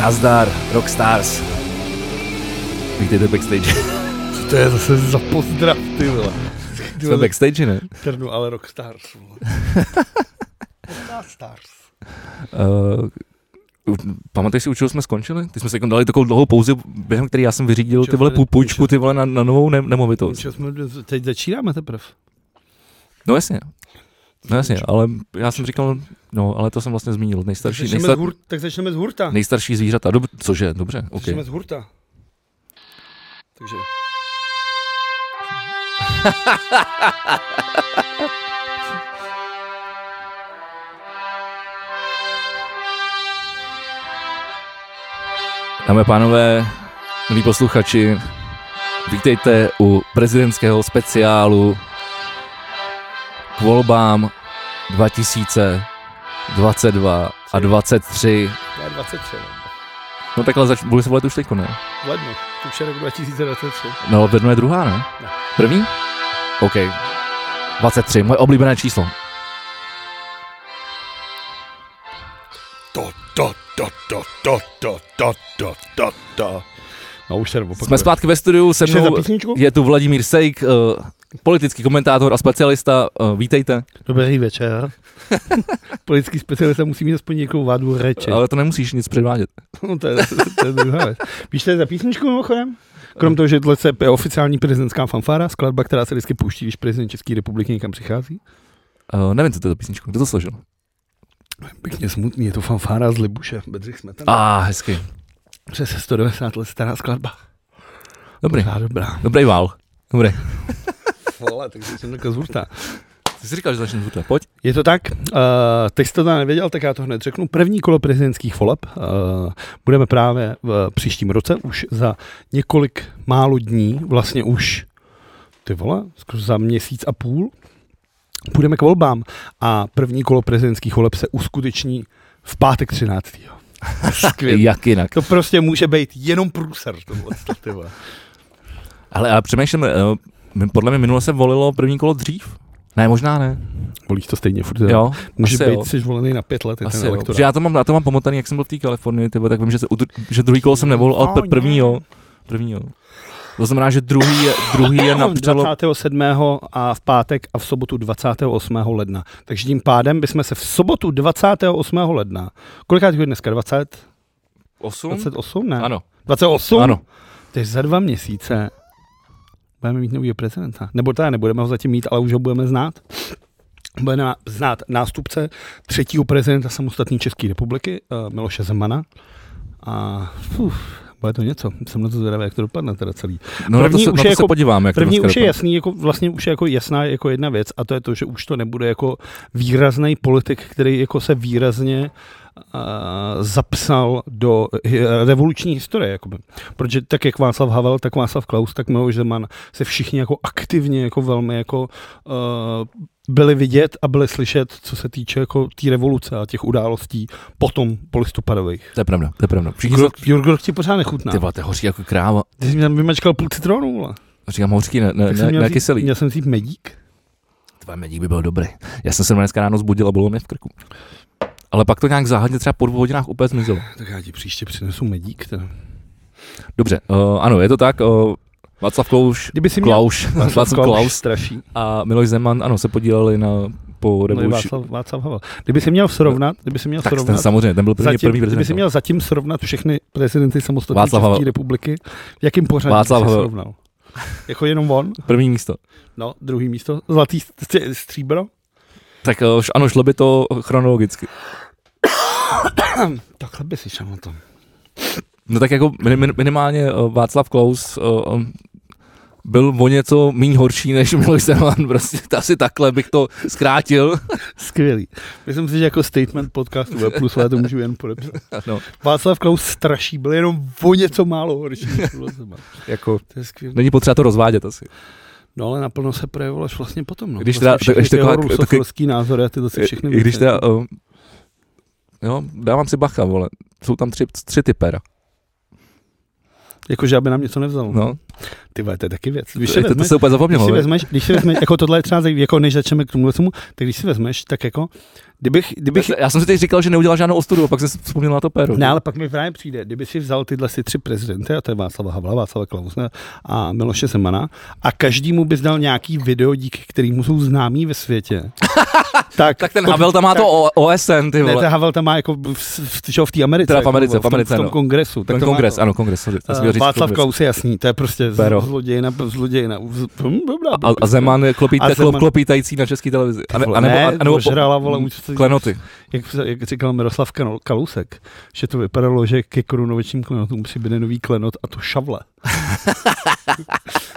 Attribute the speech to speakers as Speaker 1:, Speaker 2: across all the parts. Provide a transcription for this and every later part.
Speaker 1: Nazdar, Rockstars. Vítejte backstage.
Speaker 2: Co to je zase za pozdrav, ty vole? Ty
Speaker 1: Jsme
Speaker 2: vole,
Speaker 1: backstage, ne?
Speaker 2: trnu, ale Rockstars. vole. Rockstars.
Speaker 1: Uh, pamatuješ si, u čeho jsme skončili? Ty jsme si jako dali takovou dlouhou pauzu, během které já jsem vyřídil ty
Speaker 2: Čeho
Speaker 1: vole
Speaker 2: tady-
Speaker 1: pů- půjčku, ty vole na, na novou ne- nemovitost.
Speaker 2: Čo jsme, teď začínáme teprve.
Speaker 1: No jasně. No jasně, ale já jsem říkal, no ale to jsem vlastně zmínil,
Speaker 2: Tak
Speaker 1: nejstarší,
Speaker 2: začneme,
Speaker 1: nejstar,
Speaker 2: z hur, tak začneme z hurta.
Speaker 1: nejstarší zvířata, Dob, cože, dobře, ok.
Speaker 2: Začneme z hurta. Takže...
Speaker 1: Dámy a pánové, milí posluchači, vítejte u prezidentského speciálu k volbám 2022 a 23.
Speaker 2: Já 23. no.
Speaker 1: No takhle zač- bude se volit už teďko, ne?
Speaker 2: V lednu. To už je rok 2023.
Speaker 1: No ale v lednu je druhá, ne?
Speaker 2: Ne.
Speaker 1: První? OK. 23, moje oblíbené číslo.
Speaker 2: To, to, to, to, to, to, to, to, to, to. No už se opakuje.
Speaker 1: Jsme zpátky ve studiu, se
Speaker 2: Ještě za
Speaker 1: mnou
Speaker 2: písničku?
Speaker 1: je tu Vladimír Sejk, eh, politický komentátor a specialista, eh, vítejte.
Speaker 2: Dobrý večer. Politický specialista musí mít aspoň nějakou vádu reče.
Speaker 1: Ale to nemusíš nic předvádět.
Speaker 2: No, to, je, to je druhá věc. Víš, to je za písničku mimochodem? Krom toho, že tohle je oficiální prezidentská fanfára, skladba, která se vždycky pouští, když prezident České republiky někam přichází.
Speaker 1: Eh, nevím, co to je za písničku, kdo to složil?
Speaker 2: Pěkně smutný, je to fanfára z Libuše, Bedřich Smetana. A
Speaker 1: A ah, hezky.
Speaker 2: přes 190 let stará skladba.
Speaker 1: Dobrý.
Speaker 2: A dobrá.
Speaker 1: Dobrý vál. Dobrý.
Speaker 2: Vole, takže jsem takhle zhurtá.
Speaker 1: Ty jsi říkal, že začneš zůtra. Pojď.
Speaker 2: Je to tak, uh, teď jste to nevěděl, tak já to hned řeknu. První kolo prezidentských voleb uh, budeme právě v příštím roce, už za několik málo dní, vlastně už ty vole, skoro za měsíc a půl, půjdeme k volbám a první kolo prezidentských voleb se uskuteční v pátek 13. Skvělé.
Speaker 1: Jak jinak.
Speaker 2: To prostě může být jenom průser, tohle, ty vole.
Speaker 1: Ale já přemýšlím, eh, my- podle mě minule se volilo první kolo dřív. Ne, možná ne.
Speaker 2: Volíš to stejně furt, jo,
Speaker 1: Jo,
Speaker 2: může
Speaker 1: asi
Speaker 2: být,
Speaker 1: jo.
Speaker 2: jsi volený na pět let, je ten
Speaker 1: Asi jo.
Speaker 2: elektorát.
Speaker 1: Že já to mám, já to mám pomotaný, jak jsem byl v té Kalifornii, tybo, tak vím, že, se, u dru- že druhý kolo jsem nevolil, ale pr- první jo. První jo. To znamená, že druhý je, druhý je na přelo...
Speaker 2: 27. a v pátek a v sobotu 28. ledna. Takže tím pádem bychom se v sobotu 28. ledna, kolikrát je dneska, 20,
Speaker 1: 8?
Speaker 2: 28 ne?
Speaker 1: Ano,
Speaker 2: 28?
Speaker 1: ano.
Speaker 2: Takže za dva měsíce budeme mít nového prezidenta. Nebo teda nebudeme ho zatím mít, ale už ho budeme znát. Budeme na- znát nástupce třetího prezidenta samostatné České republiky, eh, Miloše Zemana. A uf, bude to něco. Jsem na to zvědavý, jak to dopadne teda celý.
Speaker 1: No na to
Speaker 2: První
Speaker 1: se,
Speaker 2: už
Speaker 1: na to
Speaker 2: je
Speaker 1: se
Speaker 2: jako-
Speaker 1: podíváme. Jak to
Speaker 2: První
Speaker 1: dneska
Speaker 2: už je
Speaker 1: dopadne.
Speaker 2: jasný, jako vlastně už je jako jasná jako jedna věc a to je to, že už to nebude jako výrazný politik, který jako se výrazně uh, zapsal do hi- revoluční historie. Jakoby. Protože tak jak Václav Havel, tak Václav Klaus, tak Miloš Zeman se všichni jako aktivně jako velmi jako uh, byli vidět a byli slyšet, co se týče jako té revoluce a těch událostí potom polistopadových.
Speaker 1: To je pravda, to je pravda. Všichni se...
Speaker 2: Jurg- Jurgl ti pořád nechutná.
Speaker 1: Ty vole, to je hoří jako kráva.
Speaker 2: Ty jsi mi tam vymačkal půl citronu, vole.
Speaker 1: Říkám hořký, ne, ne,
Speaker 2: Tak jsem
Speaker 1: ne,
Speaker 2: měl
Speaker 1: ne
Speaker 2: vzít-
Speaker 1: kyselý.
Speaker 2: Měl jsem vzít medík.
Speaker 1: Tvoje medík by byl dobrý. Já jsem se dneska ráno zbudil a bylo mě v krku. Ale pak to nějak záhadně třeba po dvou hodinách úplně zmizelo.
Speaker 2: Tak já ti příště přinesu medík. Teda.
Speaker 1: Dobře, uh, ano, je to tak. Uh, Václav Klauš,
Speaker 2: Kdyby si měl...
Speaker 1: Klauš, Václav Klaus
Speaker 2: straší.
Speaker 1: a Miloš Zeman, ano, se podíleli na po
Speaker 2: No i
Speaker 1: revoluci.
Speaker 2: Václav, Václav Havel. Kdyby si měl srovnat, kdyby si měl
Speaker 1: tak ten
Speaker 2: srovnat,
Speaker 1: samozřejmě, ten byl první,
Speaker 2: zatím,
Speaker 1: první
Speaker 2: kdyby
Speaker 1: prezident.
Speaker 2: si měl zatím srovnat všechny prezidenty samostatné
Speaker 1: Václav Havel.
Speaker 2: České republiky, v jakém pořadí
Speaker 1: Václav
Speaker 2: Václav se
Speaker 1: Havel.
Speaker 2: srovnal? Jako jenom on?
Speaker 1: První místo.
Speaker 2: No, druhý místo. Zlatý stři- stříbro?
Speaker 1: Tak uh, ano, šlo by to chronologicky.
Speaker 2: Takhle by si šel na tom.
Speaker 1: No tak jako minim, minimálně uh, Václav Klaus uh, um, byl o něco méně horší než Miloš Zeman, prostě asi takhle bych to zkrátil.
Speaker 2: Skvělý. Myslím si, že jako statement podcastu ve plus, ale to můžu jen podepsat.
Speaker 1: No.
Speaker 2: Václav Klaus straší, byl jenom o něco málo horší. než Miloš Zeman.
Speaker 1: Jako,
Speaker 2: To je skvělý.
Speaker 1: není potřeba to rozvádět asi.
Speaker 2: No ale naplno se projevilo až vlastně potom. No.
Speaker 1: Když
Speaker 2: vlastně
Speaker 1: teda-
Speaker 2: všechny
Speaker 1: když
Speaker 2: ty
Speaker 1: taková-
Speaker 2: jeho rusofilský názory a tyhle si všechny
Speaker 1: I, i když
Speaker 2: věci.
Speaker 1: teda, uh, jo, dávám si bacha, vole, jsou tam tři, tři typera.
Speaker 2: jakože aby nám něco nevzal.
Speaker 1: No,
Speaker 2: Ty vole, to je taky věc. Když
Speaker 1: to,
Speaker 2: si
Speaker 1: to, to
Speaker 2: vezmeš,
Speaker 1: se úplně
Speaker 2: když
Speaker 1: zapomnělo.
Speaker 2: si
Speaker 1: veď?
Speaker 2: vezmeš, když si vezmeš, jako tohle je třeba, jako než začneme k tomu, tomu, tak když si vezmeš, tak jako, kdybych, kdybych,
Speaker 1: Já jsem si teď říkal, že neudělal žádnou ostudu, a pak jsem si vzpomněl na to péro.
Speaker 2: ne, ale pak mi právě přijde, kdyby si vzal tyhle si tři prezidenty, a to je Václava Havla, Václava Klausna a Miloše Semana, a každému bys dal nějaký video, díky kterému jsou známí ve světě.
Speaker 1: Tak ten Havel tam má to o- OSN, ty
Speaker 2: Ne,
Speaker 1: vole.
Speaker 2: ten Havel tam má jako v, v, že jo, v té Americe.
Speaker 1: Teda v
Speaker 2: jako
Speaker 1: Americe, v
Speaker 2: tom-
Speaker 1: Americe,
Speaker 2: V tom
Speaker 1: no.
Speaker 2: kongresu.
Speaker 1: Ten
Speaker 2: to má
Speaker 1: kongres,
Speaker 2: to.
Speaker 1: ano, kongres. sorry, já jsem měl
Speaker 2: Eh,
Speaker 1: říct
Speaker 2: Václav
Speaker 1: kongres.
Speaker 2: Klaus je jasný, to je prostě z-
Speaker 1: Pero.
Speaker 2: zlodějina, zlodějina. Z- hm, dobrá,
Speaker 1: a, a Zeman je klopít,
Speaker 2: A
Speaker 1: a
Speaker 2: Zeman-
Speaker 1: klopítající na české televizi. A, ne,
Speaker 2: vole,
Speaker 1: a nebo,
Speaker 2: ne,
Speaker 1: a, nebo
Speaker 2: ožrala, vole, už to-
Speaker 1: klenoty.
Speaker 2: Jak, se- jak říkal Miroslav Kanol- Kalousek, že to vypadalo, že ke korunovačním klenotům přibude nový klenot a to šavle.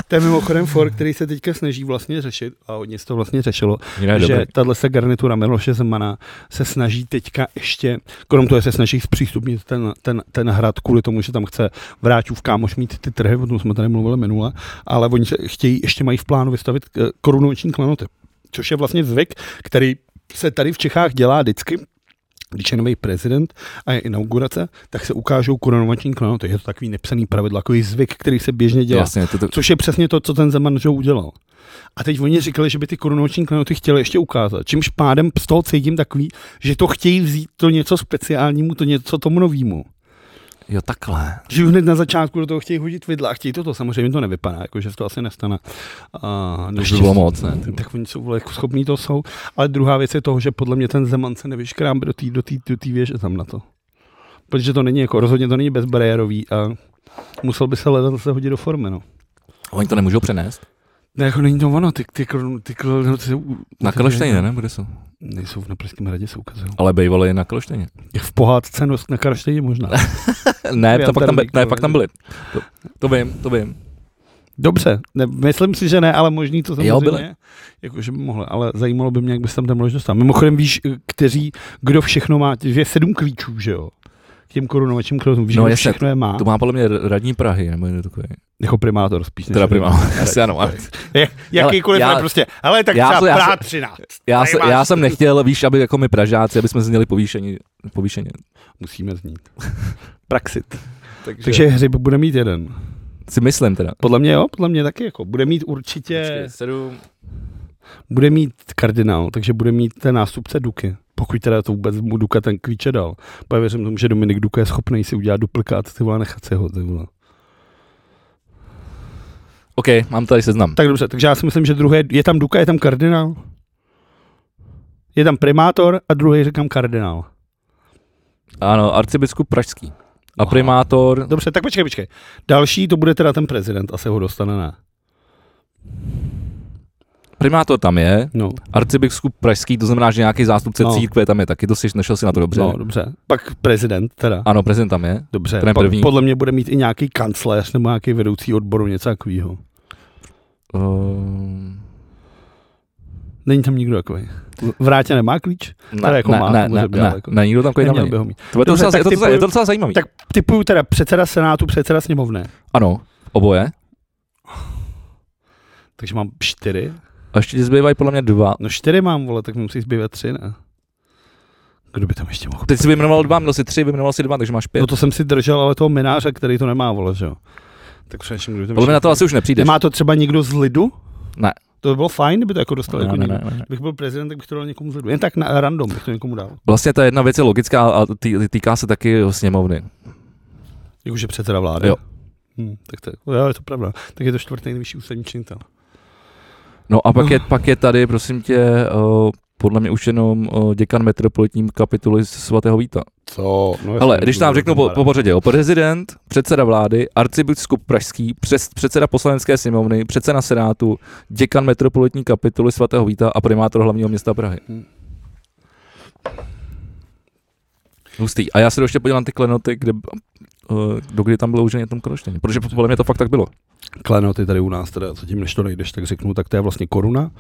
Speaker 2: to je mimochodem for, který se teďka snaží vlastně řešit a hodně se to vlastně řešilo,
Speaker 1: Jiné
Speaker 2: že
Speaker 1: dobré.
Speaker 2: tahle se garnitura Miloše Zemana se snaží teďka ještě, krom toho, že se snaží zpřístupnit ten, ten, ten hrad kvůli tomu, že tam chce vráťův kámoš mít ty trhy, o tom jsme tady mluvili minule, ale oni se chtějí, ještě mají v plánu vystavit eh, korunovační klenoty, což je vlastně zvyk, který se tady v Čechách dělá vždycky, když je nový prezident a je inaugurace, tak se ukážou korunovační klenoty. Je to takový nepsaný pravidlo, takový zvyk, který se běžně dělá.
Speaker 1: Jasně, to, to,
Speaker 2: Což je přesně to, co ten Zeman že udělal. A teď oni říkali, že by ty korunovační klenoty chtěli ještě ukázat. Čímž pádem z toho cítím takový, že to chtějí vzít to něco speciálnímu, to něco tomu novému.
Speaker 1: jo, takhle.
Speaker 2: Že už hned na začátku do toho chtějí hodit vidla a chtějí toto. Samozřejmě to nevypadá, jako že to asi nestane. A
Speaker 1: To už by bylo moc, ne? ty vole.
Speaker 2: tak oni jsou vole, jako schopní to jsou. Ale druhá věc je toho, že podle mě ten Zeman se nevyškrámbe do té do tý, do tý věže tam na to. Protože to není jako, rozhodně to není bezbariérový a musel by se hledat zase hodit do formy, no.
Speaker 1: Oni to nemůžou přenést.
Speaker 2: Ne, jako není to ono, ty, ty, kronu- ty, kronu- ty, ty
Speaker 1: Na Kalštejně, ne? Bude se.
Speaker 2: Nejsou v Neprském radě, se ukazují.
Speaker 1: Ale bývali je na Kalštejně.
Speaker 2: V pohádce nos na Karštejně možná.
Speaker 1: Ne,
Speaker 2: Já
Speaker 1: to pak
Speaker 2: tady
Speaker 1: tam, by-
Speaker 2: bych
Speaker 1: ne,
Speaker 2: to
Speaker 1: pak tam byli. To, to vím, to vím.
Speaker 2: Dobře, ne, myslím si, že ne, ale možný to
Speaker 1: Jo, byly.
Speaker 2: samozřejmě. Jakože by mohlo, ale zajímalo by mě, jak bys tam ten možnost dostal. Mimochodem víš, eh, kteří, kdo všechno má, že je sedm klíčů, že jo? K těm korunovačním krozům, víš,
Speaker 1: No,
Speaker 2: no, kdo
Speaker 1: jasně,
Speaker 2: všechno je má?
Speaker 1: To má podle mě radní Prahy, nebo je takový.
Speaker 2: Jako primátor spíš. než
Speaker 1: Teda
Speaker 2: radní.
Speaker 1: primál. Asi ano. ale-
Speaker 2: Jak, jakýkoliv
Speaker 1: já-
Speaker 2: já, prostě. Ale tak
Speaker 1: já
Speaker 2: třeba
Speaker 1: to- já
Speaker 2: Praha
Speaker 1: se-
Speaker 2: 13.
Speaker 1: Já,
Speaker 2: Tady
Speaker 1: se,
Speaker 2: máš-
Speaker 1: já jsem nechtěl, víš, aby jako my Pražáci, aby jsme zněli povýšení. povýšení.
Speaker 2: Musíme znít. Praxit. Takže, Takže hřib bude mít jeden.
Speaker 1: si myslím teda.
Speaker 2: Podle mě jo, podle mě taky jako. Bude mít určitě...
Speaker 1: Počkej, Sedm.
Speaker 2: Bude mít kardinál, takže bude mít ten nástupce Duky. Pokud teda to vůbec mu Duka ten klíče dal. Pak věřím tomu, že Dominik Duka je schopný si udělat duplikát, ty vole, nechat si ho, ty vole.
Speaker 1: OK, mám tady seznam.
Speaker 2: Tak dobře, takže já si myslím, že druhé, je tam Duka, je tam kardinál. Je tam primátor a druhý říkám kardinál.
Speaker 1: Ano, arcibiskup Pražský. A
Speaker 2: Aha.
Speaker 1: primátor,
Speaker 2: Dobře, tak počkej, počkej. Další to bude teda ten prezident, asi ho dostane, ne?
Speaker 1: primátor tam je,
Speaker 2: No,
Speaker 1: arcibiskup Pražský, to znamená, že nějaký zástupce
Speaker 2: No.
Speaker 1: církve tam je taky, to jsi nešel si na to dobře.
Speaker 2: no dobře. Pak prezident teda.
Speaker 1: Ano, prezident tam je.
Speaker 2: Dobře,
Speaker 1: ten je
Speaker 2: pak
Speaker 1: první.
Speaker 2: podle mě bude mít i nějaký kancléř nebo nějaký vedoucí odboru, něco takového.
Speaker 1: Ehm,
Speaker 2: Není tam nikdo takový. Vrátě nemá klíč? Ale
Speaker 1: Ne,
Speaker 2: jako
Speaker 1: ne,
Speaker 2: má,
Speaker 1: ne,
Speaker 2: může
Speaker 1: ne,
Speaker 2: být, ale
Speaker 1: ne,
Speaker 2: jako-
Speaker 1: ne, nikdo tam takový tam
Speaker 2: Neměl
Speaker 1: není.
Speaker 2: by ho mít.
Speaker 1: To je, to
Speaker 2: Dobře,
Speaker 1: docela,
Speaker 2: tak
Speaker 1: je, to docela,
Speaker 2: typuju-
Speaker 1: je to docela zajímavý.
Speaker 2: Tak typuju teda předseda senátu, předseda sněmovny.
Speaker 1: Ano, oboje.
Speaker 2: Takže mám čtyři.
Speaker 1: A ještě ti zbývají podle mě dva.
Speaker 2: No čtyři mám, vole, tak mi musí zbývat tři, ne? Kdo by tam ještě mohl?
Speaker 1: Teď jsi vyjmenoval dva, měl jsi tři, vyjmenoval si dva, takže máš pět.
Speaker 2: No to jsem si držel, ale toho mináře, který to nemá, vole, že jo. Tak přeším, kdo by tam
Speaker 1: podle mě
Speaker 2: ještě-
Speaker 1: na to asi už nepřijdeš.
Speaker 2: Nemá to třeba nikdo z lidu?
Speaker 1: Ne.
Speaker 2: To by bylo fajn, kdyby to jako dostal
Speaker 1: Ne,
Speaker 2: jako
Speaker 1: ne,
Speaker 2: někdo.
Speaker 1: ne, ne.
Speaker 2: Kdybych byl prezident, tak bych to dal někomu z lidu. Jen tak na random bych to někomu dal.
Speaker 1: Vlastně ta jedna věc je logická a tý- týká se taky sněmovny.
Speaker 2: Jakože předseda vlády.
Speaker 1: Jo.
Speaker 2: Hm, tak to, jo, je to pravda. Tak je to čtvrtý nejvyšší ústavní činitel.
Speaker 1: No a pak je, pak je tady, prosím tě, eh, podle mě už jenom eh, děkan metropolitní kapituly svatého Víta.
Speaker 2: Co? No,
Speaker 1: Hele, když nám řeknu po, po pořadě, jo, prezident, předseda vlády, arcibiskup pražský, přes, předseda poslanecké sněmovny, předseda senátu, děkan metropolitní kapituly svatého Víta a primátor hlavního města Prahy.
Speaker 2: Hm.
Speaker 1: Hustý. A já se jdu ještě podívám na ty klenoty, kde, eh, do kdy tam bylo už na tom kroštění. Protože podle mě to fakt tak bylo.
Speaker 2: klenoty tady u nás, teda zatím než to nejdeš, tak řeknu, tak to je vlastně koruna,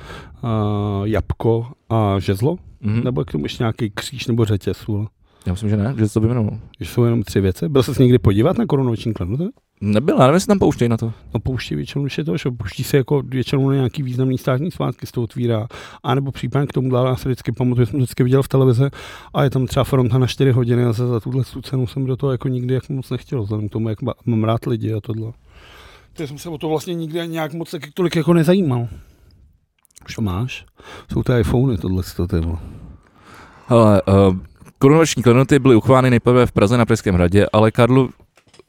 Speaker 2: a jabko a žezlo,
Speaker 1: Mhm. Hm.
Speaker 2: nebo k tomu ještě nějaký kříž nebo řetěz. vole.
Speaker 1: Já myslím, že ne, že se to vyjmenovalo.
Speaker 2: Že jsou jenom tři věci. Byl jsi někdy podívat na korunovační kladu?
Speaker 1: Nebyla, nevím, jestli tam pouštějí na to.
Speaker 2: No pouští většinou, když je to, že pouští se jako většinou na nějaký významný státní svátky, se to otvírá, anebo případně k tomu dává, já se vždycky pamatuju, jsem to vždycky viděl v televize a je tam třeba fronta na 4 hodiny a za, za tuhle tu cenu jsem do toho jako nikdy jak moc nechtěl, vzhledem k tomu, jak ba- mám rád lidi a tohle. To jsem se o to vlastně nikdy ani nějak moc taky tolik jako nezajímal. Už to máš? Jsou to iPhony, tohle to ty vole.
Speaker 1: Hele, uh, korunovační klenoty byly uchovány nejprve v Praze na Pražském hradě, ale Karlu,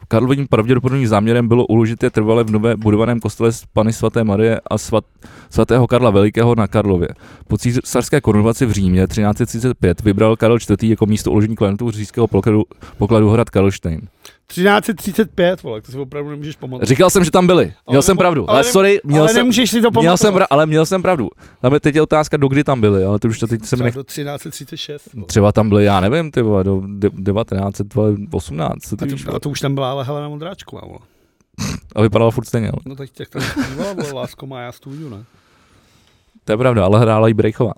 Speaker 1: Karlovým pravděpodobným záměrem bylo uložit je trvale v nově budovaném kostele s Pany svaté Marie a svat, svatého Karla Velikého na Karlově. Po císařské korunovaci v Římě 1335 vybral Karel IV. jako místo uložení klenotů říšského pokladu, pokladu hrad Karlštejn.
Speaker 2: 1335, vole, to si opravdu nemůžeš pamatovat.
Speaker 1: Říkal jsem, že tam byli. Měl
Speaker 2: Ale
Speaker 1: jsem
Speaker 2: nemo-
Speaker 1: pravdu.
Speaker 2: ale
Speaker 1: Ale,
Speaker 2: nemo-
Speaker 1: sorry, měl
Speaker 2: Ale
Speaker 1: jsem,
Speaker 2: nemůžeš si to pamatovat.
Speaker 1: měl jsem, pra- ale měl jsem pravdu. Tam je teď je otázka, dokdy tam byli, ale to už to teď jsem
Speaker 2: Třeba
Speaker 1: nech...
Speaker 2: do 1336. vole.
Speaker 1: Třeba tam byli, já nevím, ty vole, do de- 19, vole, 18, co ty
Speaker 2: A,
Speaker 1: víš,
Speaker 2: to,
Speaker 1: vole.
Speaker 2: a to už tam byla ale Helena Modráčková, vole.
Speaker 1: a vypadala furt stejně. ale
Speaker 2: No tak těch tam bývala, vole, lásko má já studiu, ne?
Speaker 1: To je pravda, ale hrála i Brejchová.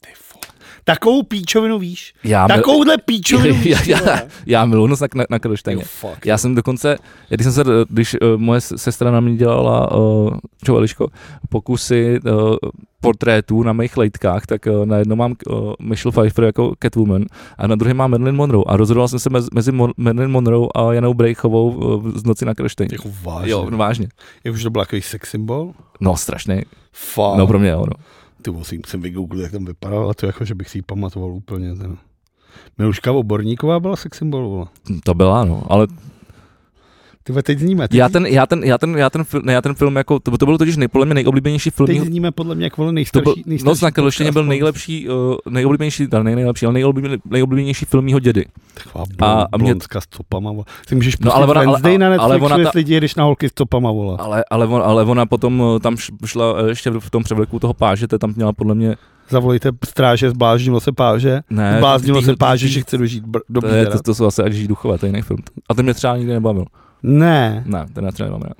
Speaker 2: Ty vole. Takovou píčovinu víš?
Speaker 1: Já, mil-
Speaker 2: Takovouhle píčovinu
Speaker 1: já,
Speaker 2: víš,
Speaker 1: já, já miluji noc na, na, na
Speaker 2: Jo,
Speaker 1: Krlštejně.
Speaker 2: fuck.
Speaker 1: Já jsem dokonce, když jsem se, když uh, moje s- sestra na mě dělala, uh, čo Eliško, pokusy uh, portrétů na mých lejtkách, tak uh, na jednom mám uh, Michelle Pfeiffer jako Catwoman a na druhém mám Marilyn Monroe a rozhodoval jsem se mezi, mezi Mon- Marilyn Monroe a Janou Brejchovou uh, z noci na Krlštejně.
Speaker 2: Jako vážně.
Speaker 1: Jo,
Speaker 2: Jo,
Speaker 1: no, vážně.
Speaker 2: Je už to byl takový sex symbol?
Speaker 1: No, strašný.
Speaker 2: Fuck.
Speaker 1: No, pro mě jo, no.
Speaker 2: Ty vole, jsem- jsem vygooglil, jak tam vypadala, to jako, že bych si ji pamatoval úplně. Ten. Miluška Oborníková byla sex symbol, vole.
Speaker 1: To byla, no, ale
Speaker 2: Ty vole, teď zníme, teď,
Speaker 1: já ten, já ten, já ten, já ten, fil- ne, já ten film jako, to, to byl totiž nej, podle mě nejoblíbenější film
Speaker 2: teď
Speaker 1: mýho-
Speaker 2: zníme podle mě jak vole
Speaker 1: To byl, no,
Speaker 2: nejstarší, nejstarší
Speaker 1: Noc na Krloštině
Speaker 2: podcast,
Speaker 1: byl
Speaker 2: no. vole.
Speaker 1: nejlepší, uh, nejoblíbenější, ne nejlepší, ale nejoblíbenější, nejoblíbenější film mýho dědy.
Speaker 2: Taková
Speaker 1: A-
Speaker 2: a,
Speaker 1: a
Speaker 2: a
Speaker 1: mě-
Speaker 2: mě... s copama, vole. Ty můžeš
Speaker 1: No, ale
Speaker 2: pustit
Speaker 1: ona- ale-
Speaker 2: Wednesday na
Speaker 1: ale
Speaker 2: Netflixu,
Speaker 1: ona ta-
Speaker 2: jestli ti jedeš na holky s copama, vole.
Speaker 1: Ale, ale, on, ale ona potom eh, tam š- šla eh, ještě v tom převleku toho pážete, tam měla podle mě,
Speaker 2: Zavolejte stráže, zbláznilo se páže.
Speaker 1: ne,
Speaker 2: Zbláznilo
Speaker 1: tý-
Speaker 2: se
Speaker 1: tý-
Speaker 2: páže,
Speaker 1: tý-
Speaker 2: že chce dožít br- do
Speaker 1: to, je,
Speaker 2: bídera.
Speaker 1: to, to, jsou asi až duchové, to je jiný film. A ten mě třeba nikdy nebavil.
Speaker 2: Ne.
Speaker 1: Ne, ten já třeba nemám rád.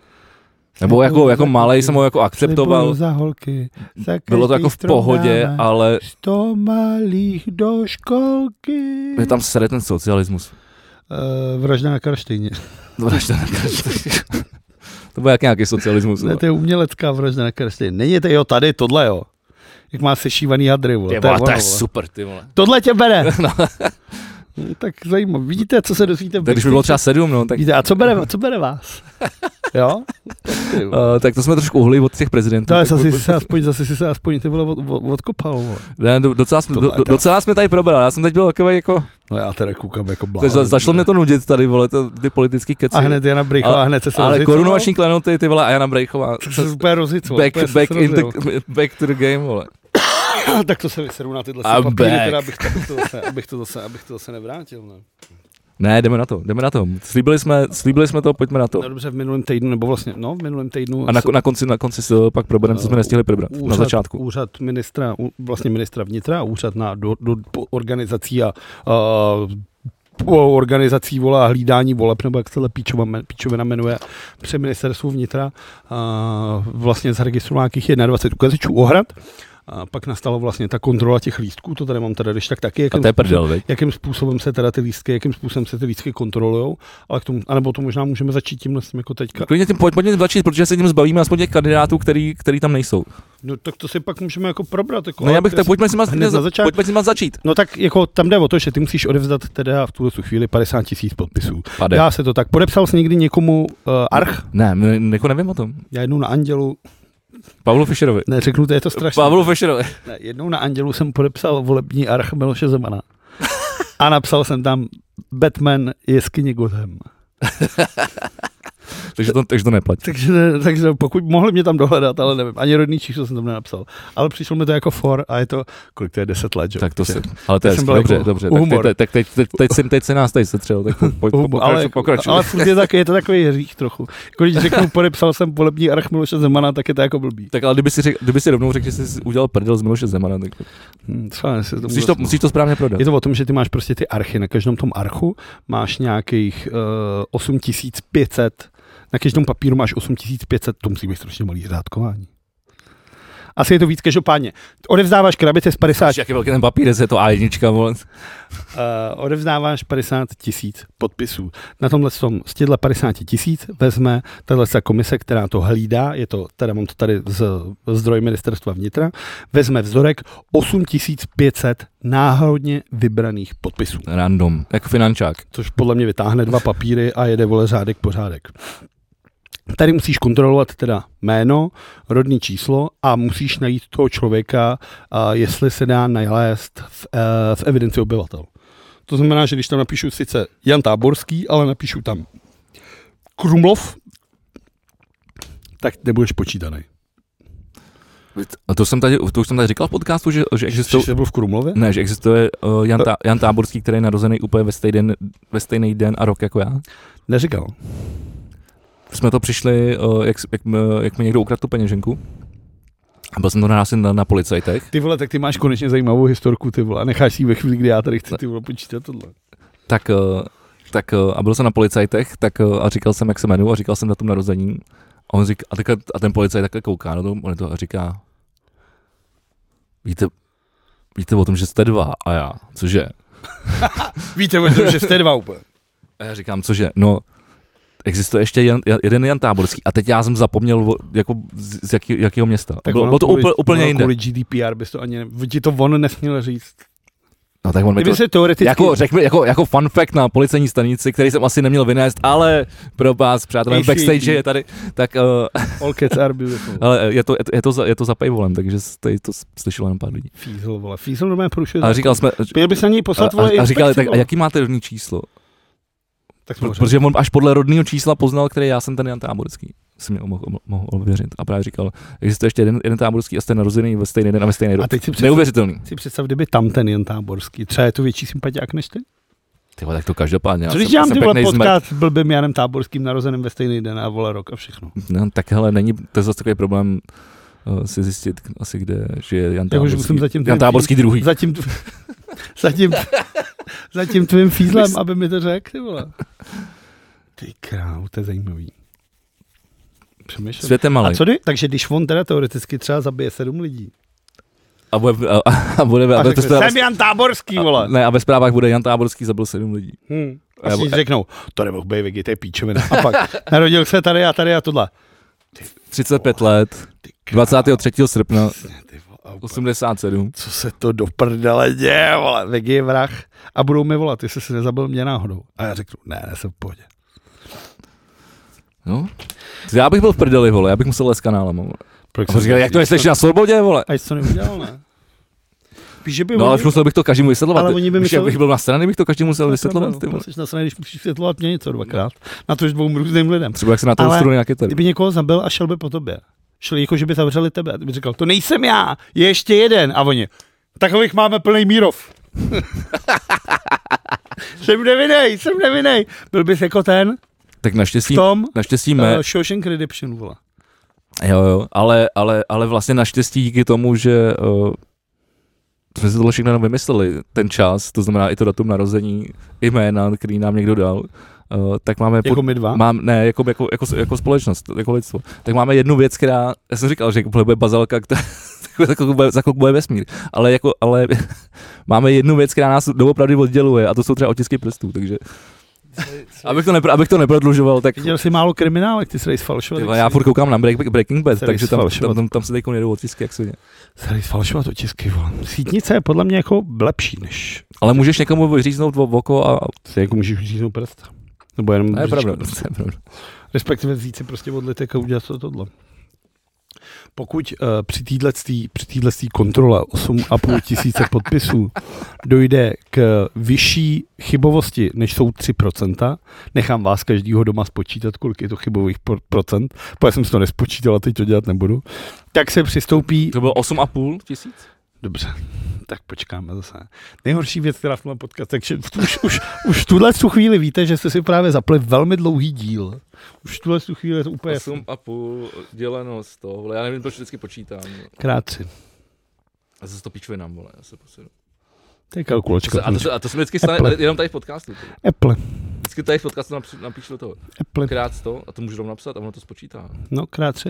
Speaker 1: Nebo jako, jako malej jsem ho jako
Speaker 2: Slibuju
Speaker 1: akceptoval,
Speaker 2: za holky. Za
Speaker 1: bylo to jako v
Speaker 2: každý strom
Speaker 1: pohodě,
Speaker 2: dáme
Speaker 1: ale
Speaker 2: Sto malých do školky.
Speaker 1: mě tam sere ten socialismus.
Speaker 2: Eh, vražda na Karštejně.
Speaker 1: No, To bude- To byl jak nějaký socialismus.
Speaker 2: Ne, to je umělecká vražda na Karštejně. Není to jo, tady tohle jo. Jak má sešívaný hadry, vole.
Speaker 1: Ty
Speaker 2: to je
Speaker 1: vole, to
Speaker 2: ono,
Speaker 1: je
Speaker 2: vole.
Speaker 1: super, ty vole.
Speaker 2: Tohle tě bere.
Speaker 1: No.
Speaker 2: No, tak zajímavé. Vidíte, co se dozvíte. v
Speaker 1: Tak když by bylo třeba sedm, no, tak
Speaker 2: Vidíte, a co bere, co bere vás? jo? Ty vole.
Speaker 1: Uh, tak to jsme trošku uhli od těch prezidentů.
Speaker 2: No, ale
Speaker 1: Tak
Speaker 2: zase
Speaker 1: od-
Speaker 2: si se aspoň, zase si se aspoň ty vole od, od, odkopal. Vole.
Speaker 1: ne, do- docela, jsme, do,
Speaker 2: Tohle je to.
Speaker 1: docela jsme tady probrali, já jsem teď byl takový jako,
Speaker 2: No já teda koukám jako
Speaker 1: za-
Speaker 2: blázen.
Speaker 1: za, zašlo mě to nudit tady, vole, to, ty politický keci.
Speaker 2: A hned Jana Brejchová,
Speaker 1: Ale-
Speaker 2: a hned se se
Speaker 1: ale
Speaker 2: rozhicoval.
Speaker 1: korunovační klenoty, ty vole, a Jana Brejchová.
Speaker 2: To se úplně rozhicoval.
Speaker 1: Back,
Speaker 2: úplně se
Speaker 1: back, in the,
Speaker 2: srazil.
Speaker 1: back to the game, vole.
Speaker 2: tak to se vyseru na tyhle
Speaker 1: A
Speaker 2: si papíry,
Speaker 1: back.
Speaker 2: teda abych to, to zase, abych to zase, abych to zase nevrátil. no. Ne?
Speaker 1: Ne, jdeme na to, jdeme na to. Slíbili jsme, slíbili jsme to, pojďme na to.
Speaker 2: No dobře, v minulém týdnu, nebo vlastně, no, v minulém týdnu...
Speaker 1: A na,
Speaker 2: se-
Speaker 1: na konci, na konci se pak probereme, co jsme nestihli probrat. Na
Speaker 2: úřad,
Speaker 1: začátku.
Speaker 2: Úřad ministra, u- vlastně ministra vnitra, úřad na do, do, po- organizací a uh, po- organizací volá hlídání voleb, nebo jak se tohle píčova, men- píčovina jmenuje, při ministerstvu vnitra uh, vlastně zaregistroval nějakých 21 ukazečů ohrad. A pak nastala vlastně ta kontrola těch lístků, to tady mám teda když tak taky,
Speaker 1: A
Speaker 2: jakým,
Speaker 1: to je prdel, veď?
Speaker 2: jakým způsobem se teda ty lístky, jakým způsobem se ty lístky kontrolujou, ale k tomu, anebo to možná můžeme začít tímhle s tím jako teďka.
Speaker 1: Klidně tím, pojď, pojďme začít, protože se tím zbavíme aspoň těch kandidátů, který, který tam nejsou.
Speaker 2: No tak to si pak můžeme jako probrat. Jako,
Speaker 1: No já
Speaker 2: ale
Speaker 1: bych
Speaker 2: to
Speaker 1: tak,
Speaker 2: si-
Speaker 1: pojďme si
Speaker 2: hned na začátku.
Speaker 1: pojďme si začít.
Speaker 2: No tak jako tam jde o to, že ty musíš odevzdat teda v tuhle tu chvíli 50 tisíc podpisů.
Speaker 1: Pade.
Speaker 2: Dá se to tak. Podepsal jsi někdy někomu uh, arch?
Speaker 1: Ne, ne, jako nevím o tom.
Speaker 2: Já jednou na Andělu,
Speaker 1: Pavlu Fischerovi.
Speaker 2: ne, řeknu, to je to strašné.
Speaker 1: Pavlu Fischerovi.
Speaker 2: Ne, jednou na Andělu jsem podepsal volební arch Miloše Zemana. A napsal jsem tam Batman jeskyně Gotham.
Speaker 1: Takže to, takže to neplatí.
Speaker 2: Takže, ne, takže pokud mohli mě tam dohledat, ale nevím, ani rodný číslo jsem tam nenapsal. Ale přišlo mi to jako for a je to, kolik to je, 10 let, že?
Speaker 1: Tak to
Speaker 2: Takže-
Speaker 1: se, ale to je
Speaker 2: jsem
Speaker 1: hezký,
Speaker 2: byl
Speaker 1: dobře,
Speaker 2: jako
Speaker 1: dobře,
Speaker 2: humor.
Speaker 1: tak, teď, teď, teď, teď, teď, teď se nás tady setřel, tak po, pojď, po,
Speaker 2: Hubu, ale,
Speaker 1: pokračuj, pokračuj.
Speaker 2: ale furt je, tak, je to takový hřích trochu. Jako když řeknu, podepsal jsem volební arch Miloše Zemana, tak je to jako blbý.
Speaker 1: tak ale kdyby si, řek, kdyby si rovnou řekl, že jsi si udělal prdel z Miloše Zemana, tak
Speaker 2: Hmm, třeba se tomu
Speaker 1: musíš to,
Speaker 2: zas-
Speaker 1: musíš to správně prodat.
Speaker 2: je to o tom, že ty máš prostě ty archy. Na každém tom archu máš nějakých uh, 8500, na každém papíru máš 8500, to musí být strašně malý řádkování. Asi je to víc, každopádně. Odevzdáváš krabice z 50
Speaker 1: Až jak je velký ten papír, jestli je to A1, vole.
Speaker 2: Uh, odevzdáváš 50 tisíc podpisů. Na tomhle tom z těchto 50 tisíc vezme tahle ta komise, která to hlídá, je to, teda mám to tady z zdroj ministerstva vnitra, vezme vzorek 8500 náhodně vybraných podpisů,
Speaker 1: Random, jako finančák.
Speaker 2: což podle mě vytáhne dva papíry a jede vole řádek po řádek. Tady musíš kontrolovat teda jméno, rodné číslo a musíš najít toho člověka, a jestli se dá nalézt v, eh, v evidenci obyvatel. To znamená, že když tam napíšu sice Jan Táborský, ale napíšu tam Krumlov, tak nebudeš počítaný.
Speaker 1: A to, jsem tady, to už jsem tady říkal v podcastu, že, že
Speaker 2: Jsi
Speaker 1: existují...
Speaker 2: jsi byl v Krumlově?
Speaker 1: Ne, že existuje uh, Jan, Ta, Jan Táborský, který je narozený úplně ve stejný, den, ve stejný den a rok jako já.
Speaker 2: Neříkal.
Speaker 1: Jsme to přišli, uh, jak, jak, m- jak mi někdo ukradl tu peněženku. A byl jsem to nahlásil na, na policajtech.
Speaker 2: Ty vole, tak ty máš konečně zajímavou historku, ty vole, a necháš si ji ve chvíli, kdy já tady chci ty vole počítat tohle.
Speaker 1: Tak, uh, tak, uh, a byl jsem na policajtech tak, uh, a říkal jsem, jak se jmenuji a říkal jsem datum narození. A, on říká, a, takhle, a ten policajt takhle kouká na to, on to a říká, víte, víte o tom, že jste dva a já, cože?
Speaker 2: Víte, o tom, že jste dva úplně.
Speaker 1: A já říkám, cože, no, existuje ještě Jan, Jan- jeden Jan Táborský a teď já jsem zapomněl, o- jako z, z jaký, jakého města. Tak bylo,
Speaker 2: ono
Speaker 1: bylo to
Speaker 2: kvůli-
Speaker 1: úplně, úplně
Speaker 2: ono
Speaker 1: jinde.
Speaker 2: Kvůli GDPR bys to ani ne... Ti to on nesměl říct.
Speaker 1: No tak on mi to,
Speaker 2: Kdyby se teoreticky...
Speaker 1: jako, řekl, jako, jako fun fact na policejní stanici, který jsem asi neměl vynést, ale pro vás, přátelé,
Speaker 2: Nejší.
Speaker 1: backstage je tady, tak uh,
Speaker 2: All cats are beautiful.
Speaker 1: ale je to, je to, je to, za, je to za paywallem, takže jste to slyšelo jenom pár lidí.
Speaker 2: Fízl, vole. Fízl normálně porušuje...
Speaker 1: A říkal jsme,
Speaker 2: Měl bys na něj
Speaker 1: a,
Speaker 2: poslat, vole,
Speaker 1: a, a říkal,
Speaker 2: inspekci,
Speaker 1: tak, a
Speaker 2: vole.
Speaker 1: jaký máte rodný číslo?
Speaker 2: Tak
Speaker 1: Pro,
Speaker 2: samozřejmě.
Speaker 1: protože on až podle rodného čísla poznal, který já jsem ten Jan Táborský. Si mě mohl, mohl ověřit. A právě říkal, existuje ještě jeden, jeden Táborský a jste narozený ve stejný den a ve stejný
Speaker 2: A
Speaker 1: rok.
Speaker 2: teď si představ,
Speaker 1: Neuvěřitelný.
Speaker 2: si představ, kdyby tam ten Jan Táborský. Třeba je to větší sympatiák než ty.
Speaker 1: Ty vole, tak to každopádně. já
Speaker 2: Co když
Speaker 1: jsem-
Speaker 2: dělám
Speaker 1: jsem
Speaker 2: ty vole
Speaker 1: pěknej zmrt.
Speaker 2: podcast s blbým Janem Táborským narozeným ve stejný den a vole rok a všechno.
Speaker 1: No, tak hele, není to je zase takový problém uh, si zjistit k- asi, kde žije Jan
Speaker 2: Jako, že
Speaker 1: Táborský.
Speaker 2: musím zatím
Speaker 1: Jan
Speaker 2: ten-
Speaker 1: Táborský druhý.
Speaker 2: Zatím, zatím, zatím tvým fízlem, aby mi to řekl, ty vole. Ty krávu, to je zajímavý. Přemýšlím.
Speaker 1: Svět je malý.
Speaker 2: A co kdy? Takže když on teda teoreticky třeba zabije sedm lidí.
Speaker 1: A bude, a, a, a bude,
Speaker 2: A
Speaker 1: a, ve
Speaker 2: řekne,
Speaker 1: zprávách-
Speaker 2: jsem Jan Táborský,
Speaker 1: a,
Speaker 2: vole.
Speaker 1: ne, a ve zprávách bude Jan Táborský zabil sedm lidí.
Speaker 2: Hmm.
Speaker 1: A
Speaker 2: A
Speaker 1: já bu-
Speaker 2: všichni řeknou, to nemohl být Vigi, to je píčovina. A pak, narodil se tady a tady a tohle.
Speaker 1: 35 let, 23. srpna
Speaker 2: Oh, Ty vole, a úplně,
Speaker 1: 87.
Speaker 2: Co se to do prdele děje, vole, Vigi je vrah. A budou mi volat, jestli se nezabil mě náhodou. A já řeknu, ne, ne, jsem v pohodě.
Speaker 1: No. Já bych byl v prdeli, vole, já bych musel les kanálem. Vole.
Speaker 2: Proč
Speaker 1: A on říkal, jak to jsi na svobodě, vole?
Speaker 2: A jsi to neudělal, ne? Víš, že by
Speaker 1: No ale
Speaker 2: oni-
Speaker 1: musel bych to každému vysvětlovat.
Speaker 2: Ale oni by
Speaker 1: Když
Speaker 2: mysleli-
Speaker 1: bych byl na straně, bych to každému musel vysvětlovat. ty
Speaker 2: No,
Speaker 1: vole.
Speaker 2: jsi na straně, když musíš vysvětlovat mě něco dvakrát. Na to, že dvou různým lidem.
Speaker 1: Třeba jak se na to
Speaker 2: Ale
Speaker 1: strunu nějaký ten.
Speaker 2: Kdyby někoho zabil a šel by po tobě. Šli jako, že by zavřeli tebe. A ty by říkal, to nejsem já, je ještě jeden. A oni, takových máme plný mírov. jsem nevinej, jsem nevinej. Byl bys jako ten
Speaker 1: Tak
Speaker 2: v
Speaker 1: naštěstí,
Speaker 2: tom
Speaker 1: naštěstí
Speaker 2: uh,
Speaker 1: mé,
Speaker 2: Shawshank Redemption, vole.
Speaker 1: jo, jo, ale, ale, ale vlastně naštěstí díky tomu, že uh, jsme si tohle všechno jenom vymysleli, ten čas, to znamená i to datum narození, i jména, který nám někdo dal, uh, tak máme pod-
Speaker 2: Jako my dva.
Speaker 1: Mám, ne, jako, jako, jako, jako, společnost, jako lidstvo. Tak máme jednu věc, která, já jsem říkal, že jako bude bazalka, která, za chvilku bude- za chvilku bude vesmír, ale, jako, ale máme jednu věc, která nás doopravdy odděluje a to jsou třeba otisky prstů, takže abych to, nepro, abych to neprodlužoval, tak
Speaker 2: Viděl jsi málo kriminálek, ty jsi tady
Speaker 1: Ty
Speaker 2: sfalšovat.
Speaker 1: vole, já furt koukám na break, Breaking Bad,
Speaker 2: Tady
Speaker 1: takže tam,
Speaker 2: sfalšovat.
Speaker 1: tam, tam, tam se teď jedou otisky, jak svině.
Speaker 2: Tady sfalšovat otisky, vole. Sítnice je podle mě jako lepší než
Speaker 1: Ale můžeš někomu vyříznout v oko a...
Speaker 2: Se jako můžeš říznout prst. Nebo jenom
Speaker 1: Ne, je
Speaker 2: bříško.
Speaker 1: pravda, to je pravda.
Speaker 2: Respektive vzít si prostě odlitek a udělat to tohle. Pokud uh, při této při týdlectví kontrole 8,5 tisíce podpisů dojde k vyšší chybovosti, než jsou 3%, nechám vás každýho doma spočítat, kolik je to chybových por- procent, protože jsem si to nespočítal a teď to dělat nebudu, tak se přistoupí
Speaker 1: To bylo 8,5 tisíc?
Speaker 2: Dobře, tak počkáme zase. Nejhorší věc, která v tomhle podcastu, takže v- už, už, už v tuhle tu chvíli víte, že jste si právě zapli velmi dlouhý díl. Už v tuhle tu chvíli je to úplně jasný.
Speaker 1: 8,5 děleno 100, vole, já nevím, proč vždycky počítám.
Speaker 2: Krát tři.
Speaker 1: A zase to píčuje nám, vole, já se posedu.
Speaker 2: To je kalkulačka.
Speaker 1: A to, se- a to se mi vždycky stane,
Speaker 2: Apple.
Speaker 1: ale jenom tady v podcastu. ty.
Speaker 2: Apple.
Speaker 1: Vždycky tady v podcastu např- napíšu do toho
Speaker 2: Apple.
Speaker 1: krát 100 a to můžu rovnou napsat a ono to spočítá.
Speaker 2: No, krát tři.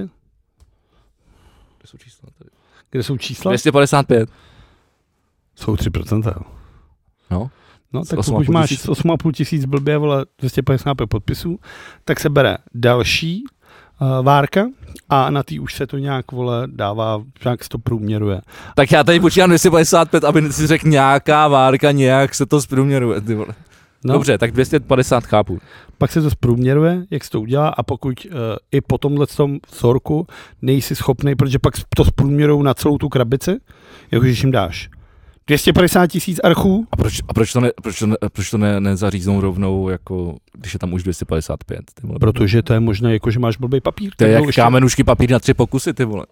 Speaker 1: Kde jsou čísla tady?
Speaker 2: Kde jsou čísla?
Speaker 1: 255.
Speaker 2: Jsou 3%. jo.
Speaker 1: No.
Speaker 2: No,
Speaker 1: Z
Speaker 2: tak
Speaker 1: 8,5
Speaker 2: pokud máš
Speaker 1: tisíce.
Speaker 2: 8,5 tisíc blbě, vole, 255 podpisů, tak se bere další uh, várka a na tý už se to nějak, vole, dává, nějak se to průměruje.
Speaker 1: Tak já tady počítám 255, aby si řekl nějaká várka, nějak se to zprůměruje. Ty vole.
Speaker 2: No,
Speaker 1: Dobře, tak 250 chápu.
Speaker 2: Pak se to zprůměruje, jak se to udělá a pokud uh, i po tomhle tom vzorku nejsi schopný, protože pak to zprůměrou na celou tu krabici, jakože když jim dáš 250 tisíc archů,
Speaker 1: A proč, a proč to, ne, proč to, ne, proč to ne, nezaříznou rovnou, jako, když je tam už 255? Ty vole.
Speaker 2: protože to je možné, jakože máš blbý papír.
Speaker 1: To je
Speaker 2: tak
Speaker 1: jak
Speaker 2: jdou ještě-
Speaker 1: kámenušky papír na tři pokusy, ty vole.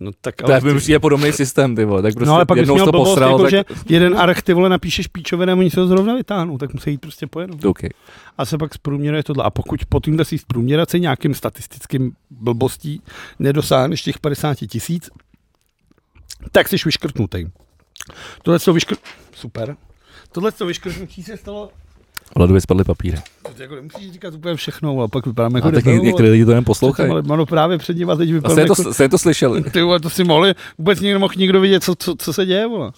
Speaker 2: No, tak,
Speaker 1: To
Speaker 2: ale
Speaker 1: je, mi přijde podobný systém, ty vole. Tak prostě
Speaker 2: no ale pak když
Speaker 1: jednou jsi
Speaker 2: měl
Speaker 1: to
Speaker 2: blbost,
Speaker 1: posral,
Speaker 2: jako,
Speaker 1: tak...
Speaker 2: že jeden arch ty vole napíšeš píčoviny a oni se ho zrovna vytáhnou, tak musí jít prostě po jednom.
Speaker 1: OK.
Speaker 2: A se pak zprůměruje tohle. A pokud po týmhle si zprůměraci nějakým statistickým blbostí nedosáhneš těch 50 tisíc, tak jsi vyškrtnutý. Tohle to vyškr... Super. Tohle to vyškrtnutí se stalo,
Speaker 1: Vladovi spadly papíry.
Speaker 2: to jako nemusíš říkat úplně všechno, ale pak vypadáme jako
Speaker 1: A tak
Speaker 2: debil,
Speaker 1: něk-
Speaker 2: vole.
Speaker 1: některé lidi to jen
Speaker 2: Před
Speaker 1: poslouchají.
Speaker 2: těma lidma, No právě před nimi a teď
Speaker 1: A jste
Speaker 2: vypadáme
Speaker 1: Vlastně to,
Speaker 2: jako...
Speaker 1: jste to slyšeli?
Speaker 2: Ty vole, to si mohli, vůbec nikdo mohl nikdo vidět, co, co, co se děje, vole.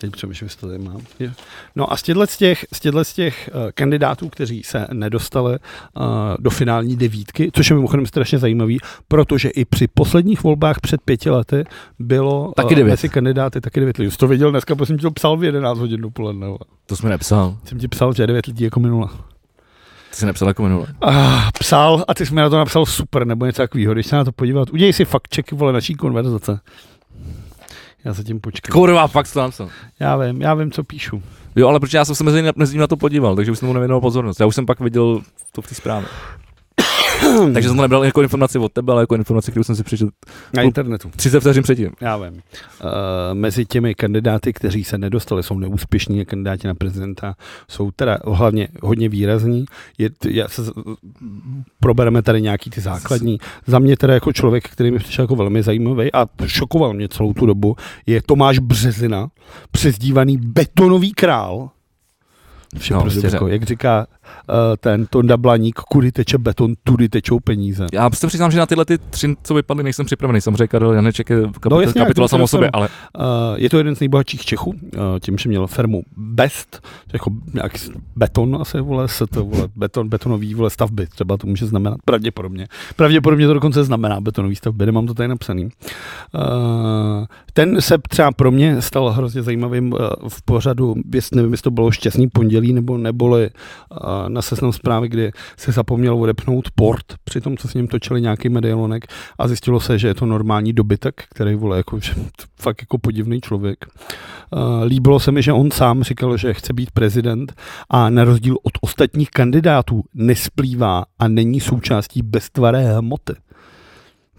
Speaker 2: Teď přemýšlím, jestli to tady mám. Je. No a z těchto z těch, z těchto z těch eh, kandidátů, kteří se nedostali eh, do finální devítky, což je mimochodem strašně zajímavý, protože i při posledních volbách před pěti lety bylo
Speaker 1: Taky
Speaker 2: eh,
Speaker 1: devět.
Speaker 2: mezi kandidáty taky devět lidí. Jsi to viděl dneska, protože jsem ti to psal v 11 hodin dopoledne. vole.
Speaker 1: To jsi mi nepsal.
Speaker 2: Jsem ti psal, že je devět lidí jako minule.
Speaker 1: Ty jsi nepsal jako minule.
Speaker 2: Ah, psal a ty jsi mi na to napsal super, nebo něco takového, když se na to podívat. Udělej si fakt check, vole, naší konverzace. Já zatím počkám.
Speaker 1: Kurva, fakt jsi to napsal.
Speaker 2: Já vím, já vím, co píšu.
Speaker 1: Jo, ale protože já jsem se mezi mezi ním na to podíval, takže už jsem mu nevěnoval pozornost. Já už jsem pak viděl to v té zprávě. takže jsem to nebral jako informaci od tebe, ale jako informaci, kterou jsem si přečetl
Speaker 2: Na
Speaker 1: Klub.
Speaker 2: internetu,
Speaker 1: 30 vteřin předtím.
Speaker 2: já vím. Uh, mezi těmi kandidáty, kteří se nedostali, jsou neúspěšní a kandidáti na prezidenta, jsou teda hlavně hodně výrazní. Je, t- já se, z- probereme tady nějaký ty základní. Za mě teda jako člověk, který mi přišel jako velmi zajímavý a šokoval mě celou tu dobu, je Tomáš Březina, přezdívaný Betonový král. Vše
Speaker 1: No,
Speaker 2: no, prostě
Speaker 1: dobře.
Speaker 2: jako, jak říká uh, ten Tonda Blaník, kudy teče beton, tudy tečou peníze.
Speaker 1: Já se přiznám, že na tyhle ty tři, co vypadly, nejsem připravený. Samozřejmě Karel Janeček je kapitol,
Speaker 2: No,
Speaker 1: no,
Speaker 2: jasně,
Speaker 1: jasně,
Speaker 2: já
Speaker 1: kapitola
Speaker 2: k tomu
Speaker 1: samo o
Speaker 2: se
Speaker 1: sobě,
Speaker 2: dostanu.
Speaker 1: ale
Speaker 2: Uh, je to jeden z nejbohatších Čechů, uh, tím, že měl firmu Best, to je jako nějak s- beton asi, vole, se to, vole, beton, betonový, vole, stavby, třeba to může znamenat, pravděpodobně. Pravděpodobně to dokonce znamená betonový stavby, nemám to tady napsaný. Uh, ten se třeba pro mě stal hrozně zajímavým uh, v pořadu, jest, nevím, jestli to bylo šťastný pondělí, nebo neboli uh, na seznam zprávy, kdy se zapomněl odepnout port při tom, co s ním točili nějaký medailonek a zjistilo se, že je to normální dobytek, který vole jako, že to fakt jako podivný člověk. Uh, líbilo se mi, že on sám říkal, že chce být prezident a na rozdíl od ostatních kandidátů nesplývá a není součástí beztvaré hmoty.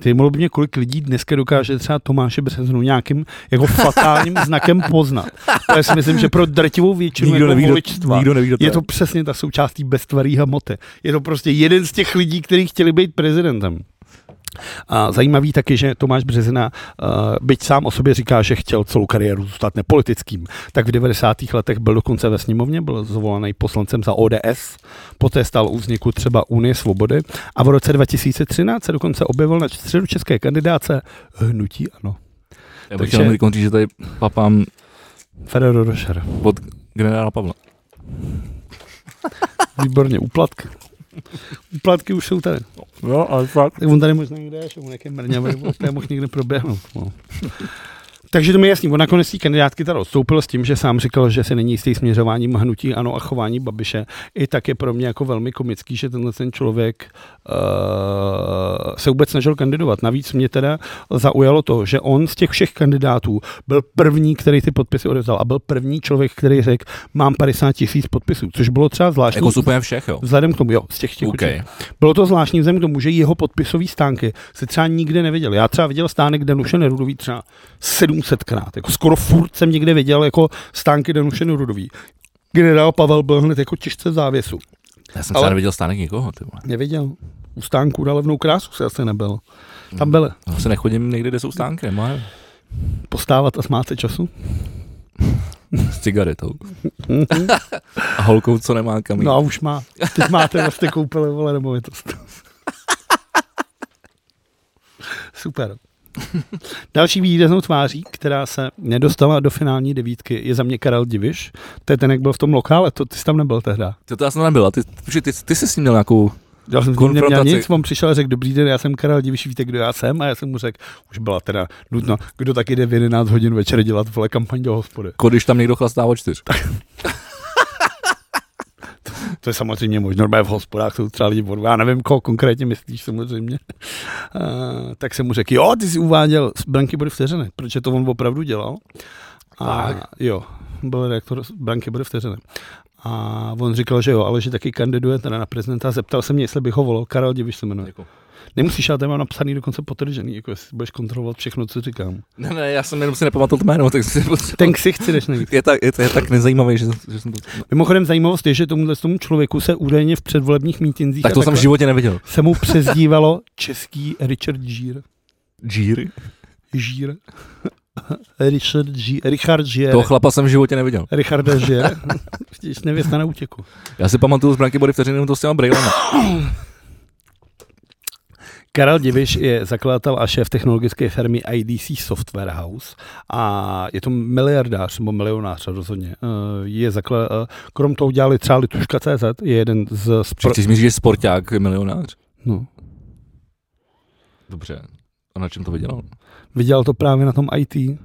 Speaker 2: Zajímalo by mě, kolik lidí dneska dokáže třeba Tomáše Březnu nějakým jako fatálním znakem poznat. To já si myslím, že pro drtivou většinu
Speaker 1: nikdo
Speaker 2: jako
Speaker 1: neví, kdo,
Speaker 2: voličstva
Speaker 1: nikdo neví, kdo to
Speaker 2: je to přesně ta součástí beztvarý hmoty. Je to prostě jeden z těch lidí, kteří chtěli být prezidentem. A zajímavý taky, že Tomáš Březina, eh, byť sám o sobě říká, že chtěl celou kariéru zůstat nepolitickým, tak v 90. letech byl dokonce ve sněmovně, byl zvolený poslancem za ODS, poté stál u vzniku třeba Unie svobody a v roce 2013 se dokonce objevil na středočeské kandidáce hnutí Ano.
Speaker 1: Já bych
Speaker 2: takže-
Speaker 1: chtěl jenom teď říct, že tady papám
Speaker 2: Ferrero Rocher.
Speaker 1: od generála Pavla.
Speaker 2: Výborně, úplatky. Úplatky už jsou tady.
Speaker 1: No, ale fakt.
Speaker 2: Tak on tady možná někde je, že on nějaký mrňavý, vole, který mohl někde proběhnout. No. Takže to mi je jasný, on nakonec té kandidátky tady odstoupil s tím, že sám říkal, že si není jistý směřováním hnutí ano a chování Babiše. I tak je pro mě jako velmi komický, že tenhle ten člověk uh, se vůbec snažil kandidovat. Navíc mě teda zaujalo to, že on z těch všech kandidátů byl první, který ty podpisy odevzal a byl první člověk, který řekl, mám 50 tisíc podpisů, což bylo třeba zvláštní.
Speaker 1: Jako z úplně všech, jo.
Speaker 2: Vzhledem k tomu, jo, z těch těch
Speaker 1: OK.
Speaker 2: bylo to zvláštní vzhledem k tomu, že jeho podpisové stánky se třeba nikde neviděl. Já třeba viděl stánek Danuše Nerudový třeba 700krát. Jako skoro furt jsem někde viděl jako stánky Danuše Nerudový. Generál Pavel byl hned jako těžce v závěsu.
Speaker 1: Já jsem
Speaker 2: Ale-
Speaker 1: ale... třeba neviděl stánek nikoho, ty vole.
Speaker 2: Neviděl. U stánku na levnou krásu se asi nebyl. Tam byly.
Speaker 1: Já se nechodím někde, kde jsou stánky, nemá je.
Speaker 2: Postávat a smát se času.
Speaker 1: S cigaretou.
Speaker 2: Mhm.
Speaker 1: A holkou, co nemá kamín.
Speaker 2: No a už má. Teď máte vlastně koupili, vole, nemovitost. Super. Další výraznou tváří, která se nedostala do finální devítky, je za mě Karel Diviš. To je ten, jak byl v tom lokále, to ty jsi tam nebyl tehda.
Speaker 1: To, to já jsem tam nebyl, a ty, ty, ty, ty jsi s ním měl nějakou...
Speaker 2: Já jsem s ním neměl
Speaker 1: Konfrontaci.
Speaker 2: nic, on přišel a řekl, dobrý den, já jsem Karel Diviš, víte, kdo já jsem? A já jsem mu řekl, už byla teda nutno, kdo tak jde v 11 hodin večer dělat vole kampaň do hospody.
Speaker 1: Jako když tam někdo chlastá o čtyř.
Speaker 2: To je samozřejmě možno, normálně v hospodách jsou třeba lidi podvá, já nevím, koho konkrétně myslíš samozřejmě. A, tak jsem mu řekl, jo, ty jsi uváděl z Branky Body vteřiny, protože to on opravdu dělal. A
Speaker 1: Tak.
Speaker 2: jo, byl redaktor z Branky Body vteřiny. A on říkal, že jo, ale že taky kandiduje teda na prezidenta. Zeptal se mě, jestli bych ho volal. Karel Diviš se jmenuje.
Speaker 1: Děkuju.
Speaker 2: Nemusíš, ale tady mám napsaný dokonce potržený, jako jestli budeš kontrolovat všechno, co říkám.
Speaker 1: Ne, ne, já jsem jenom si nepamatoval to jméno, tak jsem si potřeboval-
Speaker 2: Ten ksicht si jdeš nejvíc.
Speaker 1: je, tak, je, to- je tak nezajímavý, že, jsem- že jsem to...
Speaker 2: Mimochodem zajímavost je, že tomuhle tomu člověku se údajně v předvolebních mítinzích
Speaker 1: Tak
Speaker 2: a
Speaker 1: to jsem v
Speaker 2: takhle-
Speaker 1: životě neviděl.
Speaker 2: se mu přezdívalo český Richard Gere.
Speaker 1: Džír?
Speaker 2: Žír. Richard G. Richard G.
Speaker 1: Toho chlapa jsem v životě neviděl.
Speaker 2: Richarda G. Vidíš, nevěsta na útěku.
Speaker 1: Já si pamatuju z Branky Body vteřiny jenom to s těma brýlema.
Speaker 2: Karel Diviš je zakladatel a šéf technologické firmy IDC Software House a je to miliardář, nebo milionář rozhodně. Eh, Je zakla- eh, krom toho dělali třeba Lituška.cz, je jeden z...
Speaker 1: Že
Speaker 2: Spro-
Speaker 1: chceš mi říct, že sporták je milionář?
Speaker 2: no.
Speaker 1: Dobře. A na čem to vydělal?
Speaker 2: Vydělal to právě na tom IT.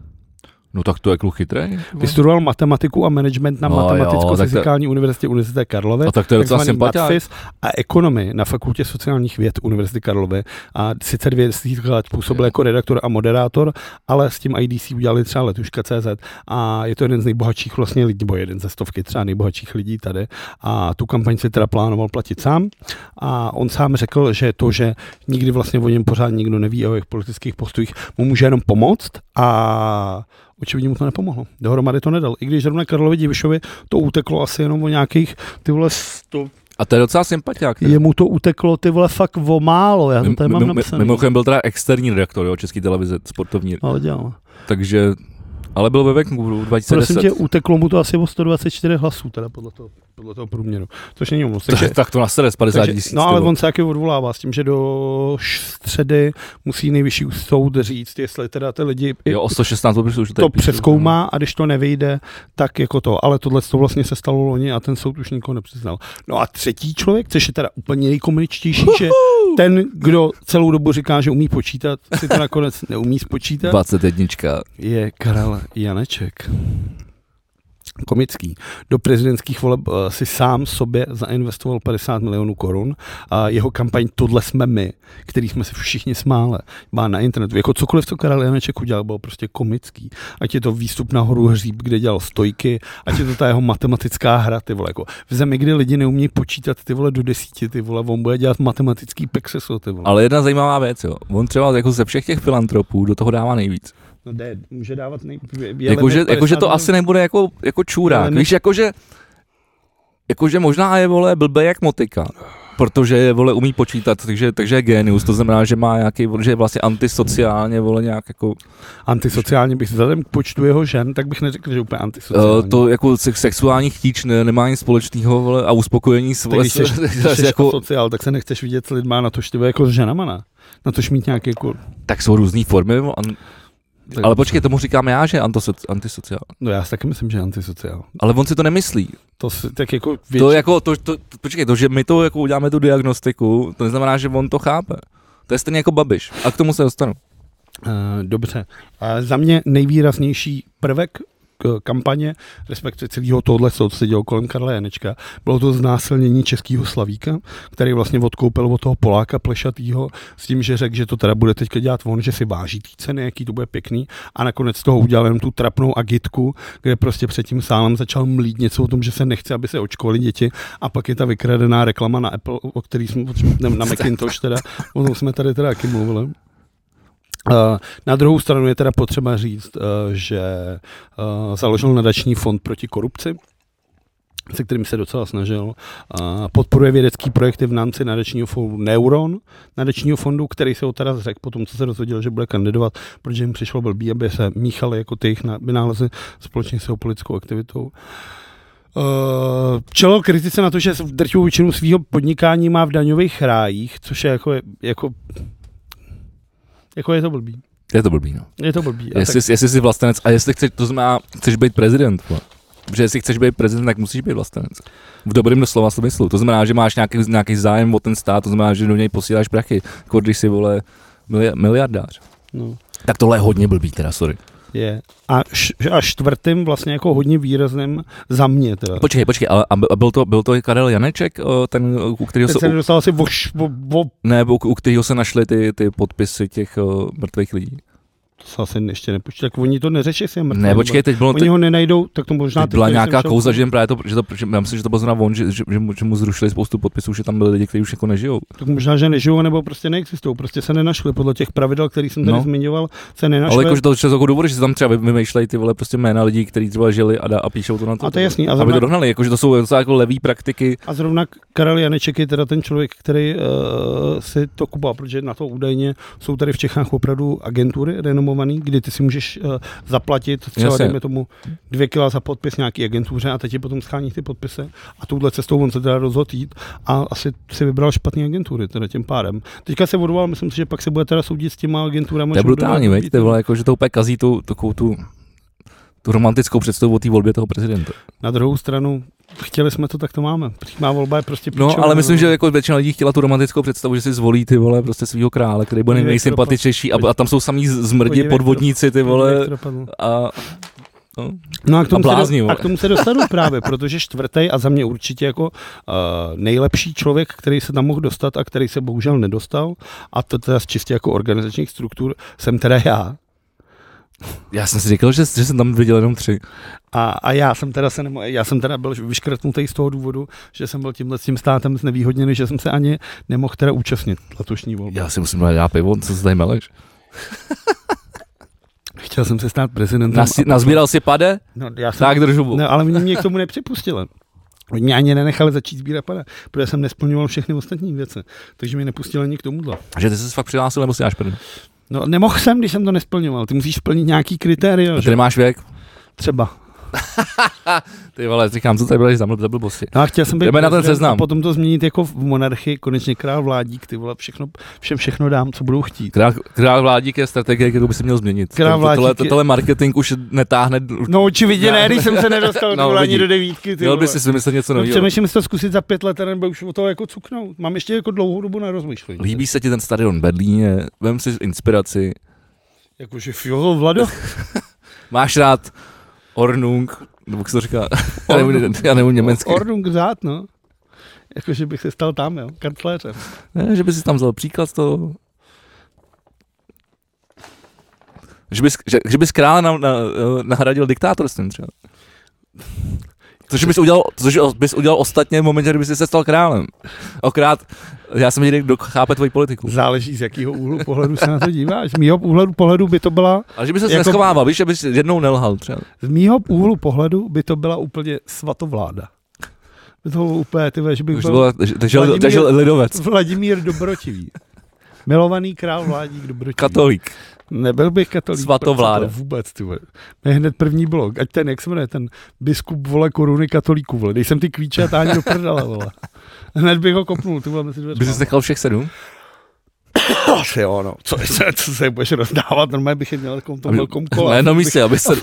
Speaker 1: No tak to je kluk chytrý.
Speaker 2: Vystudoval matematiku a management na
Speaker 1: No jo,
Speaker 2: Matematicko-fyzikální univerzitě Univerzity Karlovy.
Speaker 1: A tak to je docela
Speaker 2: takzvaný
Speaker 1: sympatiák.
Speaker 2: matfis a ekonomii na Fakultě sociálních věd Univerzity Karlovy a sice dvě desítky let působil
Speaker 1: Ok.
Speaker 2: jako redaktor a moderátor, ale s tím IDC udělali třeba letuška.cz a je to jeden z nejbohatších vlastně lidí, nebo jeden ze stovky třeba nejbohatších lidí tady a tu kampaň si teda plánoval platit sám a on sám řekl, že to, že nikdy vlastně o něm pořád nikdo neví o jeho politických postojích, mu může jenom pomoct a očividně mu to nepomohlo. Dohromady to nedal. I když zrovna Karlovi Divišovi to uteklo asi jenom o nějakých ty vole 100
Speaker 1: A to je docela sympatiák. teda.
Speaker 2: Jemu to uteklo ty vole fakt o málo, já to tady mám
Speaker 1: Mimo- mimo-
Speaker 2: napsané.
Speaker 1: Mimochodem byl teda externí redaktor, jo, Český televize, sportovní.
Speaker 2: Ale dělal.
Speaker 1: Takže, ale byl ve Vancouveru 2010.
Speaker 2: Prosím tě, uteklo mu to asi o 124 hlasů, teda podle toho, podle toho průměru. Což není moc. Takže,
Speaker 1: takže, tak to nasede z 50
Speaker 2: takže,
Speaker 1: tisíc.
Speaker 2: no ale on se taky odvolává s tím, že do š- středy musí nejvyšší soud říct, jestli teda ty lidi i-
Speaker 1: Jo, o 116 podpisů už
Speaker 2: to přeskoumá a když to nevyjde, tak jako to. Ale tohle to vlastně se stalo loni a ten soud už nikoho nepřiznal. No a třetí člověk, což je teda úplně nejkomuničtější, že ten, kdo celou dobu říká, že umí počítat, si to nakonec neumí spočítat.
Speaker 1: 21.
Speaker 2: je Karel Janeček. Komický. Do prezidentských voleb eh, si sám sobě zainvestoval 50 milionů korun a jeho kampaň Tohle jsme my, který jsme se všichni smáli, má na internetu. Jako cokoliv, co Karel Janeček udělal, bylo prostě komický. Ať je to výstup nahoru hříb, kde dělal stojky, ať je to ta jeho matematická hra, ty vole. Jako v zemi, kde lidi neumějí počítat ty vole do desíti, ty vole, on bude dělat matematický pexeso, ty vole.
Speaker 1: Ale jedna zajímavá věc, jo. On třeba jako ze všech těch filantropů do toho dává nejvíc.
Speaker 2: No jde, může dávat nej... je
Speaker 1: Jakože
Speaker 2: limit
Speaker 1: jako, že
Speaker 2: 50
Speaker 1: to asi nebude jako, jako
Speaker 2: Ale
Speaker 1: čůrák.
Speaker 2: my-
Speaker 1: Víš, jakože jakože možná je, vole, blbej jak motika. Protože je, vole, umí počítat, takže, takže je genius. To znamená, že má nějaký, že je vlastně antisociálně, vole, nějak jako...
Speaker 2: Antisociální bych vzhledem k počtu jeho žen, tak bych neřekl, že úplně antisociální.
Speaker 1: Uh, to jako sex, sexuální chtíč ne, nemá nic společného, vole, a uspokojení s,
Speaker 2: tak
Speaker 1: vole,
Speaker 2: když
Speaker 1: s,
Speaker 2: jsi, když
Speaker 1: s,
Speaker 2: jsi jako...
Speaker 1: jako,
Speaker 2: sociál, tak se nechceš vidět s lidma na to, že ty bude jako s ženama, ne? Na to mít nějaký jako...
Speaker 1: tak jsou různé formy, vole, an,
Speaker 2: Tak-
Speaker 1: ale počkej, tomu říkám já, že je antisoci- antisociál.
Speaker 2: No já si taky myslím, že antisociál.
Speaker 1: Ale on si to nemyslí.
Speaker 2: To si, tak jako větši...
Speaker 1: To jako, to, to, to, počkej, to, že my to jako uděláme tu diagnostiku, to neznamená, že on to chápe. To je stejně jako babiš. A k tomu se dostanu.
Speaker 2: Eh, dobře. A za mě nejvýraznější prvek k- kampaně, respektive celého tohle, co se dělo kolem Karla Janečka, bylo to znásilnění českého slavíka, který vlastně odkoupil od toho Poláka plešatýho s tím, že řekl, že to teda bude teďka dělat on, že si váží ty ceny, jaký to bude pěkný a nakonec z toho udělal jenom tu trapnou agitku, kde prostě před tím sálem začal mlít něco o tom, že se nechce, aby se očkovali děti a pak je ta vykradená reklama na Apple, o který jsme, ne, na Macintosh teda, o tom jsme tady teda taky mluvili. Eh, Na druhou stranu je teda potřeba říct, eh, že eh, založil nadační fond proti korupci, se kterým se docela snažil. Eh, Podporuje vědecký projekty v rámci nadačního fondu Neuron, nadačního fondu, který se ho teda zřekl po tom, co se rozhodil, že bude kandidovat, protože jim přišlo blbý, aby se míchali jako ty jejich na- vynálezy společně s jeho politickou aktivitou. Eh, Čelil kritice na to, že v drtivou většinu svého podnikání má v daňových rájích, což je jako, jako, jako je to blbý.
Speaker 1: Je to blbý, no.
Speaker 2: Je to blbý. A
Speaker 1: Jestli, tak... jestli jsi vlastenec a jestli chceš, to znamená, chceš být prezident, vole. Protože jestli chceš být prezident, tak musíš být vlastenec. V dobrém doslova smyslu. To znamená, že máš nějaký, nějaký zájem o ten stát, to znamená, že do něj posíláš prachy, jako když si vole mili- miliardář.
Speaker 2: tak, no.
Speaker 1: Tak tohle je hodně blbý, teda, sorry.
Speaker 2: Je. A, š, a čtvrtým vlastně jako hodně výrazným za mě teda.
Speaker 1: Počkej, počkej, ale a byl to, byl to i Karel Janeček, o, ten, eh, u kterého
Speaker 2: Teď
Speaker 1: se,
Speaker 2: jsem
Speaker 1: u,
Speaker 2: dostal asi voš, vo, vo,
Speaker 1: ne, u, u kterého se našly ty, ty podpisy těch o, mrtvých lidí.
Speaker 2: to se asi ještě nepočítá, tak oni to neřeší si mrtvý.
Speaker 1: Ne, počkej, teď bylo,
Speaker 2: Oni ho nenajdou, tak to možná...
Speaker 1: Teď byla
Speaker 2: teď, když
Speaker 1: nějaká
Speaker 2: jsem šel-
Speaker 1: kouza, že jim právě to, že to, že, já myslím, že to byl zrovna on, že, že, že, mu, že, mu zrušili spoustu podpisů, že tam byli lidi, kteří už jako nežijou.
Speaker 2: Tak možná, že nežijou, nebo prostě neexistují, prostě se nenašli. Podle těch pravidel, který jsem tady
Speaker 1: No.
Speaker 2: no. zmiňoval, se nenašli.
Speaker 1: Ale jakože to je jako důvod, že se tam třeba vy- vymýšlejí ty vole prostě jména lidí, kteří třeba žili a, dá, a píšou to na to.
Speaker 2: A to je jasný, a
Speaker 1: aby
Speaker 2: zrovna-
Speaker 1: to dohnali, jakože to jsou docela jako levý praktiky.
Speaker 2: A zrovna Karel Janeček je teda ten člověk, který uh, si to kupá, protože na to údajně jsou tady v Čechách opravdu agentury renomované, kdy ty si můžeš uh, zaplatit třeba,
Speaker 1: Jasně.
Speaker 2: dejme tomu, dvě kila za podpis nějaký agentuře a teď ti potom schání ty podpisy. A touhle cestou on se teda rozhodl jít a asi si vybral špatný agentury, teda tím pádem. Teďka se odvolal, myslím si, že pak se bude teda soudit s těma agenturama.
Speaker 1: To je
Speaker 2: že bude
Speaker 1: brutální,
Speaker 2: dělat
Speaker 1: veď? To je vole, jakože to úplně kazí tu, takovou tu, tu romantickou představu o té volbě toho prezidenta.
Speaker 2: Na druhou stranu, chtěli jsme to, tak to máme. Přímá volba je prostě
Speaker 1: No,
Speaker 2: píčová,
Speaker 1: ale myslím, že jako většina lidí chtěla tu romantickou představu, že si zvolí ty vole prostě svého krále, který bude
Speaker 2: Podívej, jak to
Speaker 1: nejsympatičnější a, a tam jsou samý z-
Speaker 2: Podívej,
Speaker 1: zmrdi,
Speaker 2: jak to-
Speaker 1: podvodníci ty
Speaker 2: Jak
Speaker 1: vole
Speaker 2: to dopadlo.
Speaker 1: a
Speaker 2: No a k, tomu
Speaker 1: A blázni,
Speaker 2: se do,
Speaker 1: vole.
Speaker 2: a k tomu se dostanu právě, protože čtvrtý a za mě určitě jako uh, nejlepší člověk, který se tam mohl dostat a který se bohužel nedostal, a to teda z čistě jako organizačních struktur, jsem teda já.
Speaker 1: já jsem si říkal, že, že jsem tam viděl jenom tři.
Speaker 2: A, a já jsem teda se nemo, já jsem teda byl vyškrtnutý z toho důvodu, že jsem byl tímhle s tím státem znevýhodněný, že jsem se ani nemohl teda účastnit letošní volby.
Speaker 1: Já si musím dát já pivo, co se tady meleš.
Speaker 2: Chtěl jsem se stát prezidentem.
Speaker 1: Nas,
Speaker 2: No, a-
Speaker 1: nazbíral si pade?
Speaker 2: no, já jsem
Speaker 1: Tak držu. bu.
Speaker 2: Ne, ale oni mě k tomu nepřipustili. Oni mě ani nenechali začít sbírat pana, protože jsem nesplňoval všechny ostatní věci. Takže mě nepustili ani k tomuhle.
Speaker 1: Že ty jsi se fakt přihlásil, nebo si dáš první?
Speaker 2: No, nemohl jsem, když jsem to nesplňoval. Ty musíš splnit nějaký kritéria,
Speaker 1: A
Speaker 2: že?
Speaker 1: tady máš věk?
Speaker 2: Třeba.
Speaker 1: Ty vole, říkám, co tady budeš za mlb- za blbosti.
Speaker 2: No a chtěl jsem být
Speaker 1: Jdeme na ten
Speaker 2: prezident
Speaker 1: seznam.
Speaker 2: A potom to změnit jako v monarchii, konečně král vládík, ty vole, všechno, všem všechno dám, co budou chtít.
Speaker 1: Král, král vládík je strategie, kterou by si měl změnit.
Speaker 2: Král
Speaker 1: Tohle- tohle,
Speaker 2: vládík je-
Speaker 1: tohle marketing už netáhne.
Speaker 2: No očividně
Speaker 1: ne,
Speaker 2: ne, když jsem se nedostal
Speaker 1: No,
Speaker 2: no, ani
Speaker 1: vidíš.
Speaker 2: do devítky, ty
Speaker 1: Měl by
Speaker 2: vole.
Speaker 1: si si vymyslet něco
Speaker 2: No,
Speaker 1: nového.
Speaker 2: přemýšlím si to zkusit za pět let, a nebo už o toho jako cuknout. Mám ještě jako dlouhou dobu na rozmyšlení.
Speaker 1: Líbí se ti ten stadion v Berlíně, vem si inspiraci.
Speaker 2: Jakože jo, Vlado,
Speaker 1: Máš rád Ornung, nebo jak se to říká? Já neumím, já neumím německy.
Speaker 2: Ordung zát, no. Jakože bych se stal tam, jo, kancléřem.
Speaker 1: Ne, že bys si tam vzal příklad z toho. Že bys, že, že bys krále na, na, eh, nahradil diktátorstvím třeba. Což bys udělal, což bys udělal ostatně v momentě, kdyby jsi se stal králem. Okrát, já jsem jediný, kdo chápe tvoji politiku.
Speaker 2: Záleží, z jakého úhlu pohledu se na to díváš. Z mýho úhledu pohledu by to byla,
Speaker 1: Ale že bys se jako...
Speaker 2: Jako-
Speaker 1: neschovával, víš, že bys jednou nelhal třeba.
Speaker 2: z mýho úhlu pohledu by to byla úplně svatovláda. By to bylo úplně, ty vole, že bych
Speaker 1: Už
Speaker 2: byl
Speaker 1: to bylo, že, že, žil- že,
Speaker 2: Jako Vladimír-
Speaker 1: žil lidovec,
Speaker 2: Vladimír Dobrotivý. Milovaný král vládík Dobrotivý.
Speaker 1: katolík.
Speaker 2: Nebyl bych katolík.
Speaker 1: Svatovláda.
Speaker 2: proč to Vůbec, ty vole. Ne, hned první bylo. Ať ten, jak se jmenuje, ten biskup vole koruny katolíků, vole. Dej jsem ty klíče a táň do prdele, vole. Hned bych ho kopnul, ty vole, mezi
Speaker 1: Bys jsi
Speaker 2: dveřma.
Speaker 1: nechal všech sedm?
Speaker 2: Asi jo, no. Co, co, co se budeš rozdávat, normálně bych je měl na takovém tom
Speaker 1: Aby- no,
Speaker 2: velkom kole.
Speaker 1: Na jednom místě, aby se...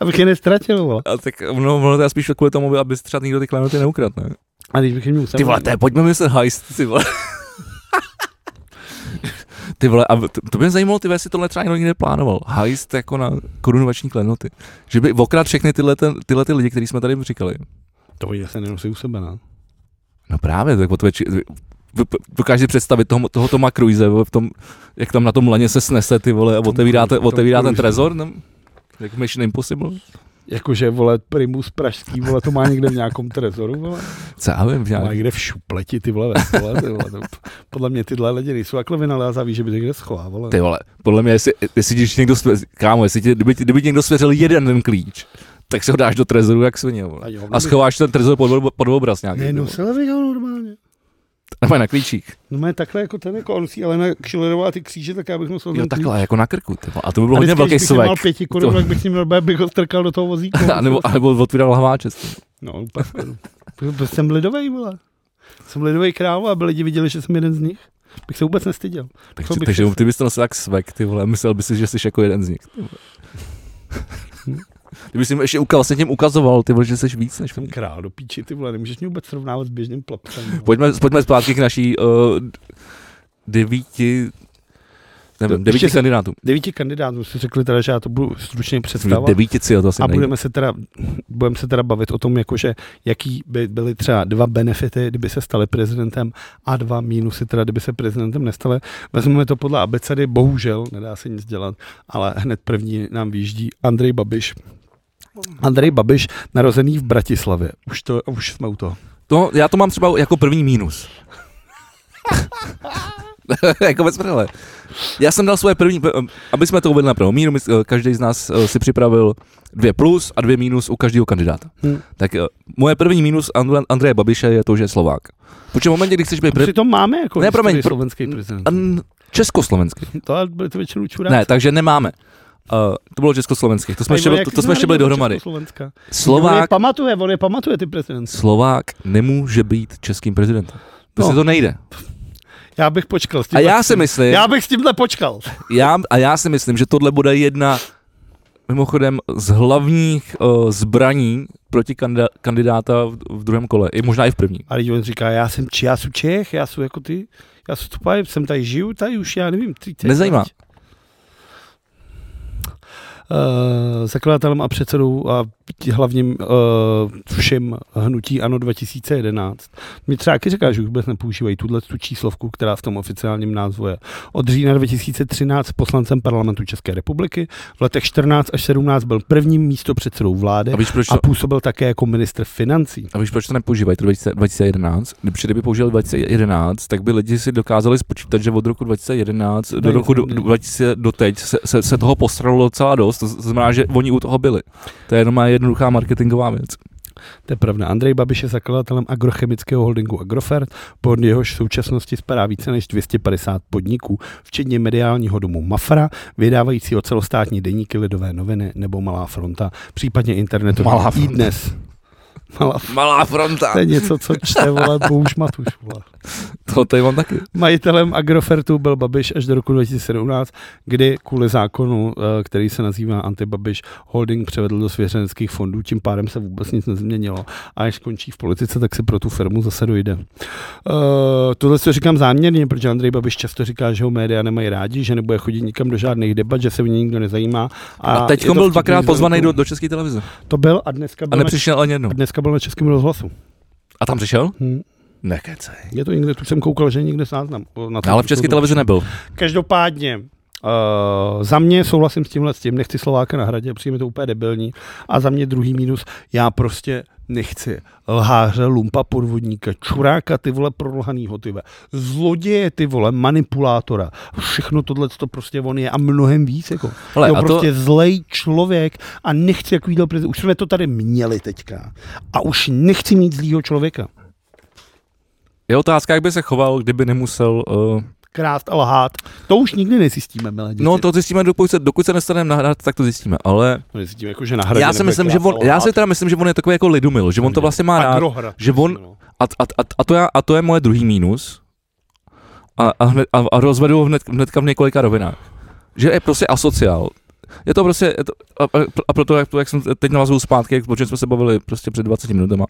Speaker 2: Abych je nestratil, vole.
Speaker 1: A tak, no, ono to je spíš kvůli tomu, aby třeba nikdo ty klenoty neukradl, ne?
Speaker 2: A když bych je měl
Speaker 1: Ty vole, to je, pojďme myslet heist, ty vole. ty vole, a to, to by mě zajímalo, ty vole, jestli tohle třeba někdo někde plánoval. Heist jako na korunovační klenoty. Že by okrát všechny tyhle, ten, tyhle ty lidi, který jsme tady říkali.
Speaker 2: To oni se nenosí u sebe, ne?
Speaker 1: No právě, tak o to větši- vy- vy- dokážete představit toho, toho Toma Cruise, v tom, jak tam na tom laně se snese, ty vole, a otevírá, ten,
Speaker 2: Tom
Speaker 1: otevírá ten
Speaker 2: Cruise.
Speaker 1: trezor, no, jak v Mission Impossible.
Speaker 2: Jakože, vole, primus pražský, vole, to má někde v nějakém trezoru, vole.
Speaker 1: Co já vím, v
Speaker 2: Má
Speaker 1: nějaký...
Speaker 2: někde v šupleti, ty vole, ve stole, ty vole. To, podle mě tyhle lidi nejsou takhle vynalézaví, že by to někde schovávali.
Speaker 1: Ty vole, podle mě, jestli, jestli ti někdo svěřil, kámo, jestli ti, kdyby, ti- kdyby ti někdo svěřil jeden ten klíč, tak se ho dáš do trezoru jak svině, vole.
Speaker 2: A jo, no,
Speaker 1: A schováš ten trezor pod, ob- pod obraz nějaký. ty vole.
Speaker 2: Nenosil bych ho normálně.
Speaker 1: Nebo na klíčích.
Speaker 2: No má takhle jako ten, jako on si Elena Schillerová ty kříže, tak já bych nosil
Speaker 1: Jo,
Speaker 2: ten klíč.
Speaker 1: takhle, jako na krku. Ty vole. A to by bylo
Speaker 2: A
Speaker 1: hodně
Speaker 2: vždycky,
Speaker 1: velký
Speaker 2: když bych
Speaker 1: svek.
Speaker 2: měl pěti korun,
Speaker 1: To-
Speaker 2: tak bych s ním normálně bych ho strkal do toho vozíku.
Speaker 1: A nebo, a nebo otvíral hlaváčec.
Speaker 2: No, úplně. v klidu. Byl jsem lidovej, vole. Jsem lidovej král, aby lidi viděli, že jsem jeden z nich. bych se vůbec nestyděl.
Speaker 1: Takže,
Speaker 2: To bych
Speaker 1: takže
Speaker 2: přece-
Speaker 1: ty bys to nosil jak svek, ty vole, myslel bys si, že jsi jako jeden z nich. ty
Speaker 2: Hm?
Speaker 1: vole. Kdyby jsi jim ještě ukázal, vlastně tím ukazoval, ty vole, že jsi víc než
Speaker 2: Jsem král do píči, ty vole, nemůžeš mě vůbec srovnávat s běžným plapcem. no.
Speaker 1: Pojďme, pojďme zpátky k naší uh, devíti, nevím,
Speaker 2: To-
Speaker 1: devíti
Speaker 2: ještě-
Speaker 1: kandidátům.
Speaker 2: Devíti kandidátů si řekli teda, že já to budu stručně představovat.
Speaker 1: Devítici, to asi
Speaker 2: A
Speaker 1: nejde.
Speaker 2: budeme se, teda, budeme se teda bavit o tom, jakože jaký by byly třeba dva benefity, kdyby se stali prezidentem a dva mínusy, teda kdyby se prezidentem nestali. Vezmeme to podle abecedy, bohužel, nedá se nic dělat, ale hned první nám výjíždí Andrej Babiš. Andrej Babiš, narozený v Bratislavě. Už, to, už jsme u toho.
Speaker 1: To, já to mám třeba jako první mínus. jako bez prdele. Já jsem dal svoje první, aby jsme to uvedli na prvou míru, my, eh, každý z nás eh, si připravil dvě plus a dvě mínus u každého kandidáta.
Speaker 2: Hm.
Speaker 1: Tak eh, moje první mínus Andr- Andreje Babiše je to, že je Slovák. Protože v momentě, kdy chceš být
Speaker 2: A
Speaker 1: pre-
Speaker 2: přitom máme jako
Speaker 1: Ne,
Speaker 2: ne,
Speaker 1: promiň, pro-
Speaker 2: slovenský prezident.
Speaker 1: an- československý.
Speaker 2: To ale byly to většinou čuráci.
Speaker 1: Ne, takže nemáme. Uh, to bylo československý, to jsme,
Speaker 2: Tady
Speaker 1: ještě,
Speaker 2: vole,
Speaker 1: byli-
Speaker 2: jak
Speaker 1: to, to
Speaker 2: se
Speaker 1: jsme ještě byli
Speaker 2: narodil
Speaker 1: dohromady.
Speaker 2: Československa. On je
Speaker 1: Slovák,
Speaker 2: pamatuje, on je pamatuje ty prezidenty.
Speaker 1: Slovák nemůže být českým prezidentem. Prostě
Speaker 2: No.
Speaker 1: to nejde.
Speaker 2: Já bych počkal s tím.
Speaker 1: A já si myslím,
Speaker 2: Já bych s tímhle počkal.
Speaker 1: Já, a já si myslím, že tohle bude jedna mimochodem z hlavních uh, zbraní proti kandida- kandidáta v, v druhém kole, i možná i v prvním.
Speaker 2: A lidi on říká, já jsem či, já jsem Čech, já jsem jako ty, já jsem Tupaj, jsem tady žiju, tady už já nevím, 30
Speaker 1: Nezajímá.
Speaker 2: let. Eh, zakladatelem a předsedou a hlavním eh, všem hnutí ANO 2011. Mě třeba taky říká, že už vůbec nepoužívají tuhle tu číslovku, která v tom oficiálním názvu je. Od října 2013 poslancem parlamentu České republiky, v letech 14 až 17 byl prvním místopředsedou vlády
Speaker 1: A víš, proč
Speaker 2: a
Speaker 1: to,
Speaker 2: působil také jako ministr financí.
Speaker 1: a víš, proč to nepoužívají, to 20- 2011? Kdyby, kdyby použili 2011, tak by lidi si dokázali spočítat, že od roku 2011 do
Speaker 2: Ne,
Speaker 1: roku do,
Speaker 2: ne.
Speaker 1: 2000 do teď se, se, se toho postralo docela dost, to znamená, že oni u toho byli. To je jenom má jednoduchá marketingová věc.
Speaker 2: To je pravda. Andrej Babiš je zakladatelem agrochemického holdingu Agrofert, pod jehož v současnosti spadá více než 250 podniků, včetně mediálního domu Mafra, vydávajícího celostátní deníky Lidové noviny nebo Malá fronta, případně internetu
Speaker 1: Malá fronta.
Speaker 2: dnes. Malá fronta.
Speaker 1: Malá fronta!
Speaker 2: To je něco, co čte, vole, Bouš Matuš, vole.
Speaker 1: To tady mám taky.
Speaker 2: Majitelem Agrofertu byl Babiš až do roku 2017, kdy kvůli zákonu, eh, který se nazývá Antibabiš, holding převedl do svěřenských fondů, tím pádem se vůbec nic nezměnilo. A až končí v politice, tak se pro tu firmu zase dojde. Eh, Tohle si říkám záměrně, protože Andrej Babiš často říká, že ho média nemají rádi, že nebude chodit nikam do žádných debat, že se o něj nikdo nezajímá.
Speaker 1: A, a
Speaker 2: je to
Speaker 1: teď byl
Speaker 2: vtipný
Speaker 1: dvakrát
Speaker 2: vzhledem
Speaker 1: pozvaný
Speaker 2: k
Speaker 1: do,
Speaker 2: tomu-
Speaker 1: do české televize.
Speaker 2: To byl a dneska byl,
Speaker 1: A
Speaker 2: na,
Speaker 1: nepřišel ani jednou.
Speaker 2: a dneska byl na českém rozhlasu.
Speaker 1: A tam přišel?
Speaker 2: Hm.
Speaker 1: Nekecej.
Speaker 2: Je to někde, tu jsem koukal, že je někde záznam. o, Na
Speaker 1: No, Ale v české
Speaker 2: televizi.
Speaker 1: televizi nebyl.
Speaker 2: Každopádně, Uh, za mě souhlasím s tímhle, s tím nechci Slováka na hradě, přijme to úplně debilní. A za mě druhý mínus, já prostě nechci lháře, lumpa, podvodníka, čuráka, ty vole, prolhanýho, ty vole, zloděje, ty vole, manipulátora. Všechno tohle, to prostě on je a mnohem víc, jako.
Speaker 1: Hele,
Speaker 2: jo,
Speaker 1: a to-
Speaker 2: prostě zlej člověk a nechci takovýhle prezident. Už jsme to tady měli teďka. A už nechci mít zlýho člověka.
Speaker 1: Je otázka, jak by se choval, kdyby nemusel... Uh...
Speaker 2: Krást a lhát. To už nikdy nezjistíme, milé děti.
Speaker 1: No to zjistíme, dokud se, dokud se nestaneme nahrát, tak to zjistíme, ale
Speaker 2: To nezjistíme, jako, že na hradě
Speaker 1: já si
Speaker 2: nebude
Speaker 1: myslím, že
Speaker 2: krást
Speaker 1: on,
Speaker 2: a
Speaker 1: já
Speaker 2: lhát.
Speaker 1: si teda myslím, že on je takový jako lidumil, že on to vlastně má rád,
Speaker 2: rád,
Speaker 1: že on-
Speaker 2: no.
Speaker 1: a, a, a, a, to, já, a to je moje druhý mínus a, a, hned, a, a rozvedu ho hned, hnedka v několika rovinách, že je prostě asociál. Je to prostě, je to, a, a- a proto, jak, to, jak jsem teď navazuju zpátky, jak, o čem jsme se bavili prostě před 20 minutama,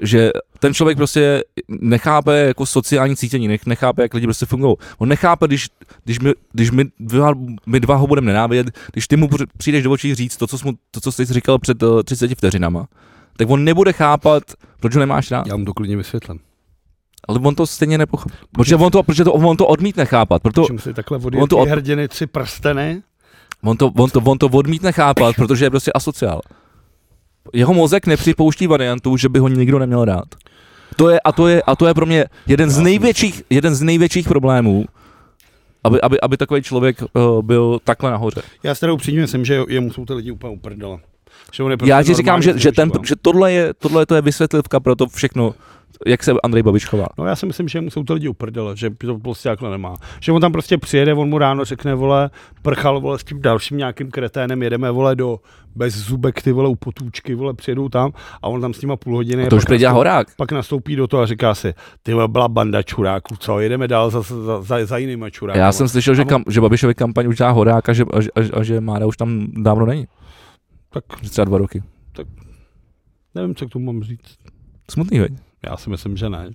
Speaker 1: že ten člověk prostě nechápe jako sociální cítění, nech- nechápe, jak lidi prostě fungují. On nechápe, když, když, my, když my, dva, my dva ho budeme nenávidět, když ty mu při- přijdeš do očí říct to, co, jsi mu, to, co jsi říkal před eh, 30 vteřinama, tak on nebude chápat, proč ho nemáš rád.
Speaker 2: Já mu to klidně vysvětlím.
Speaker 1: Ale on to stejně nepochopí. Protože on to, protože to, on to odmítne chápat. Proto
Speaker 2: Čím si takhle
Speaker 1: on
Speaker 2: odjel
Speaker 1: to
Speaker 2: ty
Speaker 1: od-
Speaker 2: hrdiny tři prsteny?
Speaker 1: on to, on, to, on to odmítne chápat, protože je prostě asociál. Jeho mozek nepřipouští variantu, že by ho nikdo neměl rád. To je, a, to je, a to je pro mě jeden z největších, jeden z největších problémů, aby, aby, aby takový člověk uh, byl takhle nahoře.
Speaker 2: Já s teda upřímně myslím, že jemu jsou ty lidi úplně uprdele. Že on je prostě
Speaker 1: Já ti říkám,
Speaker 2: normální no.
Speaker 1: že, že, ten,
Speaker 2: používám.
Speaker 1: že tohle, je, tohle to je vysvětlivka pro to všechno, jak se Andrej Babiš chová.
Speaker 2: No já si myslím, že mu jsou ty lidi uprdele, že to prostě takhle nemá. Že on tam prostě přijede, on mu ráno řekne, vole, prchal, vole, s tím dalším nějakým kreténem, jedeme, vole, do bez zubek, ty vole, u potůčky, vole, přijedou tam a on tam s nima půl hodiny.
Speaker 1: To už
Speaker 2: pak
Speaker 1: předělá
Speaker 2: nastoupí-
Speaker 1: horák.
Speaker 2: Pak nastoupí do toho a říká si, ty vole, byla banda čuráků, co, jedeme dál za, za, za, za jinýma čurákama.
Speaker 1: Já jsem slyšel, že,
Speaker 2: A on-
Speaker 1: kam, že Babišovi kampaň už dá horák a že, a, že- a, že- a že Mára už tam dávno není.
Speaker 2: Tak
Speaker 1: Že Třeba dva roky.
Speaker 2: nevím, co k tomu mám říct.
Speaker 1: Smutný, veď?
Speaker 2: Já si myslím, že ne.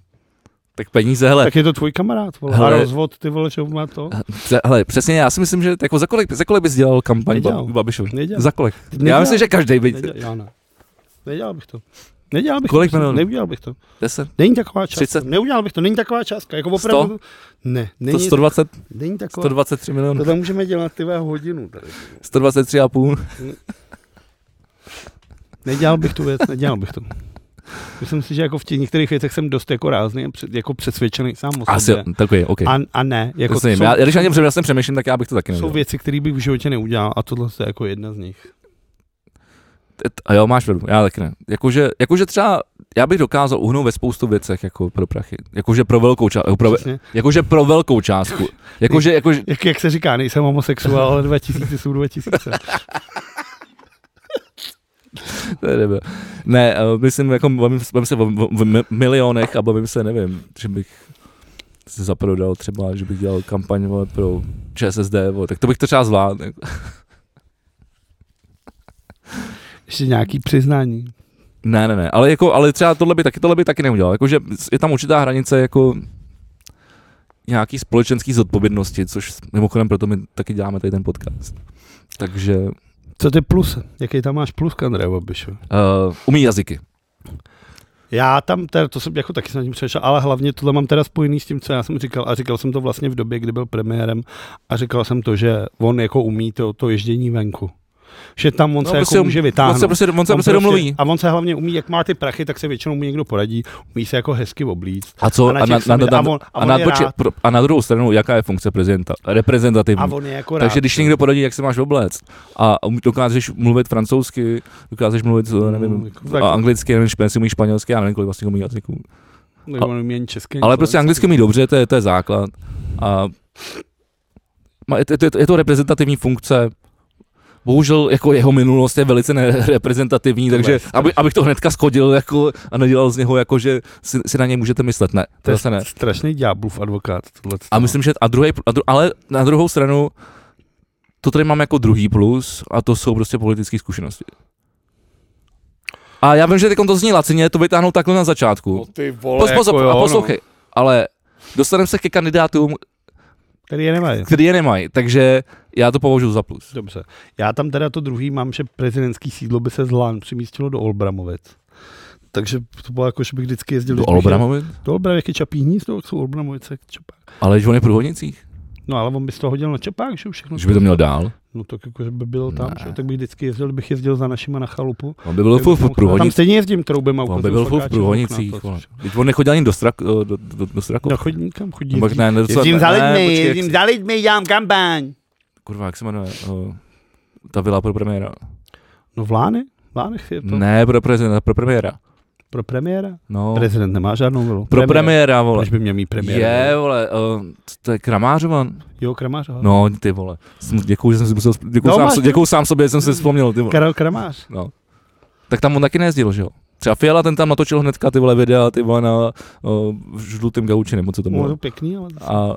Speaker 1: Tak peníze, hele.
Speaker 2: Tak je to tvůj kamarád, vole,
Speaker 1: Hele.
Speaker 2: a rozvod, ty vole, že on má to?
Speaker 1: Pře- Hele, přesně, já si myslím, že jako za kolik, za kolik bys dělal kampaň
Speaker 2: Nedělal.
Speaker 1: Ba- Babišovi?
Speaker 2: Nedělal.
Speaker 1: Za kolik? Já
Speaker 2: Nedělal.
Speaker 1: myslím, že každý by.
Speaker 2: Nedělal, já ne. Nedělal bych to. Nedělal bych
Speaker 1: Kolik
Speaker 2: to. prostě.
Speaker 1: milionů?
Speaker 2: Neudělal bych to.
Speaker 1: 10,
Speaker 2: Není taková částka.
Speaker 1: 30?
Speaker 2: Neudělal bych to, není taková částka. Jako opravdu, ne,
Speaker 1: to
Speaker 2: není,
Speaker 1: 120,
Speaker 2: není taková.
Speaker 1: 123 milionů,
Speaker 2: Tohle můžeme dělat ty vole, hodinu. Tady.
Speaker 1: 123 a půl.
Speaker 2: Nedělal bych tu věc, nedělal bych to. Myslím si, že jako v těch některých věcech jsem dost jako rázný, a před- jako přesvědčený sám o
Speaker 1: Asi,
Speaker 2: sobě.
Speaker 1: takový, OK.
Speaker 2: A, a ne, jako
Speaker 1: Jako jsou,
Speaker 2: jsou,
Speaker 1: já, já, když na něm přemýšlím, přemýšlím, tak já bych to taky
Speaker 2: jsou
Speaker 1: nedělal.
Speaker 2: věci, které bych v životě neudělal a tohle je jako jedna z nich.
Speaker 1: T- A jo, máš pravdu, já taky ne. Jakože, jakože třeba, já bych dokázal uhnout ve spoustu věcech jako pro prachy. Jakože pro velkou částku. Pro,
Speaker 2: Přesně.
Speaker 1: jakože pro velkou částku. Jakože, jakože,
Speaker 2: Jak, jak se říká, nejsem homosexuál, ale 2000 jsou 2000.
Speaker 1: to je debil. Ne, eh, myslím, jako bavím, bavím se o, o, o mi- milionech a bavím se, nevím, že bych se zaprodal třeba, že bych dělal kampaň vole, pro ČSSD, vole. tak to bych to třeba zvládl. jako.
Speaker 2: Ještě nějaký přiznání.
Speaker 1: Ne, ne, ne, ale, jako, ale třeba tohle by taky, tohle by taky neudělal. Jakože je tam určitá hranice jako nějaký společenský zodpovědnosti, což mimochodem proto my taky děláme tady ten podcast. Takže
Speaker 2: Co ty plus? Jaký tam máš plus, Andrej Babišu?
Speaker 1: uh, umí jazyky.
Speaker 2: Já tam, teda, to jsem jako taky jsem nad tím přešel, ale hlavně tohle mám teda spojený s tím, co já jsem říkal. A říkal jsem to vlastně v době, kdy byl premiérem a říkal jsem to, že on jako umí to, to ježdění venku. Že tam on no, se jako může vytáhnout.
Speaker 1: On se prostě, on se on prostě domluví.
Speaker 2: A on se hlavně umí, jak má ty prachy, tak se většinou mu někdo poradí, umí se jako hezky oblíct.
Speaker 1: A co?
Speaker 2: a
Speaker 1: A
Speaker 2: na
Speaker 1: na,
Speaker 2: těch
Speaker 1: na,
Speaker 2: summit-
Speaker 1: na,
Speaker 2: a on- a
Speaker 1: a
Speaker 2: on
Speaker 1: na,
Speaker 2: je
Speaker 1: počkej,
Speaker 2: rád.
Speaker 1: pro- a na druhou stranu, jaká je funkce prezidenta? Reprezentativní.
Speaker 2: A on je jako
Speaker 1: Takže
Speaker 2: rád,
Speaker 1: když
Speaker 2: jo.
Speaker 1: někdo poradí, jak se máš obléct a um- dokážeš mluvit francouzsky, dokážeš mluvit, eh,
Speaker 2: Mm,
Speaker 1: nevím,
Speaker 2: jako tak-
Speaker 1: a anglicky, nevím, špe- jestli umí španělsky, já nevím, kolik vlastně umí jazyků.
Speaker 2: Nebo on umí ani česky,
Speaker 1: Ale
Speaker 2: ani
Speaker 1: prostě
Speaker 2: slovensky.
Speaker 1: anglicky umí dobře, to je, to je základ. A má- je to, je to- je to reprezentativní funkce. Bohužel jako jeho minulost je velice nereprezentativní, takže
Speaker 2: strašný.
Speaker 1: aby, abych to hnedka schodil jako, a nedělal z něho jako, že si, si na něj můžete myslet. Ne,
Speaker 2: To
Speaker 1: to
Speaker 2: je
Speaker 1: zase ne.
Speaker 2: strašný ďáblův advokát. tohleto.
Speaker 1: A myslím, že a druhý, a dru, ale na druhou stranu to tady mám jako druhý plus a to jsou prostě politické zkušenosti. A já vím, že teď to zní lacině, to vytáhnout takhle na začátku.
Speaker 2: No ty vole,
Speaker 1: Pozor, pozor,
Speaker 2: jako jo,
Speaker 1: a
Speaker 2: no.
Speaker 1: poslouchej, ale dostaneme se ke kandidátům,
Speaker 2: no, Který je nemají.
Speaker 1: který je nemají, takže já to považuji za plus.
Speaker 2: Dobře. Já tam teda to druhý mám, že prezidentský sídlo by se z Lán přemístilo do Olbramovic. Takže to bylo jako, že bych vždycky jezdil...
Speaker 1: Do
Speaker 2: když bych jel-
Speaker 1: Olbramovi?
Speaker 2: Do Olbramovic je Čapí hnízdo, jak jsou Olbramovice, jak Čepák.
Speaker 1: Ale že on je v průhodnicích,
Speaker 2: No ale on by z toho hodil na Čepák, že už všechno.
Speaker 1: že by to měl dál.
Speaker 2: No tak jako, že by bylo tam,
Speaker 1: Ne.
Speaker 2: že? tak bych vždycky jezdil, bych jezdil za našima na chalupu.
Speaker 1: On by byl furt v
Speaker 2: Tam
Speaker 1: průhodnicích.
Speaker 2: stejně jezdím troubem a
Speaker 1: On by
Speaker 2: ukazuju
Speaker 1: byl furt v
Speaker 2: fotáčem
Speaker 1: průhodnicích.
Speaker 2: okna, to-
Speaker 1: vole. Teď on nechodil ani do, strak, do, do, do, do Strakov.
Speaker 2: No chodím kam, chodím.
Speaker 1: Nebo- ne, ne, docela-
Speaker 2: Jezdím za
Speaker 1: ne,
Speaker 2: lidmi,
Speaker 1: počkej, jak
Speaker 2: jezdím
Speaker 1: se-
Speaker 2: za lidmi, dělám kampaň.
Speaker 1: kurva, jak se jmenuje, o, ta vila pro premiéra.
Speaker 2: No v Lány? V Lánech je to?
Speaker 1: Ne, pro prezidenta, pro premiéra.
Speaker 2: Pro premiéra?
Speaker 1: No,
Speaker 2: Prezident nemá žádnou vilu.
Speaker 1: pro premiéra, vole.
Speaker 2: Proč by měl mít premiéra?
Speaker 1: Je, vole, uh, to je Kramářovan.
Speaker 2: Jo, Kramář. No.
Speaker 1: No, ty vole. Jsem- Děkuju, že jsem si musel, děkuju,
Speaker 2: No,
Speaker 1: sám,
Speaker 2: máš-
Speaker 1: so- děkuju sám sobě, že jsem si vzpomněl, ty vole.
Speaker 2: Karel Kramář.
Speaker 1: No. Tak tam on taky nejezdil, že jo? Třeba Fiala ten tam natočil hnedka ty vole videa, ty vole na uh, žlutým gauči, nebo co to
Speaker 2: No, To bylo
Speaker 1: bylo.
Speaker 2: pěkný, ale
Speaker 1: A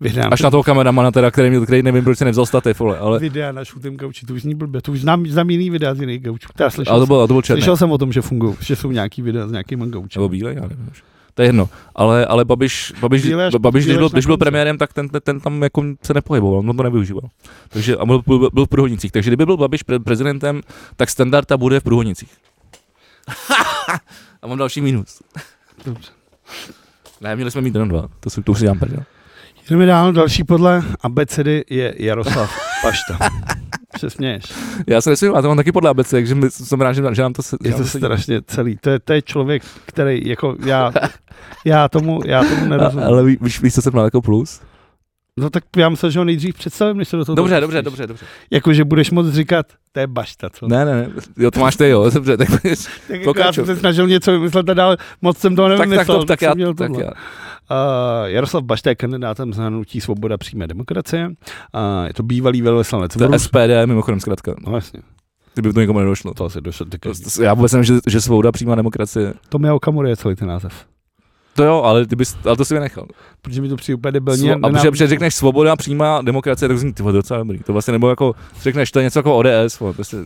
Speaker 2: vyhrám.
Speaker 1: až na toho kameramana teda, který, měl, který nevím, proč se nevzal stativ, vole, ale,
Speaker 2: videa na šutém gauči, to už zní blbě, to už znám, znám jiný videa z jiných gaučů. Teda slyšel,
Speaker 1: ale to bylo, to bylo
Speaker 2: jsem,
Speaker 1: černé.
Speaker 2: slyšel jsem o tom, že fungují, že jsou nějaký videa s nějakýma gaučem.
Speaker 1: Nebo bílej, já nevím už. To je jedno. Ale, ale Babiš, Babiš,
Speaker 2: Bílé až-
Speaker 1: Babiš
Speaker 2: bílé
Speaker 1: když, byl,
Speaker 2: až na
Speaker 1: když byl
Speaker 2: konci.
Speaker 1: premiérem, tak ten, ten tam jako se nepohyboval, on to nevyužíval. Takže, a byl, byl, byl v Průhonicích. Takže kdyby byl Babiš pre- prezidentem, tak standarda bude v Průhonicích. a mám další minus.
Speaker 2: Dobře.
Speaker 1: Ne, měli jsme mít jenom dva, to, si, to už si dám prdel.
Speaker 2: Jdeme dál, další podle abecedy je Jaroslav Pašta. Se směješ.
Speaker 1: Já se nesmím, já to mám taky podle ABC, takže my- jsem rád, že, že nám to se...
Speaker 2: Je
Speaker 1: nám
Speaker 2: to
Speaker 1: sedí.
Speaker 2: strašně celý. To je, to je člověk, který jako já, já tomu, já tomu
Speaker 1: a,
Speaker 2: nerozumím.
Speaker 1: ale ví- víš, víš, co jsem měl jako plus?
Speaker 2: No tak já myslel, že ho nejdřív představím, než se do toho
Speaker 1: Dobře,
Speaker 2: pustíš.
Speaker 1: dobře, dobře, dobře.
Speaker 2: Jako, že budeš moc říkat, to je bašta, co?
Speaker 1: Ne, ne, ne, jo, to máš ty, jo, dobře, tak,
Speaker 2: tak jako já
Speaker 1: pokračuj.
Speaker 2: jsem se snažil něco vymyslet a dál moc jsem toho
Speaker 1: tak,
Speaker 2: nevymyslel.
Speaker 1: tak, to, tak,
Speaker 2: jsem
Speaker 1: já,
Speaker 2: měl
Speaker 1: tak
Speaker 2: tohle.
Speaker 1: já.
Speaker 2: Uh, Jaroslav Bašta je kandidátem za hnutí Svoboda přímé demokracie. Uh, je to bývalý velvyslanec. v
Speaker 1: To je
Speaker 2: Rusku.
Speaker 1: SPD, mimochodem zkrátka,
Speaker 2: No jasně,
Speaker 1: kdyby to nikomu nedošlo.
Speaker 2: to asi došlo. Tak...
Speaker 1: To- to- Já vůbec nevím, že, že svoboda přímá demokracie.
Speaker 2: Tomio Okamura je celý ten název.
Speaker 1: To jo, ale, ty bys, ale to si vynechal.
Speaker 2: Protože mi to přijde úplně debilně.
Speaker 1: Svo- a protože, protože řekneš svoboda přímá demokracie, tak zní ty vole, docela dobrý. To vlastně nebo jako, řekneš, to je něco jako ODS, vole, prostě,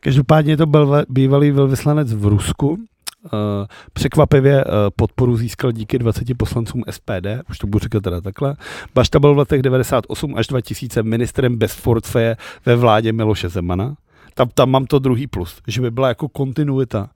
Speaker 2: Každopádně je to belve, bývalý velvyslanec v Rusku. Eh, Překvapivě eh, podporu získal díky 20 poslancům SPD, už to budu říkat teda takhle. Bašta byl v letech 98 až 2000 ministrem bez portfeje ve vládě Miloše Zemana. Tam, tam mám to druhý plus, že by byla jako kontinuita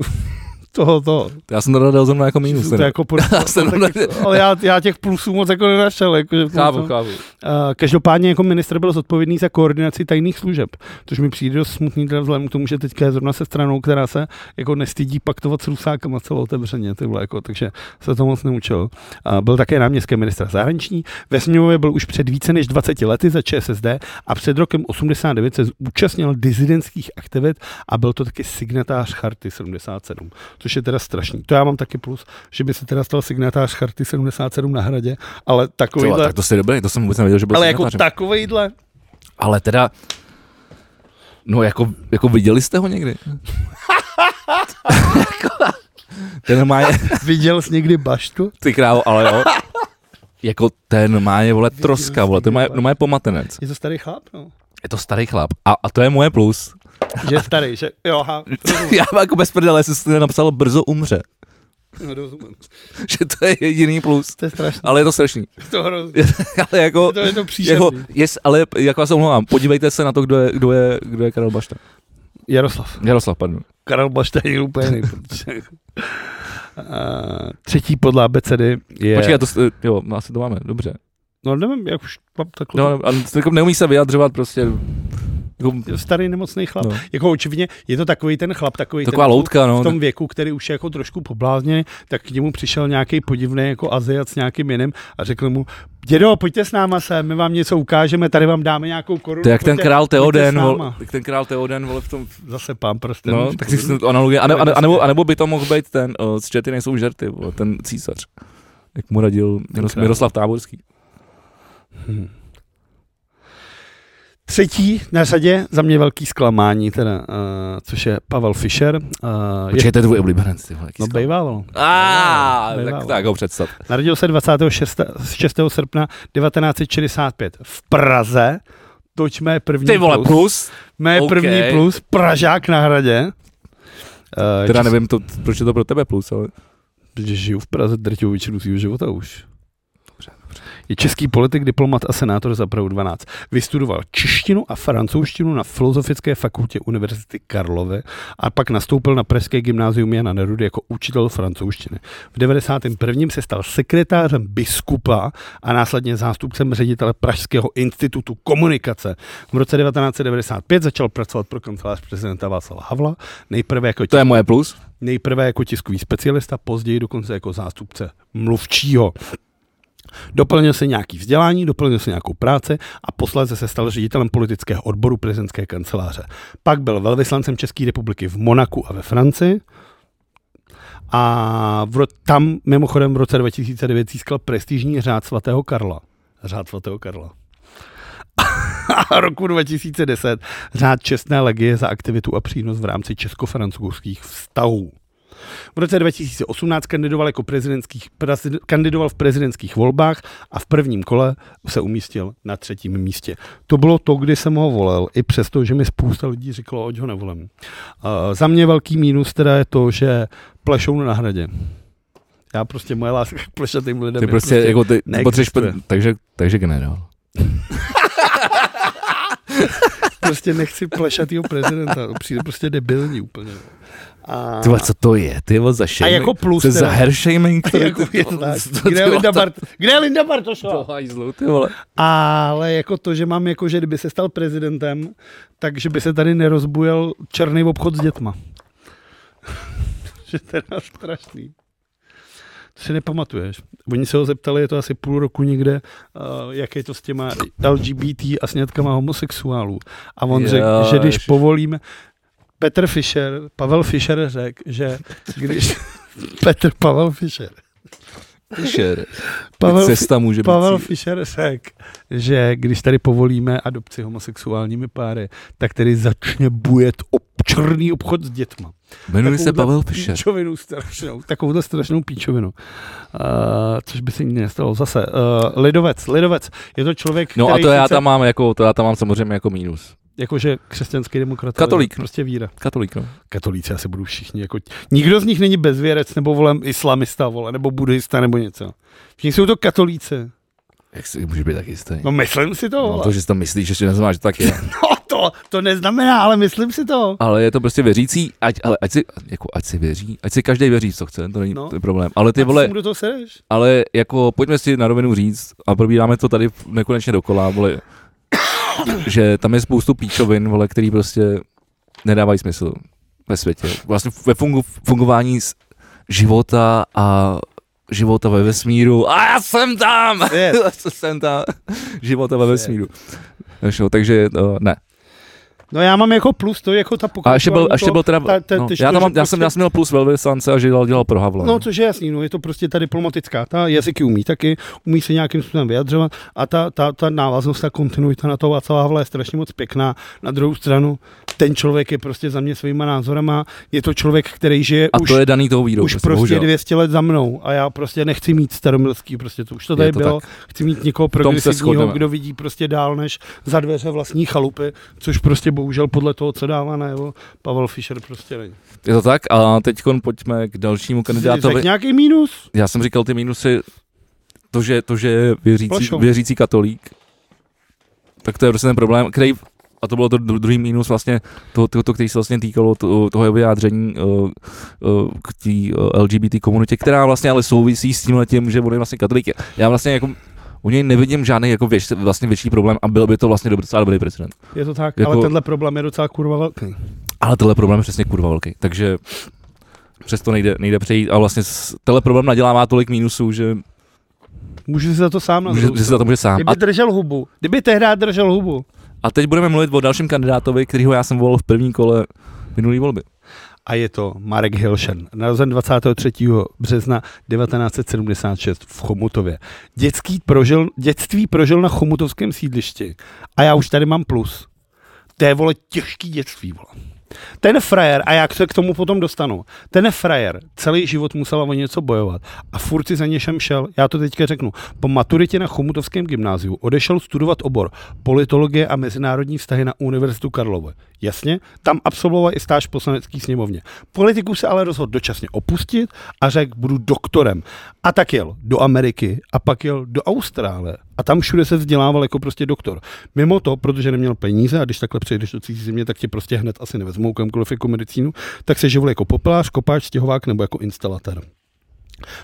Speaker 2: toho, toho.
Speaker 1: já jsem to dodal zrovna jako minus.
Speaker 2: To je jako pod...
Speaker 1: Já jsem to
Speaker 2: tak, ale já, já, těch plusů moc jako nenašel. Jako, že v tom
Speaker 1: Chápu,
Speaker 2: jsem-
Speaker 1: chápu.
Speaker 2: Eh, Každopádně jako minister byl zodpovědný za koordinaci tajných služeb, což mi přijde dost smutný teda vzhledem k tomu, že teďka je zrovna se stranou, která se jako nestydí paktovat s Rusákama celootevřeně, tyhle, jako, takže se to moc neučil. Eh, Byl také náměstkem ministra zahraniční, ve Sněmově byl už před více než 20 lety za ČSSD a před rokem 89 se účastnil dizidentských aktivit a byl to taky signatář Charty 77, což je teda strašný. To já mám taky plus, že by se teda stal signatář Charty 77 na hradě, ale
Speaker 1: Ty vole,
Speaker 2: takovýhle...
Speaker 1: tak to si dobrý, to jsem vůbec nevěděl, že byl
Speaker 2: Ale jako
Speaker 1: signatářem.
Speaker 2: takovejhle.
Speaker 1: Ale teda, no jako, jako viděli jste ho někdy? Jako, ten má je,
Speaker 2: Viděl jsi někdy baštu?
Speaker 1: ty krávo, ale jo. Jako ten má je, vole, troska, vole, ten má, je- no má je pomatenec.
Speaker 2: Je to starý chlap, no.
Speaker 1: Je to starý chlap. A, a to je moje plus.
Speaker 2: Že je starý, že jo, ha,
Speaker 1: Já mám jako bez prdele, jestli jste napsal brzo umře.
Speaker 2: no, rozumím.
Speaker 1: Že to je jediný plus.
Speaker 2: To je strašné,
Speaker 1: Ale je to strašný.
Speaker 2: to hrozně.
Speaker 1: Ale jako,
Speaker 2: To je to příšerný.
Speaker 1: jako yes, ale jako já se omlouvám, podívejte se na to, kdo je, kdo je, kdo je Karel Bašta.
Speaker 2: Jaroslav.
Speaker 1: Jaroslav, pardon.
Speaker 2: Karel Bašta je úplně jiný, protože... A, třetí podle abecedy je...
Speaker 1: Počkej, já to, s- jo, no, asi to máme, dobře.
Speaker 2: No nevím, jak už mám takhle...
Speaker 1: No, a jako neumí se vyjadřovat prostě. Jako,
Speaker 2: Starý nemocný chlap.
Speaker 1: no.
Speaker 2: Jako očivně, je to takový ten chlap, takový
Speaker 1: Taková
Speaker 2: ten,
Speaker 1: loutka, no.
Speaker 2: v tom věku, který už je jako trošku poblázněný, tak k němu přišel nějaký podivný jako Aziat s nějakým jiným a řekl mu, dědo, pojďte s náma sem, my vám něco ukážeme, tady vám dáme nějakou korunu.
Speaker 1: To je jak ten
Speaker 2: pojďte-
Speaker 1: král Teoden,
Speaker 2: pojďte s
Speaker 1: vole-
Speaker 2: náma."
Speaker 1: jak ten král Teoden, vole, v tom,
Speaker 2: Zase pán prstem.
Speaker 1: no, tak si to analogie, a, ne, a, ne- a, nebo, a nebo by to mohl být ten, o, z Čety nejsou žerty, vole, ten císař, jak mu radil Miros,
Speaker 2: král.
Speaker 1: Miroslav Táborský.
Speaker 2: Hmm. Třetí na řadě, za mě velký zklamání, teda, uh, což je Pavel Fischer. Uh, je,
Speaker 1: Počkej, to je tvůj oblíbenec, ty vole, jaký
Speaker 2: no,
Speaker 1: skvělý.
Speaker 2: bejvávalo.
Speaker 1: Ah,
Speaker 2: Bejvávalo.
Speaker 1: tak, tak ho představ.
Speaker 2: Narodil se 26. 6. srpna 1965 v Praze. Toť mé první
Speaker 1: Ty vole,
Speaker 2: plus.
Speaker 1: plus,
Speaker 2: Mé
Speaker 1: OK.
Speaker 2: první plus, Pražák na hradě. Eh,
Speaker 1: teda
Speaker 2: čes-
Speaker 1: nevím, to, proč je to pro tebe plus, ale
Speaker 2: Protože žiju v Praze drtivou většinu svého života už. Je český politik, diplomat a senátor za Prahu 12. Vystudoval češtinu a francouzštinu na Filozofické fakultě Univerzity Karlovy a pak nastoupil na Pražské gymnázium Jana Nerudy jako učitel francouzštiny. V 91. se stal sekretářem biskupa a následně zástupcem ředitele Pražského institutu komunikace. V roce 1995 začal pracovat pro kancelář prezidenta Václava Havla, nejprve jako
Speaker 1: to je moje plus.
Speaker 2: Nejprve jako tiskový specialista, později dokonce jako zástupce mluvčího. Doplnil se nějaký vzdělání, doplnil se nějakou práci a posléze se stal ředitelem politického odboru prezidentské kanceláře. Pak byl velvyslancem České republiky v Monaku a ve Francii. A v ro- tam mimochodem v roce 2009 získal prestižní řád svatého Karla. Řád svatého Karla. A roku 2010 řád čestné legie za aktivitu a přínos v rámci česko-francouzských vztahů. V roce 2018 kandidoval, jako prezidentských, prezid, kandidoval v prezidentských volbách a v prvním kole se umístil na třetím místě. To bylo to, kdy jsem ho volil, i přesto, že mi spousta lidí říkalo, ať ho nevolím. Uh, za mě velký mínus teda je to, že plešou na hradě. Já prostě moje láska k plešatým lidem
Speaker 1: Ty
Speaker 2: je
Speaker 1: prostě, jako ty, ty potřebuješ,
Speaker 2: neexistuje.
Speaker 1: pe- takže, takže generál.
Speaker 2: prostě nechci plešatýho prezidenta, přijde prostě debilní úplně. A...
Speaker 1: Ty vole, co to je, ty vole, za
Speaker 2: a
Speaker 1: shaming.
Speaker 2: jako plus
Speaker 1: To je za
Speaker 2: teda.
Speaker 1: hair shaming.
Speaker 2: A jako je to tak. Kde je Linda Bart- Kde je Linda Bartošová?
Speaker 1: Hajzlu, ty vole.
Speaker 2: Ale jako to, že mám jako, že kdyby se stal prezidentem, takže by se tady nerozbujel černý obchod s dětma. že teda strašný. To si nepamatuješ. Oni se ho zeptali, je to asi půl roku někde, uh, jak je to s těma LGBT a snědkama homosexuálů. A on
Speaker 1: Jo,
Speaker 2: jo, řekl, že když
Speaker 1: ježiš.
Speaker 2: povolíme... Petr Fischer, Pavel Fischer řekl, že když... Petr Pavel Fischer.
Speaker 1: Fischer.
Speaker 2: Pavel,
Speaker 1: Cesta může být.
Speaker 2: Pavel
Speaker 1: cíl.
Speaker 2: Fischer řekl, že když tady povolíme adopci homosexuálními páry, tak tedy začne bujet ob černý obchod s dětma.
Speaker 1: Jmenuje se
Speaker 2: takovouhle
Speaker 1: Pavel Fischer.
Speaker 2: Píčovinu strašnou, takovouhle strašnou píčovinu. Uh, což by se nikdy nestalo. Zase, uh, lidovec, lidovec, je to člověk,
Speaker 1: No a
Speaker 2: který
Speaker 1: to já
Speaker 2: sice-
Speaker 1: tam mám jako, to já tam mám samozřejmě jako mínus.
Speaker 2: jakože křesťanský demokrat. ale
Speaker 1: Katolík. no.
Speaker 2: Prostě víra.
Speaker 1: Katolík, no.
Speaker 2: Katolíci asi budou všichni. Jako, nikdo z nich není bezvěrec, nebo volem islamista, vole, nebo buddhista, nebo něco. Všichni jsou to katolíci.
Speaker 1: Jak si můžeš být tak jistý?
Speaker 2: No myslím si to,
Speaker 1: No,
Speaker 2: vole.
Speaker 1: to, že si to myslíš, že si neznáš, tak je.
Speaker 2: No to, to neznamená, ale myslím si to.
Speaker 1: Ale je to prostě věřící, ať, ale ať si, jako, ať si věří, ať si každý věří, co chce, to není
Speaker 2: No.
Speaker 1: no. problém. Ale ty vole,
Speaker 2: Tak do toho sereš?
Speaker 1: ale jako pojďme si na rovinu říct, a probíráme to tady nekonečně dokola, vole, že tam je spoustu píčovin, vole, který prostě nedávají smysl ve světě. Vlastně ve fungu, fungování s- života a života ve vesmíru. A já jsem tam!
Speaker 2: Yes.
Speaker 1: Co jsem tam? Života ve
Speaker 2: Yes.
Speaker 1: vesmíru. Takže, jo, takže no, ne.
Speaker 2: No já mám jako plus to, jako ta pokračování.
Speaker 1: A ještě byl, ještě
Speaker 2: toho-
Speaker 1: byl teda,
Speaker 2: ta- ta-
Speaker 1: no,
Speaker 2: ty
Speaker 1: já, tam
Speaker 2: čtyři prostě-
Speaker 1: mám, já, jsem, já jsem měl plus velvyslance a že dělal, dělal pro Havla.
Speaker 2: No, což je jasný, no, je to prostě ta diplomatická, ta jazyky umí taky, umí se nějakým způsobem vyjadřovat a ta, ta, ta návaznost, ta kontinuita na toho Václava Havla je strašně moc pěkná. Na druhou stranu, ten člověk je prostě za mě svýma názorama, je to člověk, který žije
Speaker 1: a
Speaker 2: už,
Speaker 1: to je daný tou vírou.
Speaker 2: už prostě
Speaker 1: bohužel.
Speaker 2: 200 let za mnou a já prostě nechci mít staromilský, prostě to už to tady
Speaker 1: to
Speaker 2: bylo, chci mít někoho progresivního,
Speaker 1: shodneme.
Speaker 2: kdo vidí prostě dál než za dveře vlastní chalupy, což prostě bohužel podle toho, co dává najevo, Pavel Fischer prostě není.
Speaker 1: Je to tak a teď pojďme k dalšímu
Speaker 2: Řek
Speaker 1: kandidátovi.
Speaker 2: nějaký mínus?
Speaker 1: Já jsem říkal ty mínusy, to, že, to, že je věřící,
Speaker 2: Plašou.
Speaker 1: věřící katolík, tak to je prostě ten problém, který, a to bylo to dru- druhý mínus vlastně, to, to, to který se vlastně týkalo to, toho jeho vyjádření uh, uh, k té uh, LGBT komunitě, která vlastně ale souvisí s tímhle tím, že on je vlastně katolík. Já vlastně jako u něj nevidím žádný jako věč, vlastně větší problém a byl by to vlastně dobrý, docela dobrý prezident.
Speaker 2: Je to tak, jako...
Speaker 1: Jako-
Speaker 2: ale tenhle problém je docela kurva velký.
Speaker 1: Ale tenhle problém je přesně kurva velký, takže přesto nejde, nejde přejít a vlastně s- tenhle problém nadělává tolik mínusů, že,
Speaker 2: Můžu si za to sám na
Speaker 1: že,
Speaker 2: druhou
Speaker 1: že se za to může sám.
Speaker 2: stranu.
Speaker 1: A
Speaker 2: No, Kdyby držel hubu, kdyby tehdy držel hubu.
Speaker 1: A teď budeme mluvit o dalším kandidátovi, kterýho já jsem volil v první kole minulý volby.
Speaker 2: A je to Marek Hilšen, narozen 23. března 1976 v Chomutově. Dětský prožil, dětství prožil na chomutovském sídlišti. A já už tady mám plus. To je, vole, těžký dětství, vole. Ten frajer, a jak se k tomu potom dostanu, ten frajer celý život musel o něco bojovat a furt si za něčem šel, já to teďka řeknu, po maturitě na Chomutovském gymnáziu odešel studovat obor politologie a mezinárodní vztahy na Univerzitu Karlovy. Jasně, tam absolvoval i stáž v poslanecký sněmovně. Politiku se ale rozhodl dočasně opustit a řekl, budu doktorem. A tak jel do Ameriky a pak jel do Austrálie. A tam všude se vzdělával jako prostě doktor. Mimo to, protože neměl peníze a když takhle přejdeš do cizí země, tak tě prostě hned asi nevezmou kamkoliv jako medicínu, tak se živil jako popelář, kopáč, stěhovák nebo jako instalatér.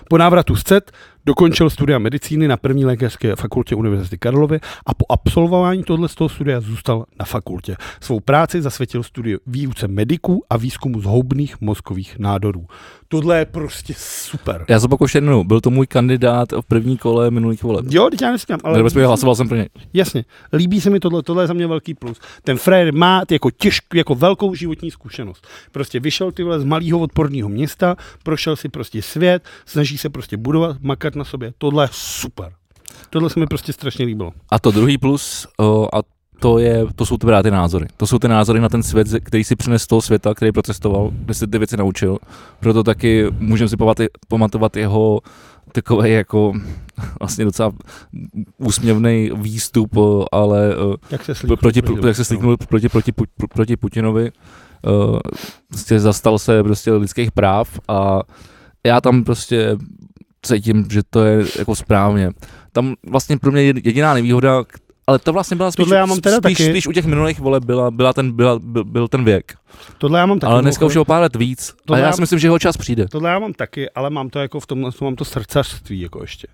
Speaker 2: Po návratu z CET dokončil studia medicíny na první lékařské fakultě Univerzity Karlovy a po absolvování tohle z toho studia zůstal na fakultě. Svou práci zasvětil studiu výuce mediků a výzkumu zhoubných mozkových nádorů. Tohle je prostě super.
Speaker 1: Já zopakuju ještě jednou, byl to můj kandidát v první kole minulých voleb.
Speaker 2: Jo, teď já nesmím, ale...
Speaker 1: Nebo jsme hlasoval jsem pro něj.
Speaker 2: Jasně, líbí se mi tohle, tohle je za mě velký plus. Ten frajer má jako, těžk, jako velkou životní zkušenost. Prostě vyšel tyhle z malého odporného města, prošel si prostě svět, snaží se prostě budovat, makat na sobě. Tohle je super. Tohle se mi prostě strašně líbilo.
Speaker 1: A to druhý plus, o, a to, je, to jsou teda ty názory. To jsou ty názory na ten svět, ze- který si přines z toho světa, který procestoval, kde se ty věci naučil. Proto taky můžeme si pamat- pamatovat jeho takový jako vlastně docela úsměvný výstup, o, ale o,
Speaker 2: Jak se slíknul.
Speaker 1: Pro- proti, pro, jak se slíknul proti, proti, Pu- pro- proti Putinovi, uh, prostě zastal se prostě lidských práv a já tam prostě cítím, že to je jako správně. Tam vlastně pro mě je jediná nevýhoda, k- ale to vlastně byla spíš,
Speaker 2: Tohle já mám teda
Speaker 1: spíš,
Speaker 2: taky.
Speaker 1: spíš u těch minulých voleb byla, byla ten, byla, byl, byl ten věk.
Speaker 2: Tohle já mám taky.
Speaker 1: ale dneska už je
Speaker 2: mimochodem-
Speaker 1: o pár let víc.
Speaker 2: To
Speaker 1: a já
Speaker 2: nám-
Speaker 1: si myslím, že jeho čas přijde.
Speaker 2: Tohle já mám taky, ale mám to jako v tomhle, tom mám to srdcařství jako ještě.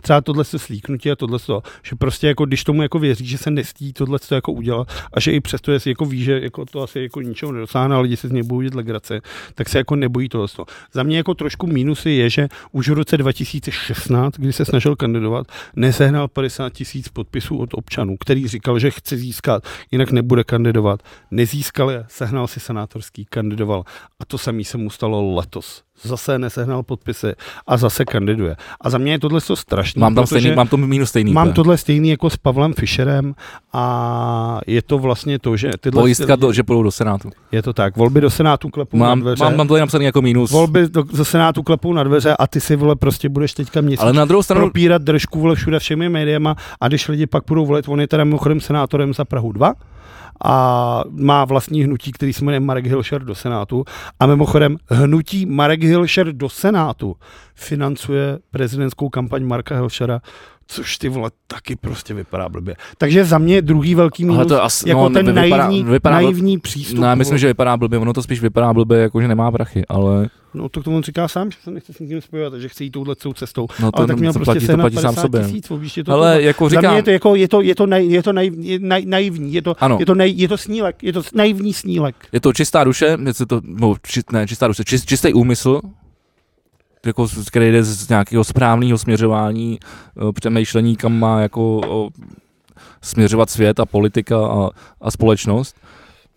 Speaker 2: Třeba tohle se slíknutí a tohle to, že prostě jako když tomu jako věří, že se nestí tohle to jako udělat a že i přesto, jestli jako ví, že jako to asi jako ničeho nedosáhne, ale lidi se z něj budou dělat legrace, tak se jako nebojí toho. Toho. Za mě jako trošku mínusy je, že už v roce 2016, kdy se snažil kandidovat, nesehnal 50 tisíc podpisů od občanů, který říkal, že chce získat, jinak nebude kandidovat. Nezískal je, sehnal si senátorský, kandidoval. A to samé se mu stalo letos. Zase nesehnal podpisy a zase kandiduje. A za mě je tohle to strašné.
Speaker 1: Mám tam
Speaker 2: No, protože
Speaker 1: stejný, mám to minus stejný.
Speaker 2: Mám
Speaker 1: úplně.
Speaker 2: tohle stejný jako s Pavlem Fischerem a je to vlastně to, že tyhle
Speaker 1: Pojistka, do, že půjdou do Senátu.
Speaker 2: je to tak, volby do Senátu klepou na
Speaker 1: Mám,
Speaker 2: dveře.
Speaker 1: mám, mám to tady napsaný jako minus.
Speaker 2: Volby do, ze Senátu klepou na dveře a ty si vole prostě budeš teďka měsíc
Speaker 1: ale na druhou stranu,
Speaker 2: propírat držku vole všude všemi médiama a když lidi pak budou volit, on je teda mimochodem senátorem za Prahu 2 a má vlastní hnutí, který se jmenuje Marek Hilšer do Senátu a mimochodem hnutí Marek Hilšer do Senátu financuje prezidentskou kampaň Marka Hilšera Což ty vole taky prostě vypadá blbě. Takže za mě je druhý velký
Speaker 1: Ale
Speaker 2: mínus,
Speaker 1: to asi-
Speaker 2: jako
Speaker 1: no,
Speaker 2: ten
Speaker 1: nevypadá-
Speaker 2: naivní,
Speaker 1: vypadá to-
Speaker 2: naivní přístup.
Speaker 1: no, já
Speaker 2: vole.
Speaker 1: myslím, že vypadá blbě, ono to spíš vypadá blbě, jako že nemá prachy, ale
Speaker 2: No to k tomu on říká sám, že se nechce s nikým spojovat, že chce jít touhle celou cestou.
Speaker 1: No to
Speaker 2: ale tak
Speaker 1: nem-
Speaker 2: měl
Speaker 1: to
Speaker 2: prostě
Speaker 1: platí- to
Speaker 2: sehnat
Speaker 1: platí sám
Speaker 2: 50
Speaker 1: sobě.
Speaker 2: Tisíc, objíždě to
Speaker 1: ale
Speaker 2: tohle.
Speaker 1: jako
Speaker 2: Za
Speaker 1: říkám,
Speaker 2: mě je to jako, je to, je to, naj, je to naj, je, naj, naivní, je to,
Speaker 1: Ano.
Speaker 2: je to, naj, je to snílek, je to naivní snílek.
Speaker 1: je to čistá duše, je to, no, či, ne, čistá duše, čist, čistý úmysl, jako, z- který jde z z nějakého správného směřování, eh, přemýšlení, kam má jako o, směřovat svět a politika a, a společnost.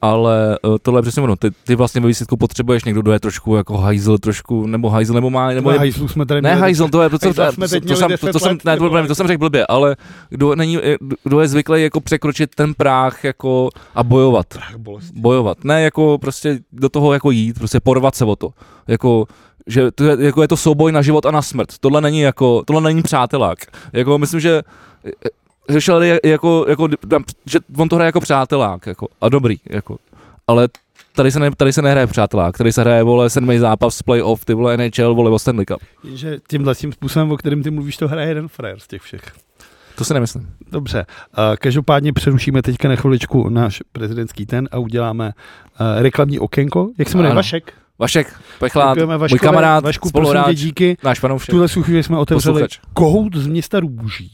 Speaker 1: Ale eh, tohle je přesně ono. Ty, ty vlastně ve výsledku potřebuješ někdo, kdo je trošku jako hajzl, trošku, nebo hajzl, nebo má, nebo je
Speaker 2: hajzlu jsme tady
Speaker 1: Ne,
Speaker 2: měli-
Speaker 1: hajzl, to je to, co,
Speaker 2: hajzla
Speaker 1: to,
Speaker 2: jsme
Speaker 1: to,
Speaker 2: teď
Speaker 1: to,
Speaker 2: měli
Speaker 1: jsem, to,
Speaker 2: 10
Speaker 1: to, jsem,
Speaker 2: let,
Speaker 1: ne, to, byl
Speaker 2: ty vole.
Speaker 1: problém, to jsem řekl blbě, ale kdo, není, kdo je zvyklý jako překročit ten práh jako a bojovat,
Speaker 2: Ach, bolest.
Speaker 1: bojovat, ne jako prostě do toho jako jít, prostě porvat se o to, jako že to je, jako je to souboj na život a na smrt. Tohle není jako, tohle není přátelák. Jako myslím, že řešil je jako, jako, tam- že on to hraje jako přátelák, jako, a dobrý, jako. Ale tady se, ne, tady se nehraje přátelák, tady se hraje, vole, sedmý zápas, playoff, ty vole, NHL, vole, o Stanley Cup.
Speaker 2: Jenže tímhle tím způsobem, o kterém ty mluvíš, to hraje jeden frajer z těch všech.
Speaker 1: To si nemyslím.
Speaker 2: Dobře, eh, každopádně přerušíme teďka na chviličku náš prezidentský ten a uděláme eh, reklamní okénko. Jak se jmenuje?
Speaker 1: Ano.
Speaker 2: Vašek.
Speaker 1: Vašek, Pechlát,
Speaker 2: Děkujeme
Speaker 1: můj
Speaker 2: Vaškovi.
Speaker 1: kamarád,
Speaker 2: Vašku, prosím tě,
Speaker 1: spoluhráč,
Speaker 2: díky.
Speaker 1: náš
Speaker 2: V
Speaker 1: fanoušek,
Speaker 2: tuhle chvíli jsme otevřeli
Speaker 1: posluchač.
Speaker 2: kohout z města Růží.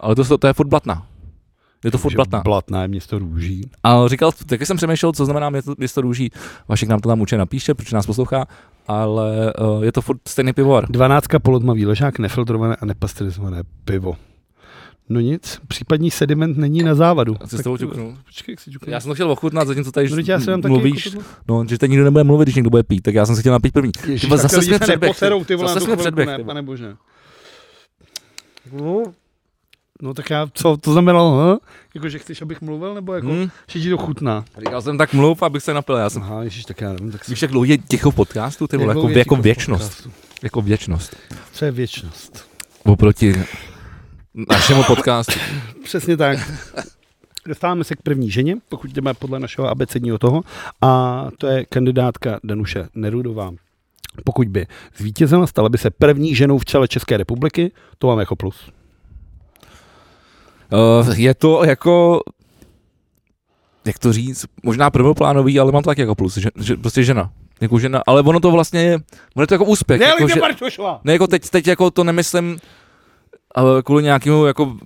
Speaker 1: Ale to, to je furt blatna. Je to furt blatna.
Speaker 2: Blatná je město Růží.
Speaker 1: A říkal, taky jsem přemýšlel, co znamená město, město růží. Vašek nám to tam určitě napíše, protože nás poslouchá, ale uh, je to furt stejný pivovar.
Speaker 2: 12 polotmavý ležák, nefiltrované a nepasterizované pivo. No nic, případní sediment není na závadu.
Speaker 1: Já si s
Speaker 2: Tak
Speaker 1: tebou
Speaker 2: to-
Speaker 1: ťuknu.
Speaker 2: Počkej, jak si ťuknu.
Speaker 1: Já jsem to chtěl ochutnat, zatímco tady
Speaker 2: No, teď já se dám taky
Speaker 1: mluvíš,
Speaker 2: jako
Speaker 1: no, že teď nikdo nebude mluvit, když někdo bude pít, tak já jsem se chtěl napít první.
Speaker 2: tohle- Ježíš,
Speaker 1: Ty vole,
Speaker 2: tak
Speaker 1: zase
Speaker 2: lidi
Speaker 1: jsme
Speaker 2: se
Speaker 1: předběh,
Speaker 2: neposerou, ty vole,
Speaker 1: zase
Speaker 2: na tu
Speaker 1: jsme
Speaker 2: chvilku,
Speaker 1: předběh,
Speaker 2: ne,
Speaker 1: ty vole.
Speaker 2: pane bože. No. No tak já, co to znamenalo, hm? Jako, že chceš, abych mluvil, nebo jako,
Speaker 1: Hm?
Speaker 2: že ti to chutná?
Speaker 1: Říkal jsem tak mluv, abych se napil, já jsem
Speaker 2: Aha, ježiš, tak já nevím, tak si...
Speaker 1: Víš, jak dlouho je ticho v podcastu, ty vole,
Speaker 2: Jak
Speaker 1: jako,
Speaker 2: dlouho je
Speaker 1: jako
Speaker 2: ticho v
Speaker 1: věčnost,
Speaker 2: podcastu?
Speaker 1: jako věčnost.
Speaker 2: Co je věčnost?
Speaker 1: oproti našemu podcastu.
Speaker 2: Přesně tak. Dostáváme se k první ženě, pokud jdeme podle našeho abecedního toho, a to je kandidátka Danuše Nerudová. Pokud by zvítězila, stala by se první ženou v čele České republiky, to mám jako plus.
Speaker 1: Uh, je to jako, jak to říct, možná prvoplánový, ale mám to tak jako plus, že, že, prostě žena. Jako žena, ale ono to vlastně je, ono je to jako úspěch. jako, že,
Speaker 2: Bartošová!
Speaker 1: ne, jako teď, teď jako to nemyslím ale kvůli nějakému, jako,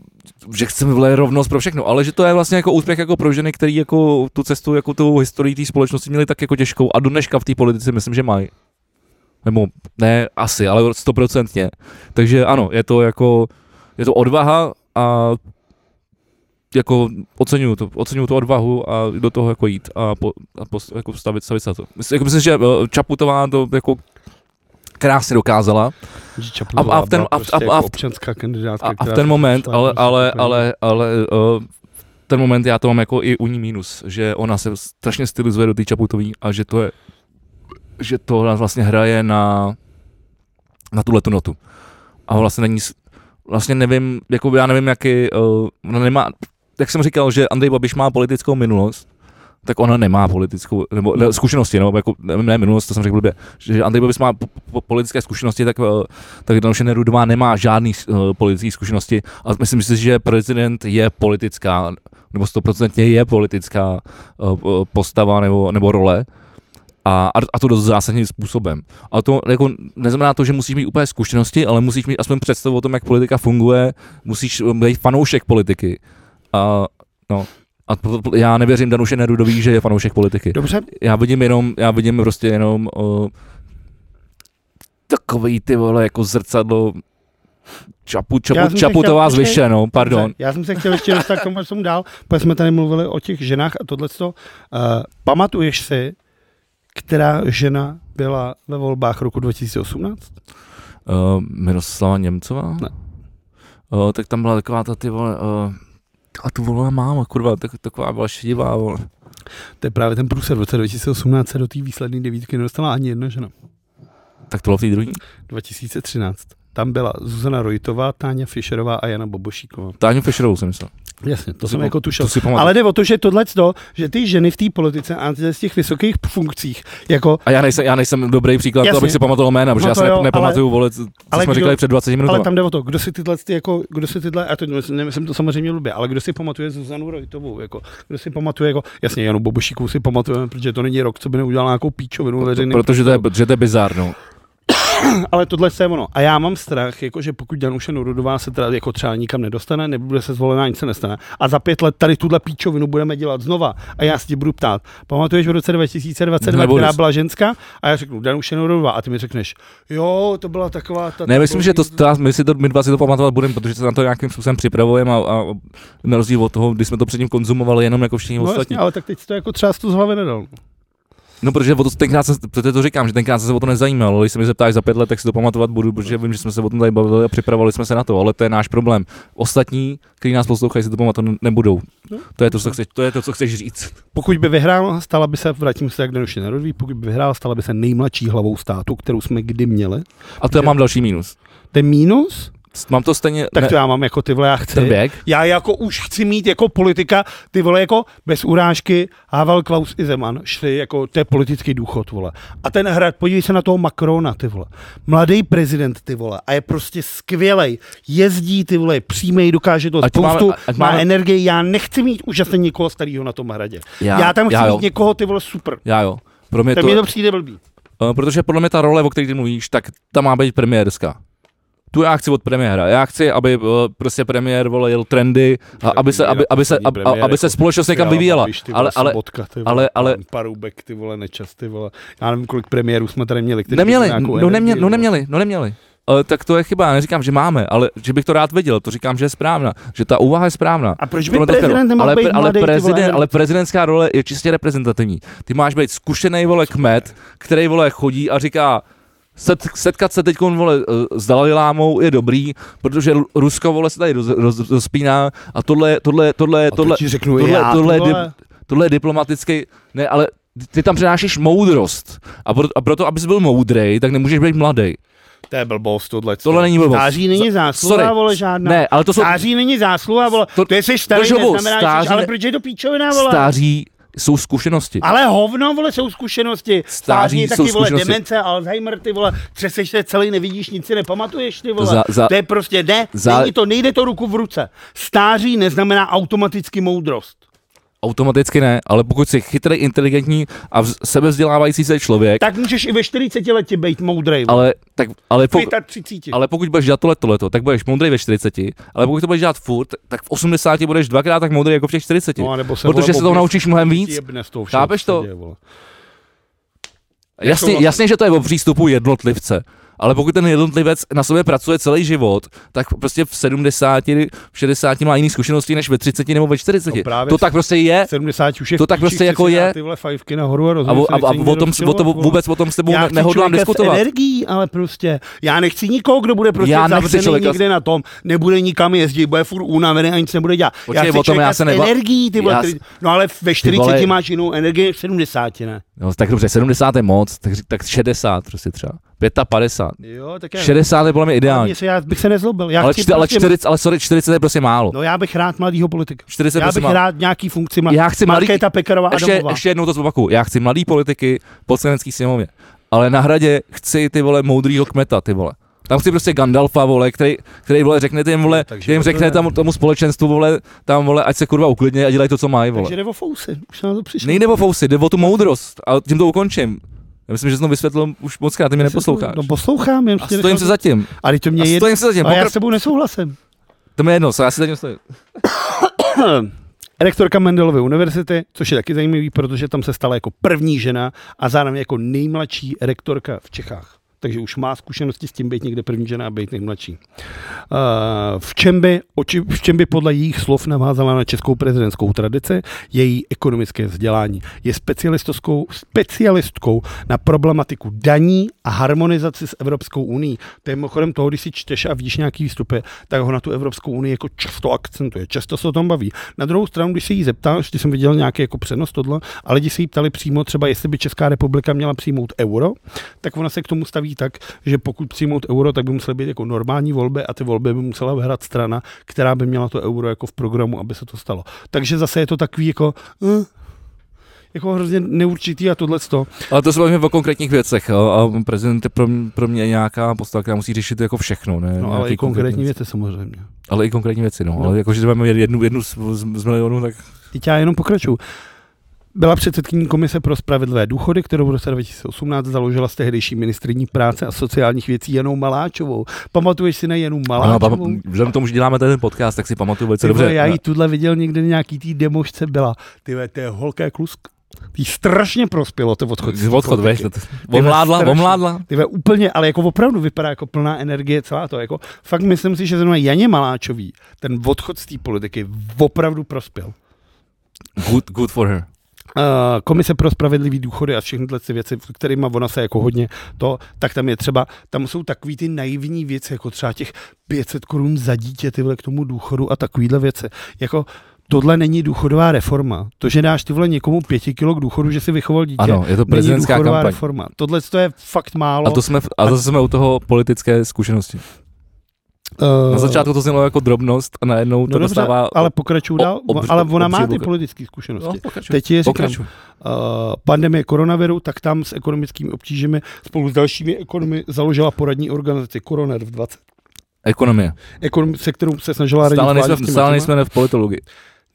Speaker 1: že chceme vle rovnost pro všechno, ale že to je vlastně jako úspěch jako pro ženy, který jako tu cestu, jako tu historii té společnosti měli tak jako těžkou a do dneška v té politice myslím, že mají. Nebo ne, asi, ale stoprocentně. Takže ano, je to jako, je to odvaha a jako oceňuju to, oceňuju tu odvahu a do toho jako jít a, po, a post, jako stavit, stavit se na to. Myslím, jako myslím, že eh, Čaputová to jako krásně dokázala
Speaker 2: A,
Speaker 1: A- a v ten-
Speaker 2: byla
Speaker 1: a v-
Speaker 2: prostě
Speaker 1: a v-
Speaker 2: jako
Speaker 1: a v-
Speaker 2: občanská
Speaker 1: a,
Speaker 2: kandidátka,
Speaker 1: a v ten moment,
Speaker 2: přišla
Speaker 1: ale,
Speaker 2: jako
Speaker 1: ale,
Speaker 2: super.
Speaker 1: ale, ale uh, v ten moment já to mám jako i u ní mínus, že ona se strašně stylizuje do té Čaputový a že to je, že to ona vlastně hraje na, na tuhle tu notu. A vlastně není, s- vlastně nevím, jako já nevím, jaký, uh, ona nemá, jak jsem říkal, že Andrej Babiš má politickou minulost, tak ona nemá politickou, nebo ne, zkušenosti, nebo jako, ne, ne minulost, to jsem řekl blbě, že Andrej Babiš má po, po, politické zkušenosti, tak, eh, tak Danuše Nerudová nemá žádný uh, politické zkušenosti a myslím si, že prezident je politická, nebo stoprocentně je politická uh, postava nebo, nebo role a, a- a to dost zásadním způsobem. A to jako neznamená to, že musíš mít úplně zkušenosti, ale musíš mít aspoň představu o tom, jak politika funguje, musíš eh, být fanoušek politiky. A, no, a p- p- já nevěřím Danuše Nerudový, že je fanoušek politiky.
Speaker 2: Dobře,
Speaker 1: Já vidím jenom, já vidím prostě jenom uh, takový ty vole jako zrcadlo Čapu,
Speaker 2: Já
Speaker 1: čapu,
Speaker 2: jsem
Speaker 1: čaputová
Speaker 2: se chtěl-
Speaker 1: zvyše, no, pardon.
Speaker 2: Dobře, Já jsem se chtěl ještě dostat k tomu, tomu dál, protože jsme tady mluvili o těch ženách a tohle. Uh, pamatuješ si, která žena byla ve volbách roku 2018?
Speaker 1: Uh, Miroslava Němcová?
Speaker 2: Ne.
Speaker 1: Uh, tak tam byla taková ta ty vole, uh, a tu volá máma, kurva, tak, taková byla šedivá, vole.
Speaker 2: To je právě ten průser v roce 2018 se do té výsledné devítky nedostala ani jedna žena.
Speaker 1: Tak to bylo v té druhé.
Speaker 2: 2013. Tam byla Zuzana Rojtová, Táňa Fischerová a Jana Bobošíková.
Speaker 1: Táňu Fischerovou jsem myslel.
Speaker 2: Jasně, to,
Speaker 1: si
Speaker 2: jsem
Speaker 1: pam-
Speaker 2: jako tušil.
Speaker 1: To si pamatuju.
Speaker 2: Ale jde o to, že tohle, že ty ženy v té politice a z těch vysokých funkcích, jako
Speaker 1: A já nejsem, já nejsem dobrý příklad,
Speaker 2: Jasně.
Speaker 1: to, abych si pamatoval jména, protože
Speaker 2: No
Speaker 1: já
Speaker 2: to
Speaker 1: si
Speaker 2: jo,
Speaker 1: jo,
Speaker 2: ale-
Speaker 1: nepamatuju, ale, vole, co
Speaker 2: ale
Speaker 1: ale jsme
Speaker 2: kdo-
Speaker 1: říkali před 20 minutami.
Speaker 2: Ale tam jde o No to, kdo si tyhle, ty jako, kdo si tyhle, a to nemyslím to samozřejmě blbě, ale kdo si pamatuje Zuzanu Rojtovou, jako, kdo si pamatuje, jako, jasně, Janu Bobošíku si pamatujeme, protože to není rok, co by neudělal nějakou píčovinu veřejný.
Speaker 1: Protože to je, že to je bizár, no.
Speaker 2: Ale tohle je ono. A já mám strach, jako, že pokud Danuše Norudová se teda jako třeba nikam nedostane, nebude se zvolená, nic se nestane. A za pět let tady tuhle píčovinu budeme dělat znova. A já se ti budu ptát, pamatuješ v roce 2022,
Speaker 1: Nebudu
Speaker 2: která
Speaker 1: si-
Speaker 2: byla ženská? A já řeknu, Danuše Norudová. A ty mi řekneš, jo, to byla taková ta...
Speaker 1: Ne, myslím, že to,
Speaker 2: ta-
Speaker 1: to, my, si to, my dva si to pamatovat budeme, protože se na to nějakým způsobem připravujeme a, a, na rozdíl od toho, kdy jsme to předtím konzumovali jenom jako všichni
Speaker 2: No
Speaker 1: ostatní.
Speaker 2: jasně, ale tak teď si to jako třeba z to z hlavy nedal.
Speaker 1: No, protože o to, tenkrát jsem, proto to říkám, že tenkrát jsem se o to nezajímal, ale když se mi zeptáš za pět let, tak si to pamatovat budu, protože vím, že jsme se o tom tady bavili a připravovali jsme se na to, ale to je náš problém. Ostatní, kteří nás poslouchají, si to pamatovat nebudou.
Speaker 2: No.
Speaker 1: To je to, co chceš, to je to, co chceš říct.
Speaker 2: Pokud by vyhrál, stala by se, vrátím se jak Danuši Nerudový, pokud by vyhrál, stala by se nejmladší hlavou státu, kterou jsme kdy měli.
Speaker 1: A to já mám další mínus.
Speaker 2: Ten mínus,
Speaker 1: Mám to stejně
Speaker 2: tak
Speaker 1: ne,
Speaker 2: to já mám jako ty vole, já chci.
Speaker 1: ten věk.
Speaker 2: Já jako už chci mít jako politika, ty vole jako bez urážky, Havel, Klaus i Zeman šli jako, to je politický důchod, vole. A ten hrad, podívej se na toho Macrona, ty vole. Mladý prezident, ty vole, a je prostě skvělej. Jezdí, ty vole, přímej, dokáže to
Speaker 1: Ať
Speaker 2: spoustu,
Speaker 1: máme- ať
Speaker 2: má
Speaker 1: máme-
Speaker 2: energii, já nechci mít už zase někoho starého na tom hradě. Já,
Speaker 1: Já-
Speaker 2: já tam chci
Speaker 1: já
Speaker 2: mít
Speaker 1: jo.
Speaker 2: někoho, ty vole, super.
Speaker 1: Já jo. Pro mě
Speaker 2: Tak
Speaker 1: to,
Speaker 2: mi to přijde blbý.
Speaker 1: Eh, protože podle mě ta role, o které ty mluvíš, tak ta má být premiérská. Tu já chci od premiéra. Já chci, aby eh, prostě premiér vole jel trendy, a aby se, aby, aby se,
Speaker 2: jako
Speaker 1: aby, aby se společnost někam vyvíjela. Ale, ale, ale- ale-
Speaker 2: Parubek, ty vole, nečas, ty vole. Já nevím, kolik premiérů jsme tady měli. kteří
Speaker 1: neměli,
Speaker 2: měli nějakou
Speaker 1: no, neměli,
Speaker 2: energii,
Speaker 1: no
Speaker 2: vole.
Speaker 1: neměli, no neměli. Eh, tak to je chyba, já neříkám, že máme, ale že bych to rád viděl, to říkám, že je správná, že ta úvaha je správná.
Speaker 2: A proč by
Speaker 1: Tohle to chtělo.
Speaker 2: prezident nemohl
Speaker 1: ale,
Speaker 2: být
Speaker 1: pre- ale,
Speaker 2: mladý, ty vole,
Speaker 1: prezident,
Speaker 2: ne?
Speaker 1: ale prezidentská role je čistě reprezentativní. Ty máš být zkušený vole kmet, který vole chodí a říká, set, setkat se teď vole eh, s Dalajlámou je dobrý, protože Ru- Rusko vole se tady roz, roz, rozpíná a tohle, tohle, tohle,
Speaker 2: A to
Speaker 1: tohle,
Speaker 2: ti řeknu
Speaker 1: tohle,
Speaker 2: já,
Speaker 1: tohle, tohle,
Speaker 2: ty vole.
Speaker 1: tohle, tohle je diplomatický, ne, ale ty tam přenášíš moudrost. A proto, a proto abys byl moudrej, tak nemůžeš být mladý.
Speaker 2: To je blbost, tohle. co.
Speaker 1: Tohle není blbost.
Speaker 2: Stáří není zásluha,
Speaker 1: Sorry.
Speaker 2: vole, žádná.
Speaker 1: Ne, ale to jsou
Speaker 2: Stáří není zásluha, vole. To,
Speaker 1: To-
Speaker 2: to je jsi starý,
Speaker 1: držobu,
Speaker 2: neznamená, že
Speaker 1: stáří
Speaker 2: jsi, ale
Speaker 1: ne-
Speaker 2: proč je to píčovina, vole?
Speaker 1: stáří, jsou zkušenosti.
Speaker 2: Ale hovno, vole, jsou zkušenosti.
Speaker 1: Stáří
Speaker 2: Stáří
Speaker 1: jsou
Speaker 2: taky, vole,
Speaker 1: zkušenosti.
Speaker 2: demence, Alzheimer, ty vole, třeseš se celý, nevidíš, nic si nepamatuješ, ty vole.
Speaker 1: Za- za-
Speaker 2: to je prostě, ne,
Speaker 1: za-
Speaker 2: není to, nejde to ruku v ruce. Stáří neznamená automaticky moudrost.
Speaker 1: Automaticky ne, ale pokud jsi chytrý, inteligentní a vz- sebevzdělávající se člověk,
Speaker 2: Tak můžeš i ve 40 leti být moudrej, vole.
Speaker 1: ale, tak, ale, po,
Speaker 2: Ale, 35.
Speaker 1: ale pokud budeš dělat tohle, tohleto, tak budeš moudrý ve 40, ale pokud to budeš dělat furt, tak v 80 budeš dvakrát tak moudrý jako v těch 40.
Speaker 2: No, anebo se,
Speaker 1: protože
Speaker 2: vole,
Speaker 1: se toho
Speaker 2: objev-
Speaker 1: naučíš mnohem víc.
Speaker 2: Jebne z toho všeho,
Speaker 1: Chápeš
Speaker 2: co se
Speaker 1: to?
Speaker 2: děje, vole.
Speaker 1: Jasně,
Speaker 2: Nesouhlasím.
Speaker 1: jasně, že to je o přístupu jednotlivce. Ale pokud ten jednotlivec na sobě pracuje celý život, tak prostě v 70, v 60 má jiné zkušenosti než ve 30 nebo ve 40.
Speaker 2: No právě
Speaker 1: to tak prostě je.
Speaker 2: 70 už je
Speaker 1: To tak
Speaker 2: v
Speaker 1: prostě
Speaker 2: píči, chci
Speaker 1: jako
Speaker 2: si dát
Speaker 1: je.
Speaker 2: Ty vole fajfky nahoru a
Speaker 1: A,
Speaker 2: rozumím,
Speaker 1: o- a, a o tom, o tom, vůbec o tom s tebou
Speaker 2: no. já
Speaker 1: ne-
Speaker 2: chci
Speaker 1: nehodlám
Speaker 2: člověka S
Speaker 1: diskutovat.
Speaker 2: energií, ale prostě. Já nechci nikoho, kdo bude prostě
Speaker 1: Já nechci
Speaker 2: zavřený
Speaker 1: člověka s-
Speaker 2: někde na tom, nebude nikam jezdit, bude furt únavený a nic nebude dělat.
Speaker 1: Počkej,
Speaker 2: já
Speaker 1: o tom
Speaker 2: chci
Speaker 1: já
Speaker 2: člověka
Speaker 1: se
Speaker 2: s
Speaker 1: neba-
Speaker 2: energií, ty vole,
Speaker 1: Já s-
Speaker 2: který- No ale ve 40
Speaker 1: vole-
Speaker 2: máš jinou energii, než v 70 ne.
Speaker 1: No, tak dobře, 70 je moc, tak, ři- tak 60 prostě třeba. 55.
Speaker 2: Jo, tak já,
Speaker 1: 60 je podle mě
Speaker 2: Ale
Speaker 1: ideální.
Speaker 2: mě se, já bych se nezlobil. Já
Speaker 1: Ale,
Speaker 2: chci
Speaker 1: čty, ale,
Speaker 2: prostě-
Speaker 1: 40, ale sorry, 40 je prostě málo.
Speaker 2: No já bych rád mladýho politika.
Speaker 1: 40 je
Speaker 2: Já
Speaker 1: prostě
Speaker 2: bych
Speaker 1: málo.
Speaker 2: rád nějaký funkci ma-
Speaker 1: Já chci mladý,
Speaker 2: Markéta Pekarová
Speaker 1: ještě,
Speaker 2: Adamová.
Speaker 1: ještě jednou to zopakuju. Já chci mladý politiky po cenecký sněmovně. Ale na hradě chci ty vole moudrýho kmeta, ty vole. Tam chci prostě Gandalfa, vole, který, který vole, řekne těm, vole,
Speaker 2: Takže
Speaker 1: že jim
Speaker 2: to
Speaker 1: řekne
Speaker 2: ne.
Speaker 1: tam, tomu společenstvu, vole, tam, vole, ať se kurva uklidně a dělají to, co mají, vole.
Speaker 2: Takže jde o fousy, už jsem na to přišel.
Speaker 1: Nejde o fousy, jde o tu moudrost a tím to ukončím. Já myslím, že jsem to vysvětlil už moc krát, ty mě neposloucháš.
Speaker 2: No poslouchám, jen
Speaker 1: A stojím se zatím.
Speaker 2: Ale to mě
Speaker 1: A
Speaker 2: je...
Speaker 1: stojím se zatím.
Speaker 2: A já
Speaker 1: Pokr-
Speaker 2: s tebou nesouhlasím.
Speaker 1: To mi je jedno, já si zatím stojím.
Speaker 2: Rektorka Mendelovy univerzity, což je taky zajímavý, protože tam se stala jako první žena a zároveň jako nejmladší rektorka v Čechách. Takže už má zkušenosti s tím být někde první žena a být nejmladší. Eh, V čem, by, oči- v čem by podle jejich slov navázala na českou prezidentskou tradici? Její ekonomické vzdělání. Je specialistkou, specialistkou na problematiku daní a harmonizaci s Evropskou unii. To je mimochodem toho, když si čteš a vidíš nějaký výstupy, tak ho na tu Evropskou unii jako často akcentuje, často se o tom baví. Na druhou stranu, když se jí zeptáš, když jsem viděl nějaký jako přenos tohle, a lidi se jí ptali přímo třeba, jestli by Česká republika měla přijmout euro, tak ona se k tomu staví tak, že pokud přijmout euro, tak by musely být jako normální volby a ty volby by musela vyhrát strana, která by měla to euro jako v programu, aby se to stalo. Takže zase je to takový jako, eh, jako hrozně neurčitý a tohle
Speaker 1: Ale to se bavíme o konkrétních věcech jo, a prezident je pro mě, pro mě je nějaká postava, která musí řešit jako všechno. Ne?
Speaker 2: No ale
Speaker 1: Nějaký
Speaker 2: i konkrétní
Speaker 1: věci.
Speaker 2: věci samozřejmě.
Speaker 1: Ale i konkrétní věci, no.
Speaker 2: No.
Speaker 1: no. Ale jakože to máme jednu, jednu z, z, z milionů, tak
Speaker 2: Teď já jenom pokračuju. Byla předsedkyní Komise pro spravedlivé důchody, kterou v roce 2018 založila s tehdejší ministriní práce a sociálních věcí Janou Maláčovou. Pamatuješ si na Janu
Speaker 1: ano,
Speaker 2: Maláčovou?
Speaker 1: pam, vzhledem k tomu, že děláme ten podcast, tak si pamatuju velice
Speaker 2: Ty vole,
Speaker 1: dobře. no.
Speaker 2: Já ji tuhle viděl někde na nějaký tý demošce byla. Ty vole, to je holké klusk. Ty jí strašně prospělo to odchod. z té
Speaker 1: odchod, odchod
Speaker 2: politiky.
Speaker 1: veš, no. omládla,
Speaker 2: strašný.
Speaker 1: omládla.
Speaker 2: Ty vole, úplně, ale jako opravdu vypadá jako plná energie celá to. Jako, fakt myslím si, že zrovna Janě Maláčový ten odchod z té politiky opravdu prospěl.
Speaker 1: Good, good for her.
Speaker 2: Uh, komise pro spravedlivý důchody a všechny tyhle ty věci, v kterýma ona se jako hodně to, tak tam je třeba, tam jsou takový ty naivní věci, jako třeba těch 500 korun za dítě tyhle k tomu důchodu a takovýhle věci. Jako tohle není důchodová reforma. To, že dáš ty vole někomu pěti kilo k důchodu, že si vychoval dítě,
Speaker 1: Ano, je to
Speaker 2: není
Speaker 1: prezidentská
Speaker 2: důchodová
Speaker 1: kampaň.
Speaker 2: reforma. Tohle to je fakt málo.
Speaker 1: A, to jsme, v- a zase jsme u toho politické zkušenosti.
Speaker 2: uh,
Speaker 1: Na začátku to znělo jako drobnost a najednou to
Speaker 2: no dobře,
Speaker 1: dostává...
Speaker 2: ale pokračuju
Speaker 1: o-
Speaker 2: dál,
Speaker 1: obr-
Speaker 2: ale ona má ty
Speaker 1: obří-
Speaker 2: politické zkušenosti.
Speaker 1: no, pokračuj.
Speaker 2: Teď je říkám,
Speaker 1: Pokračuj.
Speaker 2: Uh, pandemie koronaviru, tak tam s ekonomickými obtížemi spolu s dalšími ekonomy založila poradní organizaci Koroner v 20.
Speaker 1: Ekonomie.
Speaker 2: Ekonom, se kterou se snažila radit
Speaker 1: Stále
Speaker 2: vládě
Speaker 1: nejsme,
Speaker 2: s těma
Speaker 1: stále
Speaker 2: těma.
Speaker 1: nejsme v politologii.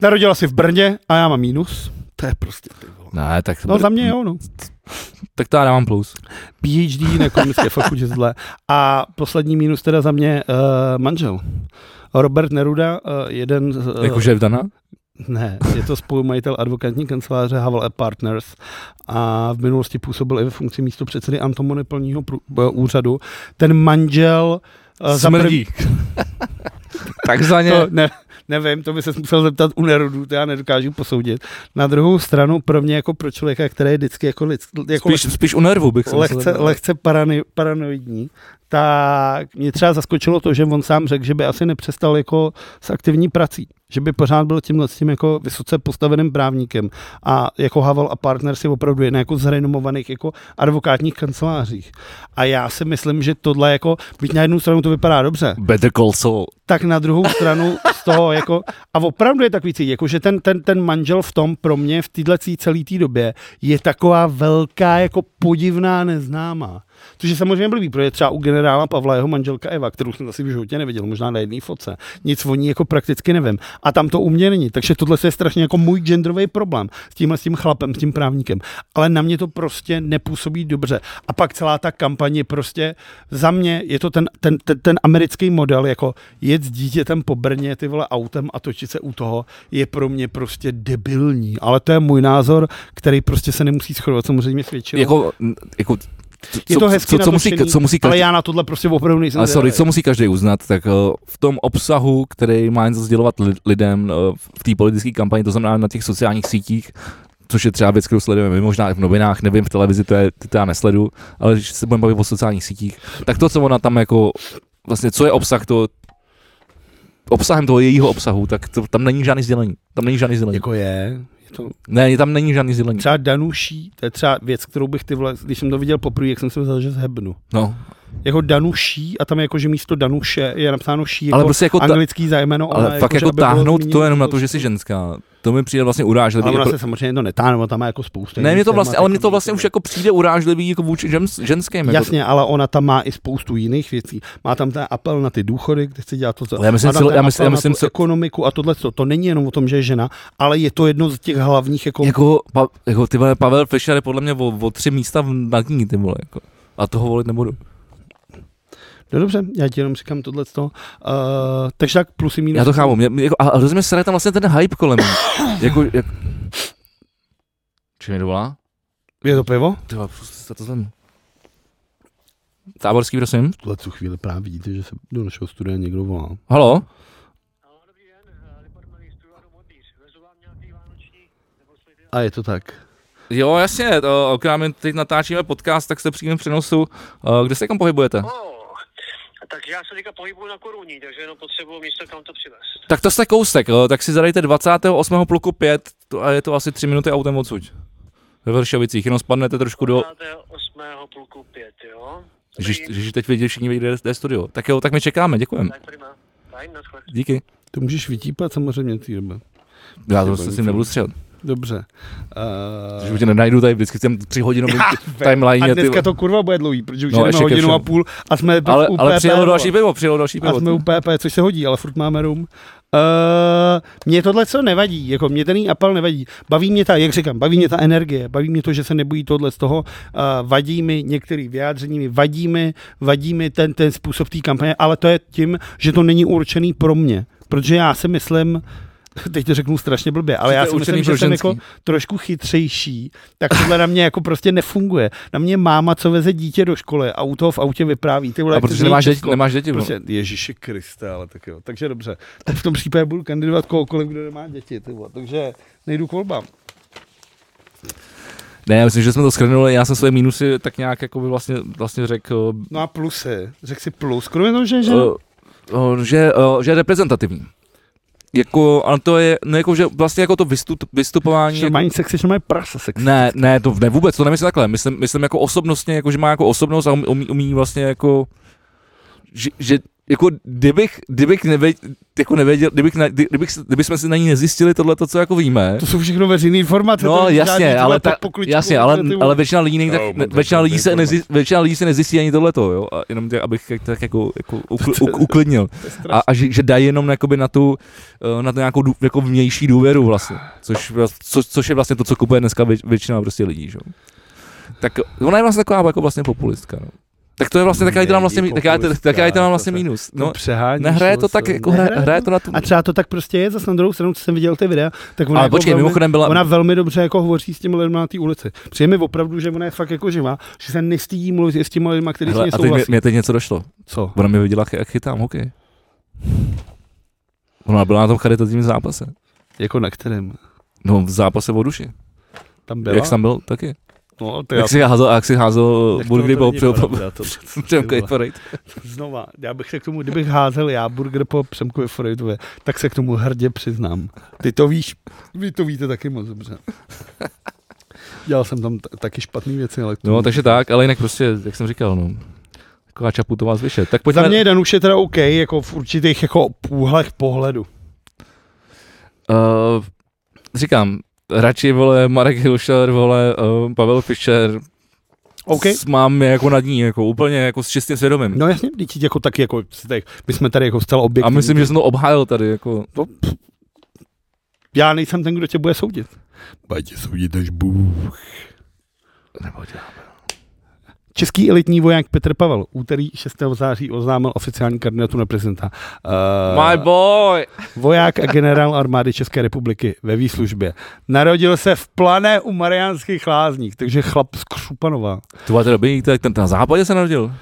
Speaker 2: Narodila si v Brně a já mám mínus. To je prostě ty vole.
Speaker 1: Ne, tak,
Speaker 2: No za mě jo, no.
Speaker 1: tak to já dávám plus.
Speaker 2: PhD na ekonomické fakultě zle. A poslední mínus teda za mě uh, manžel. Robert Neruda, uh, jeden z... Uh,
Speaker 1: Jakože je vdaná?
Speaker 2: Ne, je to spolumajitel advokátní kanceláře Havel Partners a v minulosti působil i ve funkci místo předsedy antimonopolního prů- eh, úřadu. Ten manžel eh, za
Speaker 1: Smrdí. Takzvaně.
Speaker 2: prv- To, ne, nevím, to by se musel zeptat u Nerudu, to já nedokážu posoudit. Na druhou stranu, pro mě jako pro člověka, který je vždycky jako, lidsk, jako
Speaker 1: Spíš, spíš u nervu bych se
Speaker 2: lehce,
Speaker 1: musel-
Speaker 2: lehce parani, paranoidní, tak mě třeba zaskočilo to, že on sám řekl, že by asi nepřestal jako s aktivní prací, že by pořád byl tímhle s tím jako vysoce postaveným právníkem a jako Havel a partner si opravdu jedna jako z renomovaných jako advokátních kancelářích. A já si myslím, že tohle jako, byť na jednu stranu to vypadá dobře,
Speaker 1: Better Call Saul.
Speaker 2: tak na druhou stranu z toho jako, a opravdu je takový cítit, jako, že ten, ten, ten manžel v tom pro mě v téhle celé té době je taková velká jako podivná neznámá. Což je samozřejmě blbý, protože třeba u generála Pavla jeho manželka Eva, kterou jsem asi v životě neviděl, možná na jedné fotce, nic o ní jako prakticky nevím. A tam to u mě není, takže tohle je strašně jako můj genderový problém s tímhle s tím chlapem, s tím právníkem. Ale na mě to prostě nepůsobí dobře. A pak celá ta kampaň je prostě, za mě je to ten, ten, ten, ten americký model, jako jet s dítětem po Brně, ty vole autem a točit se u toho, je pro mě prostě debilní. Ale to je můj názor, který prostě se nemusí shodovat, samozřejmě svědčil.
Speaker 1: Jako, jako, co,
Speaker 2: je to hezky
Speaker 1: co, co, musí,
Speaker 2: natočený,
Speaker 1: co musí
Speaker 2: ale
Speaker 1: každý,
Speaker 2: já na tohle prostě opravdu nejsem.
Speaker 1: ale sorry,
Speaker 2: zvědavý.
Speaker 1: co musí každý uznat, tak eh, v tom obsahu, který má něco sdělovat li- lidem eh, v té politické kampani, to znamená na těch sociálních sítích, což je třeba věc, kterou sledujeme, my možná i v novinách, nevím, v televizi to, je, to já nesledu, ale když se budeme bavit o sociálních sítích, tak to, co ona tam jako, vlastně, co je obsah to, obsahem toho jejího obsahu, tak to, tam není žádný sdělení. Tam není žádný sdělení.
Speaker 2: Jako je, je to,
Speaker 1: Ne, tam není žádný zilení.
Speaker 2: třeba Danuší, to je třeba věc, kterou bych ty vole, když jsem to viděl poprvé, jak jsem se vzal, že zhebnu.
Speaker 1: No,
Speaker 2: Jako Danuší a tam je jako, že místo Danuše je napsáno ší, jako
Speaker 1: ale prostě jako, ta,
Speaker 2: anglický zájmeno,
Speaker 1: ale fakt jako,
Speaker 2: že aby bylo
Speaker 1: táhnout to
Speaker 2: zmíněno jako
Speaker 1: jenom na to, že jsi ženská, to mi přijde vlastně urážlivý.
Speaker 2: Ale ona
Speaker 1: jako,
Speaker 2: se samozřejmě to netáhne, ona tam má jako spoustu.
Speaker 1: ne,
Speaker 2: jiných
Speaker 1: mě to vlastně,
Speaker 2: témat,
Speaker 1: ale
Speaker 2: jako
Speaker 1: mě to vlastně
Speaker 2: víc,
Speaker 1: už jako přijde urážlivý jako vůči žens, ženským. Jako,
Speaker 2: Jasně, ale ona tam má i spoustu jiných věcí. Má tam ten apel na ty důchody, kde chce dělat to, co...
Speaker 1: Ale já myslím
Speaker 2: má tam
Speaker 1: celo-
Speaker 2: ten
Speaker 1: já myslím-
Speaker 2: apel
Speaker 1: já
Speaker 2: na
Speaker 1: myslím
Speaker 2: tu
Speaker 1: cel-
Speaker 2: ekonomiku a tohle, to, to není jenom o tom, že je žena, ale je to jedno z těch hlavních jako...
Speaker 1: Jako, pa, jako ty vole, Pavel Fischer je podle mě o, o tři místa v- na kní, ty vole, jako. A toho volit nebudu.
Speaker 2: No dobře, já ti jenom říkám tohle. Uh, takže tak plusy minus.
Speaker 1: Já to chápu, mě, mě- jako, a a hrozně mě sere tam vlastně ten hype kolem. jako, jak... Čím mi dovolá?
Speaker 2: Je to pivo?
Speaker 1: Ty vole, prostě se to zem. Táborský, prosím.
Speaker 2: tuhle tu chvíli právě vidíte, že se do našeho studia někdo volá.
Speaker 1: Halo?
Speaker 2: A je to tak.
Speaker 1: Jo, jasně, to, ok, my teď natáčíme podcast, tak jste v přímém přenosu. Eh, Kde se kam pohybujete?
Speaker 3: No, tak já se teďka pohybuju na koruní, takže jenom potřebuju místo, kam to přivést.
Speaker 1: Tak to jste kousek, eh, tak si zadejte 28. pluku 5 to, a je to asi 3 minuty autem odsud. Ve Vršovicích, jenom spadnete trošku do...
Speaker 3: 8. pluku 5, jo?
Speaker 1: Že, že teď vědí všichni, kde je studio. Tak jo, tak my čekáme, děkujeme.
Speaker 3: Tak prima. Fajn, naschle.
Speaker 1: Díky.
Speaker 2: To můžeš vytípat samozřejmě ty ryby.
Speaker 1: Já to prostě s tím nebudu střelit.
Speaker 2: Dobře.
Speaker 1: Že už tě nenajdu tady vždycky v těm tři hodinovým
Speaker 2: Uh, a
Speaker 1: timeline.
Speaker 2: dneska to kurva bude dlouhý, protože už
Speaker 1: No,
Speaker 2: no, jdeme
Speaker 1: ještě ke
Speaker 2: hodinu
Speaker 1: všemu.
Speaker 2: a půl a jsme
Speaker 1: Ale,
Speaker 2: u
Speaker 1: ale
Speaker 2: PP,
Speaker 1: přijelo
Speaker 2: vole.
Speaker 1: další pivo, přijelo další
Speaker 2: a
Speaker 1: pivo.
Speaker 2: jsme u PP, což se hodí, ale furt máme rum. Uh, mě tohle co nevadí, jako mě ten její apel nevadí. Baví mě ta, jak říkám, baví mě ta energie, baví mě to, že se nebojí tohle z toho, uh, vadí mi některý vyjádření, mi vadí mi, vadí mi ten, ten způsob té kampaně, ale to je tím, že to není určený pro mě, protože já si myslím, teď to řeknu strašně blbě, ale
Speaker 1: Že to
Speaker 2: já
Speaker 1: je
Speaker 2: si myslím,
Speaker 1: určený
Speaker 2: že
Speaker 1: pro
Speaker 2: jsem
Speaker 1: ženský.
Speaker 2: jako trošku chytřejší, tak tohle na mě jako prostě nefunguje. Na mě máma, co veze dítě do školy a u toho v autě vypráví. Ty vole,
Speaker 1: A
Speaker 2: jak to
Speaker 1: protože
Speaker 2: zní
Speaker 1: nemáš děti,
Speaker 2: Česko.
Speaker 1: nemáš děti. Prostě.
Speaker 2: Prostě, Ježíši Kriste, ale tak jo. Takže dobře. Tak v tom případě budu kandidovat kohokoliv, kdo nemá děti. Ty vole. Takže nejdu k volbám.
Speaker 1: Ne, já myslím, že jsme to skrnuli, já jsem své mínusy tak nějak jako by vlastně, vlastně řekl,
Speaker 2: No a plusy. Řekl si plus. Kromě toho, že, že
Speaker 1: že, že, eh, že je reprezentativní. Jako, ale to je, no jako, že vlastně jako to vystup, vystupování...
Speaker 2: že
Speaker 1: jako-
Speaker 2: mají sexy, že mají prasa sexy.
Speaker 1: Ne, ne, to ne vůbec, to nemyslím takhle. Myslím, myslím jako osobnostně, jako že má jako osobnost a umí, umí, umí vlastně jako, že, že jako kdybych, kdybych nevěděl, jako nevěděl, kdybych, ne, kdy- kdybych, se- kdybychom si na ní nezjistili tohle, co jako víme.
Speaker 2: To jsou všechno veřejné informace. to
Speaker 1: No
Speaker 2: není žádný,
Speaker 1: jasně,
Speaker 2: ty
Speaker 1: ale,
Speaker 2: vole,
Speaker 1: ta,
Speaker 2: podpokličku,
Speaker 1: jasně, ale,
Speaker 2: ty vole.
Speaker 1: ale většina lidí, nejde,
Speaker 4: Jo,
Speaker 1: ne,
Speaker 4: mám
Speaker 1: většina, lidí se
Speaker 4: takovou
Speaker 1: nezjistí, většina lidí se nezjistí ani tohleto, jo? A jenom tě, abych jak- tak jako, jako ukl, u, uklidnil. A, a že, že dají jenom jakoby na tu, eh, na tu nějakou dů, jako vnější důvěru vlastně, což, vlast- co, což je vlastně to, co kupuje dneska vě- většina prostě lidí, že? jo. Tak ona je vlastně taková jako vlastně populistka, no. Tak to je vlastně, tak já jí to mám vlastně, mí- tak já, tak, tak já jí to mám vlastně mínus. No,
Speaker 2: přeháníš,
Speaker 1: nehraje to
Speaker 2: vole,
Speaker 1: tak,
Speaker 2: se-
Speaker 1: jako hraje,
Speaker 2: nehraje
Speaker 1: hraje to na tu...
Speaker 2: A třeba to tak prostě je, zase na druhou stranu, co jsem viděl ty videa, tak ona,
Speaker 1: Ale
Speaker 2: jako
Speaker 1: počkej,
Speaker 2: velmi,
Speaker 1: mimochodem byla-
Speaker 2: ona velmi dobře jako hovoří s těmi lidmi na té ulici. Přijde mi opravdu, že ona je fakt jako živá, že se nestydí mluvit s těmi lidmi, kteří s
Speaker 1: Hele,
Speaker 2: ní
Speaker 1: a teď mě,
Speaker 2: souhlasí.
Speaker 1: mě teď něco došlo.
Speaker 2: Co?
Speaker 1: Ona mě viděla, jak chytám hokej. Ona byla na tom charitativním zápase.
Speaker 2: Jako na kterém?
Speaker 1: No, v zápase o duši.
Speaker 2: Tam
Speaker 1: Byla?
Speaker 2: byla?
Speaker 1: Jak jsem byl, taky.
Speaker 2: No, to já...
Speaker 1: Jak si házel, jak si házel
Speaker 2: tak tohle
Speaker 1: burgery
Speaker 2: to
Speaker 1: po
Speaker 2: není
Speaker 1: před-
Speaker 2: pravda, to-
Speaker 1: před-
Speaker 2: ty vole.
Speaker 1: Kejparejt.
Speaker 2: Znova, já bych se k tomu, kdybych házel já burger po Přemkovi Freudovi, tak se k tomu hrdě přiznám. Ty to víš, vy to víte taky moc dobře. Dělal jsem tam t- taky špatné věci, ale... k tomu-
Speaker 1: No, takže tak, ale jinak prostě, jak jsem říkal, no. Taková čaputová zvyše. Tak
Speaker 2: Za
Speaker 1: pojďme,
Speaker 2: mě je Danuše teda OK, jako v určitých jako úhlech pohledu.
Speaker 1: uh, říkám, radši, vole, Marek Hilšer, vole, uh, Pavel Fischer.
Speaker 2: OK.
Speaker 1: S, mám je jako nad ní, jako úplně, jako s čistým svědomím.
Speaker 2: No jasně, teď jako taky jako, si tady- my jsme tady jako zcela
Speaker 1: A
Speaker 2: objektivní.
Speaker 1: myslím, že jsem to obhájil tady, jako.
Speaker 2: No, pff. já nejsem ten, kdo tě bude soudit. Bude tě soudit až Bůh.
Speaker 1: Nebo dělám.
Speaker 2: Český elitní voják Petr Pavel úterý 6. září oznámil oficiální kandidatu na prezidenta.
Speaker 1: My
Speaker 2: Eh,
Speaker 1: boy!
Speaker 2: voják a generál armády České republiky ve výslužbě. Narodil se v Plané u Mariánských lázních, takže chlap z Křupanova.
Speaker 1: To bylo dobrý, tak ten na západě se narodil.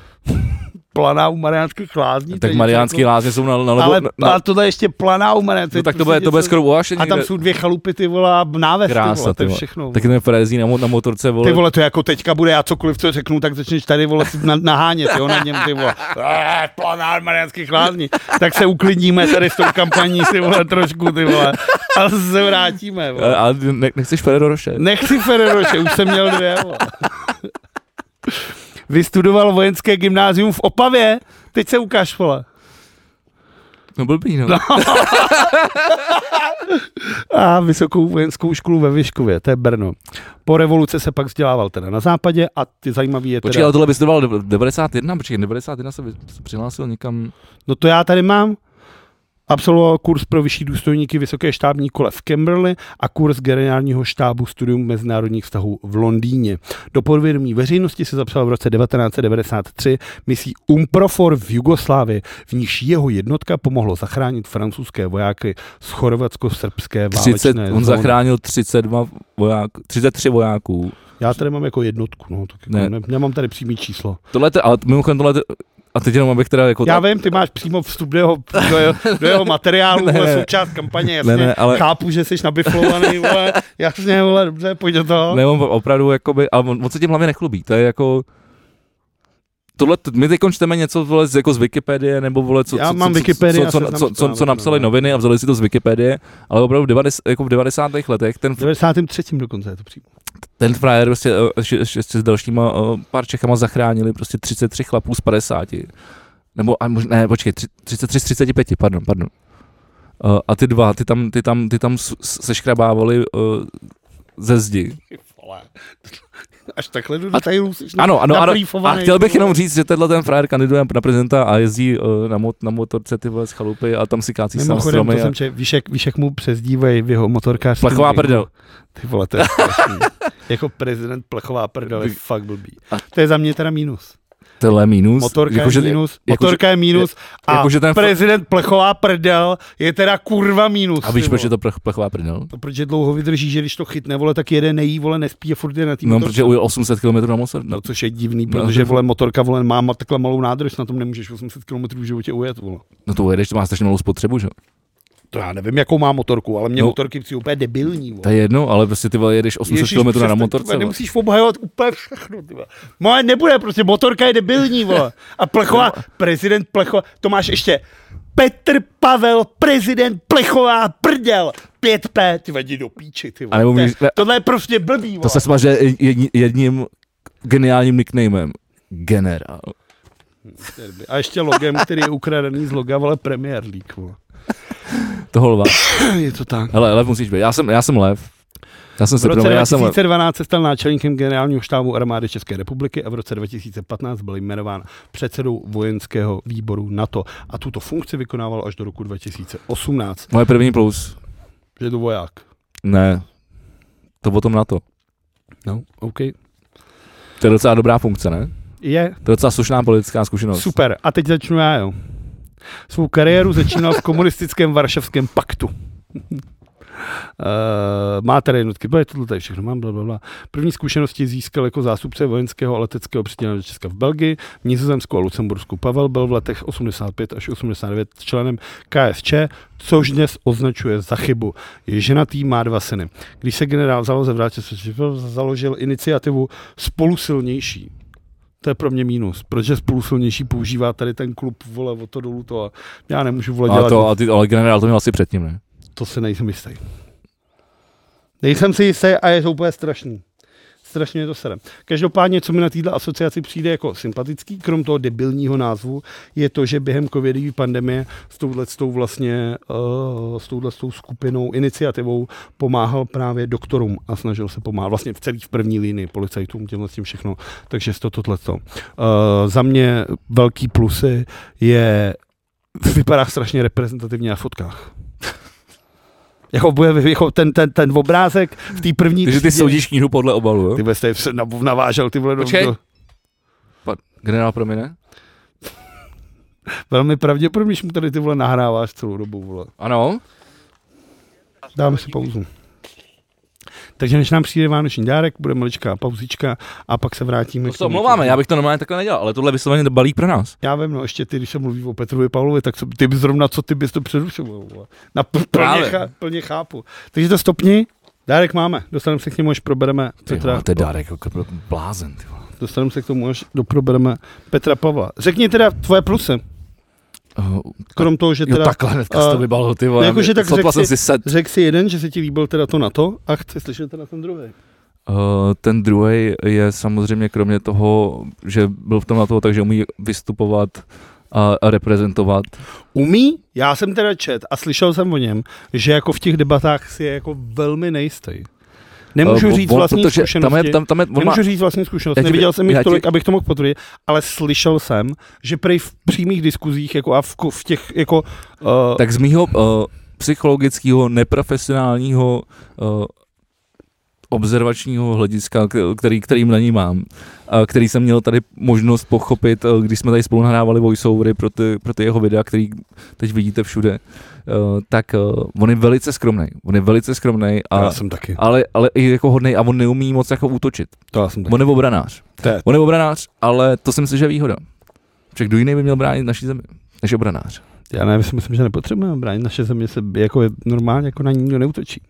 Speaker 2: Planá u Mariánských lázní. to je
Speaker 1: Tak
Speaker 2: něco
Speaker 1: Mariánský
Speaker 2: jako-
Speaker 1: lázně jsou na, na, na,
Speaker 2: Ale,
Speaker 1: na,
Speaker 2: na,
Speaker 1: na
Speaker 2: ale tohle ještě planá u Mariánských.
Speaker 1: no, tak to bude, to bude skoro uhašení.
Speaker 2: A tam jsou dvě chalupy, ty vole, a náves, ty
Speaker 1: Krása,
Speaker 2: vole, to
Speaker 1: ty
Speaker 2: je
Speaker 1: vole.
Speaker 2: všechno.
Speaker 1: Tak ten Frezí na, mo- na motorce, vole.
Speaker 2: Ty vole, to je jako teďka bude, já cokoliv, co řeknu, tak začneš tady, vole, si na, nahánět, jo, na něm, ty vole, "Eh, planár mariánských lázní, tak se uklidníme tady s tou kampaní, ty vole, trošku, ty vole, a zvrátíme. Vole.
Speaker 1: A, a ne, nechceš Ferrero Rocher?
Speaker 2: Nechci Ferreroše, už jsem měl dvě. vole. Vystudoval vojenské gymnázium v Opavě, teď se ukáž, vole.
Speaker 1: No blbý, no.
Speaker 2: A vysokou vojenskou školu ve Vyškově, to je Brno. Po revoluce se pak vzdělával teda na západě a ty zajímavý je
Speaker 1: Počkej,
Speaker 2: teda...
Speaker 1: ale tohle bys doval 91, počkej, 91 se vy- se přihlásil někam.
Speaker 2: No to já tady mám. Absolvoval kurz pro vyšší důstojníky Vysoké štábní kole v Kimberly a kurz generálního štábu studium mezinárodních vztahů v Londýně. Do podvědomí veřejnosti se zapsal v roce 1993 misí Umprofor v Jugoslávii, v níž jeho jednotka pomohlo zachránit francouzské vojáky z chorvatsko-srbské
Speaker 1: 30,
Speaker 2: válečné
Speaker 1: on
Speaker 2: zóny.
Speaker 1: zachránil 32 vojáků, 33 vojáků.
Speaker 2: Já tady mám jako jednotku, no, tak
Speaker 1: Ne.
Speaker 2: jako ne. nemám tady přímý číslo.
Speaker 1: Tohle, to- ale mimochodem tohle, to- a teď jenom abych teda jako...
Speaker 2: Já vím, ty máš přímo vstup do jeho, do jeho, do jeho materiálu,
Speaker 1: Ne,
Speaker 2: vole,
Speaker 1: ne.
Speaker 2: součást kampaně, jasně,
Speaker 1: Ne,
Speaker 2: ne,
Speaker 1: ne,
Speaker 2: ne,
Speaker 1: ale-
Speaker 2: ale... chápu, že jsi nabiflovaný, vole, jasně, vole, dobře, pojď do toho. Ne.
Speaker 1: Ne, on opravdu, jakoby, a on, on se tím hlavně nechlubí, to je jako... Tohle, t- my teď čteme něco vole, z, jako z Wikipedie, nebo vole, co,
Speaker 2: Já
Speaker 1: co,
Speaker 2: mám
Speaker 1: co,
Speaker 2: Wikipedii
Speaker 1: co,
Speaker 2: a
Speaker 1: co, co,
Speaker 2: Seznam
Speaker 1: co, co, co
Speaker 2: Zprávy,
Speaker 1: napsali
Speaker 2: no.
Speaker 1: noviny a vzali si to z Wikipedie, ale opravdu v 90, jako v 90. letech ten,
Speaker 2: V 93. dokonce je to přímo.
Speaker 1: ten frajer prostě, eh, ještě, ještě, ještě s dalšíma eh, pár Čechama zachránili prostě 33 chlapů z 50. Nebo, a mož, ne, počkej, tři- 33 z 35, pardon, pardon. Eh, A ty dva, ty tam, ty tam, ty tam s- s- seškrabávali eh, ze zdi.
Speaker 2: Ty vole. Až takhle do
Speaker 1: A-
Speaker 2: detailů jsi
Speaker 1: Ano, ano, ano. A
Speaker 2: nabrýfovaný,
Speaker 1: chtěl bych
Speaker 2: vole.
Speaker 1: jenom říct, že tenhle ten frajer kandiduje na prezidenta a jezdí eh, na, mot, na motorce ty vole z chalupy a tam si kácí sám
Speaker 2: Mimochodem, to
Speaker 1: stromy. A...
Speaker 2: jsem no. ček, víš, jak, víš, jak mu přezdívají v jeho motorkářském
Speaker 1: Plechová
Speaker 2: ringu?
Speaker 1: prdel.
Speaker 2: Ty vole, to je strašný. Jako prezident plechová prdel je
Speaker 1: Vy-
Speaker 2: fakt blbý. To je za mě teda mínus.
Speaker 1: Tohle je Jako, mínus.
Speaker 2: Motorka
Speaker 1: Jakože-
Speaker 2: je mínus,
Speaker 1: jakože-
Speaker 2: motorka je mínus a
Speaker 1: jakože jako, ten-
Speaker 2: prezident plechová prdel je teda kurva mínus.
Speaker 1: A víš,
Speaker 2: ty
Speaker 1: proč je
Speaker 2: vole.
Speaker 1: to plech- plechová prdel?
Speaker 2: No, protože dlouho vydrží, že když to chytne, vole, tak jede, nejí, vole, nespí a furt je na tým.
Speaker 1: No, protože ujel 800 km na motor.
Speaker 2: No,
Speaker 1: No,
Speaker 2: což je divný, protože vole motorka vole má ma- takhle malou nádrž, na tom nemůžeš 800 km v životě ujet. Vole.
Speaker 1: no to ujedeš, to má strašně malou spotřebu, že? jo?
Speaker 2: To já nevím, jakou má motorku, ale mě
Speaker 1: No.
Speaker 2: no. motorky přijde úplně debilní. Vole.
Speaker 1: To je jedno, ale prostě ty vole jedeš 800
Speaker 2: Ježíš,
Speaker 1: km na
Speaker 2: přestaň,
Speaker 1: motorce.
Speaker 2: vole,
Speaker 1: vole.
Speaker 2: Nemusíš obhajovat úplně všechno. ty vole. Moje nebude, prostě motorka je debilní, vole. A Plechová,
Speaker 1: No.
Speaker 2: prezident Plechová, to máš ještě Petr Pavel, prezident Plechová, prděl, 5P, ty vadí do píči, ty
Speaker 1: A
Speaker 2: vole.
Speaker 1: nebo
Speaker 2: To je-
Speaker 1: můžeš- ne-
Speaker 2: Tohle je prostě blbý, vole.
Speaker 1: To se smaže jedni- jedním geniálním nicknamem. Generál.
Speaker 2: A ještě logem, který je ukradený z loga, vole, Premier League, vole.
Speaker 1: To holva.
Speaker 2: Je to tak.
Speaker 1: Hele, lev musíš být. Já jsem, já jsem lev. Já jsem
Speaker 2: V
Speaker 1: se
Speaker 2: roce
Speaker 1: promluvil, já jsem lev.
Speaker 2: 2012 se stal náčelníkem generálního štábu armády České republiky a v roce 2015 byl jmenován předsedou vojenského výboru NATO. A tuto funkci vykonával až do roku 2018.
Speaker 1: Moje první plus.
Speaker 2: Že je to voják.
Speaker 1: Ne. To potom na to.
Speaker 2: No, OK.
Speaker 1: To je docela dobrá funkce, ne?
Speaker 2: Je,
Speaker 1: To je docela slušná politická zkušenost.
Speaker 2: super. A teď začnu já, jo. Svou kariéru začínal v komunistickém varšavském paktu. Uh, má tady jednotky, bude tohle tady všechno, mám bla, bla, bla. První zkušenosti získal jako zástupce vojenského a leteckého přidělení do Česka v Belgii, v Nizozemsku a Lucembursku. Pavel byl v letech 85 až 89 členem KSČ, což dnes označuje za chybu. Je ženatý, má dva syny. Když se generál zaloze vrátil, založil iniciativu Spolu silnější. To je pro mě mínus, protože spolu silnější používá tady ten klub, vole, o to dolů to a já nemůžu, vole, dělat
Speaker 1: A to, a ty, ale generál to měl asi předtím, ne?
Speaker 2: to si nejsem jistý. Nejsem si jistý a je to úplně strašný. Strašně je to serem. Každopádně, co mi na této asociaci přijde jako sympatický, krom toho debilního názvu, je to, že během covidové pandemie s touhletou vlastně, uh, s touhletou skupinou, iniciativou pomáhal právě doktorům a snažil se pomáhat vlastně v celý v první linii policajtům, těmhle s tím všechno. Takže to tohleto. Uh, za mě velký plusy je, vypadá strašně reprezentativně na fotkách. Jako, bude, jako ten, ten, ten obrázek v té první
Speaker 1: Takže ty
Speaker 2: třídě.
Speaker 1: soudíš knihu podle obalu, jo?
Speaker 2: Ty vole, jste se nav- navážel ty vole do,
Speaker 1: Počkej.
Speaker 2: do,
Speaker 1: Pa, generál pro mě ne?
Speaker 2: Velmi pravděpodobně, že mu tady ty vole nahráváš celou dobu, vole.
Speaker 1: Ano.
Speaker 2: Dáme si pauzu. Takže než nám přijde vánoční dárek, bude maličká pauzička a pak se vrátíme.
Speaker 1: To se omlouváme, já bych to normálně takhle nedělal, ale tohle je vysloveně balík pro nás.
Speaker 2: Já vím, no ještě ty, když se mluví o Petrovi Pavlovi, tak co, ty bys zrovna, co ty bys to přerušil, vole. Na pl- plně,
Speaker 1: Právě.
Speaker 2: chá, plně, chápu. Takže to stopni, dárek máme, dostaneme se k němu, až probereme
Speaker 1: Ty,
Speaker 2: Petra.
Speaker 1: vole, to je dárek, jako pro- blázen, ty vole.
Speaker 2: Dostaneme se k tomu, až doprobereme Petra Pavla. Řekni teda tvoje plusy.
Speaker 1: Uh,
Speaker 2: Krom toho, že
Speaker 1: jo,
Speaker 2: teda...
Speaker 1: takhle hnedka jsi to
Speaker 2: eh,
Speaker 1: vybalil, ty vole.
Speaker 2: no jakože tak
Speaker 1: Sotva
Speaker 2: řek
Speaker 1: jsem
Speaker 2: si-
Speaker 1: si set.
Speaker 2: Řekl si jeden, že se ti líbil teda to na to a chci slyšet teda ten druhý.
Speaker 1: Uh, ten druhý je samozřejmě kromě toho, že byl v tom na toho, takže umí vystupovat a, a reprezentovat.
Speaker 2: Umí? Já jsem teda čet a slyšel jsem o něm, že jako v těch debatách si je jako velmi nejistý. Nemůžu
Speaker 1: Eh,
Speaker 2: říct
Speaker 1: on-
Speaker 2: vlastní
Speaker 1: protože
Speaker 2: zkušenosti.
Speaker 1: tam je, tam, tam je, on má,
Speaker 2: Nemůžu říct vlastní zkušenost,
Speaker 1: Já ti-
Speaker 2: neviděl jsem
Speaker 1: já
Speaker 2: jich
Speaker 1: ti-
Speaker 2: tolik, abych to mohl potvrdit, ale slyšel jsem, že prej v přímých diskuzích jako a v, ko- v těch jako... Uh,
Speaker 1: tak z mýho uh, psychologického, neprofesionálního uh, observačního hlediska, k- který, kterým na ní mám, a který jsem měl tady možnost pochopit, eh, když jsme tady spolu nahrávali voiceovery pro ty, pro ty jeho videa, který teď vidíte všude, eh, tak eh, on je velice skromný. On je velice skromný a,
Speaker 2: já jsem taky,
Speaker 1: ale, ale i jako hodnej a on neumí moc jako útočit.
Speaker 2: to já jsem taky.
Speaker 1: On je obranář.
Speaker 2: To je-
Speaker 1: On je obranář, ale to si myslím, že je výhoda. Protože kdo jiný by měl bránit naší zemi než obranář.
Speaker 2: Já ne, my si myslím, že nepotřebujeme bránit. Naše země se jako je normálně jako na ní nikdo neutočí.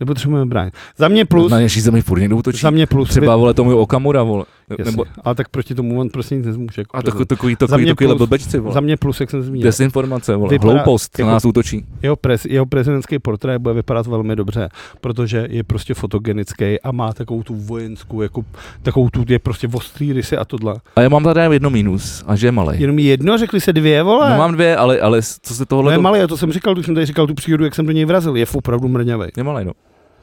Speaker 2: Nepotřebujeme bránit. Za mě plus,
Speaker 1: Na naší zemi furt někdo útočí.
Speaker 2: za mě plus.
Speaker 1: Třeba vole tomu Okamura, vole.
Speaker 2: Jasně.
Speaker 1: Nebo,
Speaker 2: Ale tak proti tomu on prostě nic nezmůže. Jako
Speaker 1: a
Speaker 2: to,
Speaker 1: takový, takový,
Speaker 2: Za mě
Speaker 1: takový, takovýhle
Speaker 2: plus-
Speaker 1: blbečci, vole.
Speaker 2: za mě plus, jak jsem zmínil.
Speaker 1: Desinformace, vole.
Speaker 2: Vypadá-
Speaker 1: Hloupost,
Speaker 2: jako-
Speaker 1: na nás útočí.
Speaker 2: Jeho, pres, jeho prezidentský portrét bude vypadat velmi dobře, protože je prostě fotogenický a má takovou tu vojenskou, jako, takovou tu, je prostě ostrý rysy a tohle.
Speaker 1: A já mám tady jenom jedno mínus, a že je malý.
Speaker 2: Jenom jedno, řekli se dvě, vole.
Speaker 1: No mám dvě, ale, ale co se
Speaker 2: no
Speaker 1: tohle...
Speaker 2: je malý, a to jsem říkal, když jsem tady říkal tu příhodu, jak jsem do něj vrazil, je opravdu mrňavý.
Speaker 1: je malý, no.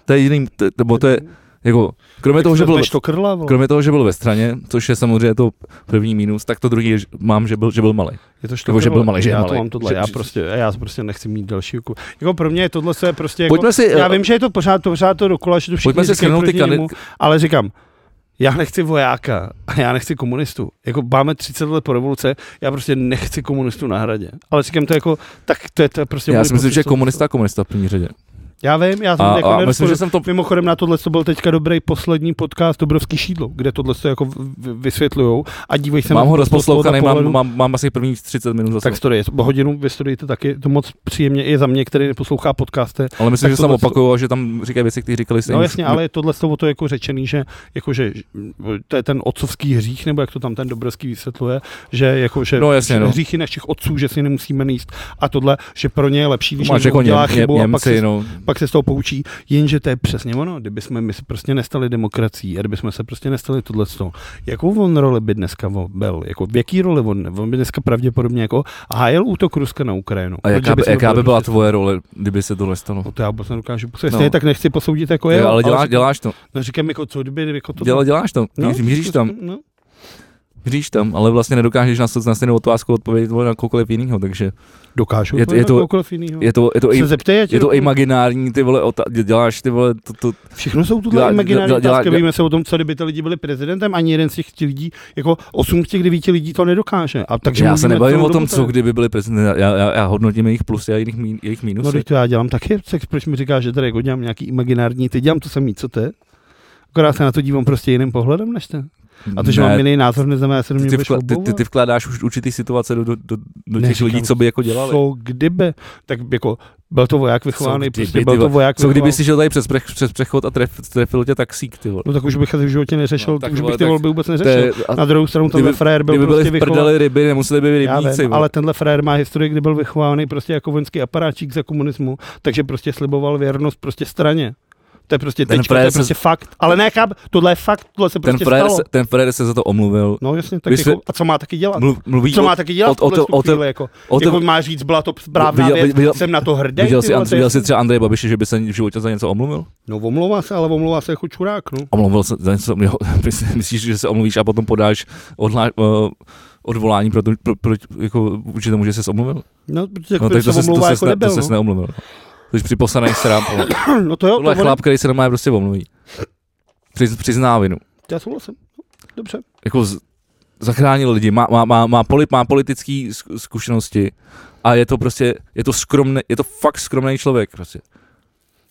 Speaker 1: To je jiný, to, to, bo to je, jako, kromě toho, že byl,
Speaker 2: to krla, vole.
Speaker 1: kromě toho, že byl ve straně, což je samozřejmě to první mínus, tak to druhý je, že- mám, že byl, že byl malý.
Speaker 2: Je to
Speaker 1: Nebo že byl
Speaker 2: štokrlo.
Speaker 1: malej, že je
Speaker 2: já to
Speaker 1: malej.
Speaker 2: mám tohle,
Speaker 1: Že-
Speaker 2: já
Speaker 1: že-
Speaker 2: prostě, já prostě nechci mít další kůl. Jako pro mě je tohle se prostě jako,
Speaker 1: Pojďme si,
Speaker 2: já
Speaker 1: eh,
Speaker 2: vím, že je to pořád, to pořád to dokola, že to všichni
Speaker 1: Pojďme si
Speaker 2: říkají
Speaker 1: shrnout ty
Speaker 2: proti
Speaker 1: kandid-
Speaker 2: němu, ale říkám, já nechci vojáka a já nechci komunistu. Jako máme 30 let po revoluce, já prostě nechci komunistu na hradě. Ale říkám to jako, tak to je, to je prostě...
Speaker 1: já
Speaker 2: můj
Speaker 1: si myslím,
Speaker 2: pocit,
Speaker 1: že
Speaker 2: co-
Speaker 1: komunista, komunista v první řadě.
Speaker 2: Já vím, já jsem
Speaker 1: A,
Speaker 2: jako
Speaker 1: a myslím,
Speaker 2: nerozporu-
Speaker 1: že jsem to
Speaker 2: Mimochodem na tohle to byl teďka dobrý poslední podcast Dobrovský šídlo, kde tohle to jako vysvětlujou a dívej se na
Speaker 1: Mám ho
Speaker 2: to z tohoto
Speaker 1: rozposlouchaný,
Speaker 2: pohledu.
Speaker 1: mám, mám, mám, asi první 30 minut za
Speaker 2: Tak
Speaker 1: sebou.
Speaker 2: story, hodinu vystudujte taky, to moc příjemně i za mě, který neposlouchá podcasty.
Speaker 1: Ale myslím,
Speaker 2: tak
Speaker 1: že se tam
Speaker 2: tohle-
Speaker 1: opakuju a že tam říkají věci, které říkali
Speaker 2: No jasně, ale je tohle slovo to jako řečený, že jakože, to je ten otcovský hřích, nebo jak to tam ten Dobrovský vysvětluje, že jakože
Speaker 1: No jasně, no.
Speaker 2: hříchy našich otců, že si nemusíme níst a tohle, že pro ně je lepší, když
Speaker 1: Máš
Speaker 2: někdo
Speaker 1: jako Ně,
Speaker 2: udělá
Speaker 1: Ně,
Speaker 2: chybu a pak
Speaker 1: Němci,
Speaker 2: se,
Speaker 1: no.
Speaker 2: pak se z toho poučí, jenže to je přesně ono, kdyby jsme my se prostě nestali demokracií a kdyby jsme se prostě nestali tohle s jakou on roli by dneska vo- byl, jako v jaký roli on, on by dneska pravděpodobně jako hájil útok Ruska na Ukrajinu. Jako,
Speaker 1: A
Speaker 2: protože
Speaker 1: jaká by,
Speaker 2: jsme
Speaker 1: jaká by
Speaker 2: byli
Speaker 1: byla
Speaker 2: prostě-
Speaker 1: tvoje role, kdyby se tohle stalo?
Speaker 2: No to já vůbec nedokážu posudit.
Speaker 1: No.
Speaker 2: Stejně tak nechci posoudit jako
Speaker 1: Jo,
Speaker 2: jeho.
Speaker 1: ale děláš,
Speaker 2: říkám-
Speaker 1: děláš to.
Speaker 2: No říkám jako co kdyby, jako to...
Speaker 1: Děla, děláš to.
Speaker 2: no,
Speaker 1: Míří- Míříš tam,
Speaker 2: No.
Speaker 1: míříš tam, ale vlastně nedokážeš na, na stejnou otázku odpovědět vole, na kohokoliv jinýho, takže
Speaker 2: Dokážu
Speaker 1: Je-
Speaker 2: je,
Speaker 1: je to-
Speaker 2: to, jiného.
Speaker 1: je to, je to, i-
Speaker 2: se zeptej, já ti
Speaker 1: je to
Speaker 2: odpovím.
Speaker 1: imaginární, ty vole, ota- děláš ty vole, to, to,
Speaker 2: Všechno No, jsou tuhle
Speaker 1: Dělá-
Speaker 2: imaginární
Speaker 1: dělá- dělá-
Speaker 2: otázky.
Speaker 1: dělá-
Speaker 2: Víme se o tom, co kdyby ty lidi byli prezidentem, ani jeden z těch ti lidí, jako osm z těch devíti lidí to nedokáže. A takže
Speaker 1: já se
Speaker 2: mluvíme
Speaker 1: nebavím
Speaker 2: celou
Speaker 1: o tom,
Speaker 2: dobu
Speaker 1: co
Speaker 2: tady.
Speaker 1: kdyby byli prezident, já, já, já hodnotím jejich plusy a jejich, mín, jejich
Speaker 2: No,
Speaker 1: mínusy.
Speaker 2: teď to já dělám taky, tak proč mi říkáš, že tady jako dělám nějaký imaginární, ty dělám to samý, co ty? Akorát se na to dívám prostě jiným pohledem než ty. A to, že
Speaker 1: Ne,
Speaker 2: mám jiný názor, neznamená, že se do mě
Speaker 1: ty, ty,
Speaker 2: budeš
Speaker 1: vkla, ty, ty,
Speaker 2: kloubovat.
Speaker 1: ty vkládáš už určitý situace do, do, do, do těch
Speaker 2: Neříkám,
Speaker 1: lidí, co by jako dělali.
Speaker 2: Co kdyby, tak jako byl to voják vychovaný,
Speaker 1: kdyby,
Speaker 2: prostě
Speaker 1: ty
Speaker 2: byl to
Speaker 1: vole.
Speaker 2: voják
Speaker 1: Co kdyby
Speaker 2: vychovaný.
Speaker 1: si šel tady přes, prech, přes přechod a tref, trefil tě taxík, ty vole.
Speaker 2: No tak už bych asi v životě neřešil,
Speaker 1: No,
Speaker 2: no,
Speaker 1: tak
Speaker 2: tak už
Speaker 1: vole,
Speaker 2: bych ty
Speaker 1: tak
Speaker 2: volby vůbec
Speaker 1: To
Speaker 2: neřešil.
Speaker 1: je- a-
Speaker 2: Na druhou stranu tenhle
Speaker 1: kdyby-
Speaker 2: frajer byl
Speaker 1: Kdyby
Speaker 2: prostě
Speaker 1: byli v
Speaker 2: vychovaný.
Speaker 1: prdeli ryby, nemuseli by být
Speaker 2: Já
Speaker 1: rybníci.
Speaker 2: vím, ale tenhle frajer má historii, kdy byl vychovávaný prostě jako vojenský aparáčík za komunismu, takže prostě sliboval věrnost prostě straně. To je prostě
Speaker 1: Ten
Speaker 2: teďka, to
Speaker 1: frajer
Speaker 2: je
Speaker 1: se-
Speaker 2: prostě fakt. Ale ne, chápu, tohle je fakt, tohle se
Speaker 1: ten,
Speaker 2: prostě
Speaker 1: frajer
Speaker 2: stalo.
Speaker 1: se, ten frajer se za to omluvil.
Speaker 2: No jasně, tak
Speaker 1: Vysvě-
Speaker 2: jako, a co má taky dělat?
Speaker 1: Mluv, mluví
Speaker 2: Co
Speaker 1: o-
Speaker 2: má taky dělat
Speaker 1: o- o-
Speaker 2: o, o,
Speaker 1: o-
Speaker 2: o, chvíli, jako,
Speaker 1: o-
Speaker 2: jako má říct, byla to správná
Speaker 1: Viděl-
Speaker 2: věc,
Speaker 1: viděl-
Speaker 2: jsem na to hrdý.
Speaker 1: Viděl
Speaker 2: ty
Speaker 1: jsi,
Speaker 2: vole,
Speaker 1: Andr-
Speaker 2: to je-
Speaker 1: viděl jsi třeba Andrej Babiše, že by se v životě za něco omluvil?
Speaker 2: No omlouvá se, ale omlouvá se jako čurák, no.
Speaker 1: Omluvil se za něco, jo, myslíš, že se omluvíš a potom podáš odhlá, uh, odvolání pro, pro, pro, jako, vůči tomu, že jsi se omluvil?
Speaker 2: No, protože jako,
Speaker 1: no, tak to
Speaker 2: se
Speaker 1: ses, to
Speaker 2: omlouvá
Speaker 1: ses,
Speaker 2: jako
Speaker 1: ne, to
Speaker 2: nebyl,
Speaker 1: ses
Speaker 2: no.
Speaker 1: neomluvil. To jsi připosaný srám. vole.
Speaker 2: no to jo, to
Speaker 1: Tohle je
Speaker 2: on,
Speaker 1: chlap, který se normálně prostě omluví. Přiz, přizná vinu.
Speaker 2: já souhlasím. No, Dobře.
Speaker 1: Jako z, zachránil lidi, má, má, má, má, poli, má politické zkušenosti a je to prostě, je to skromný, je to fakt skromný člověk. Prostě.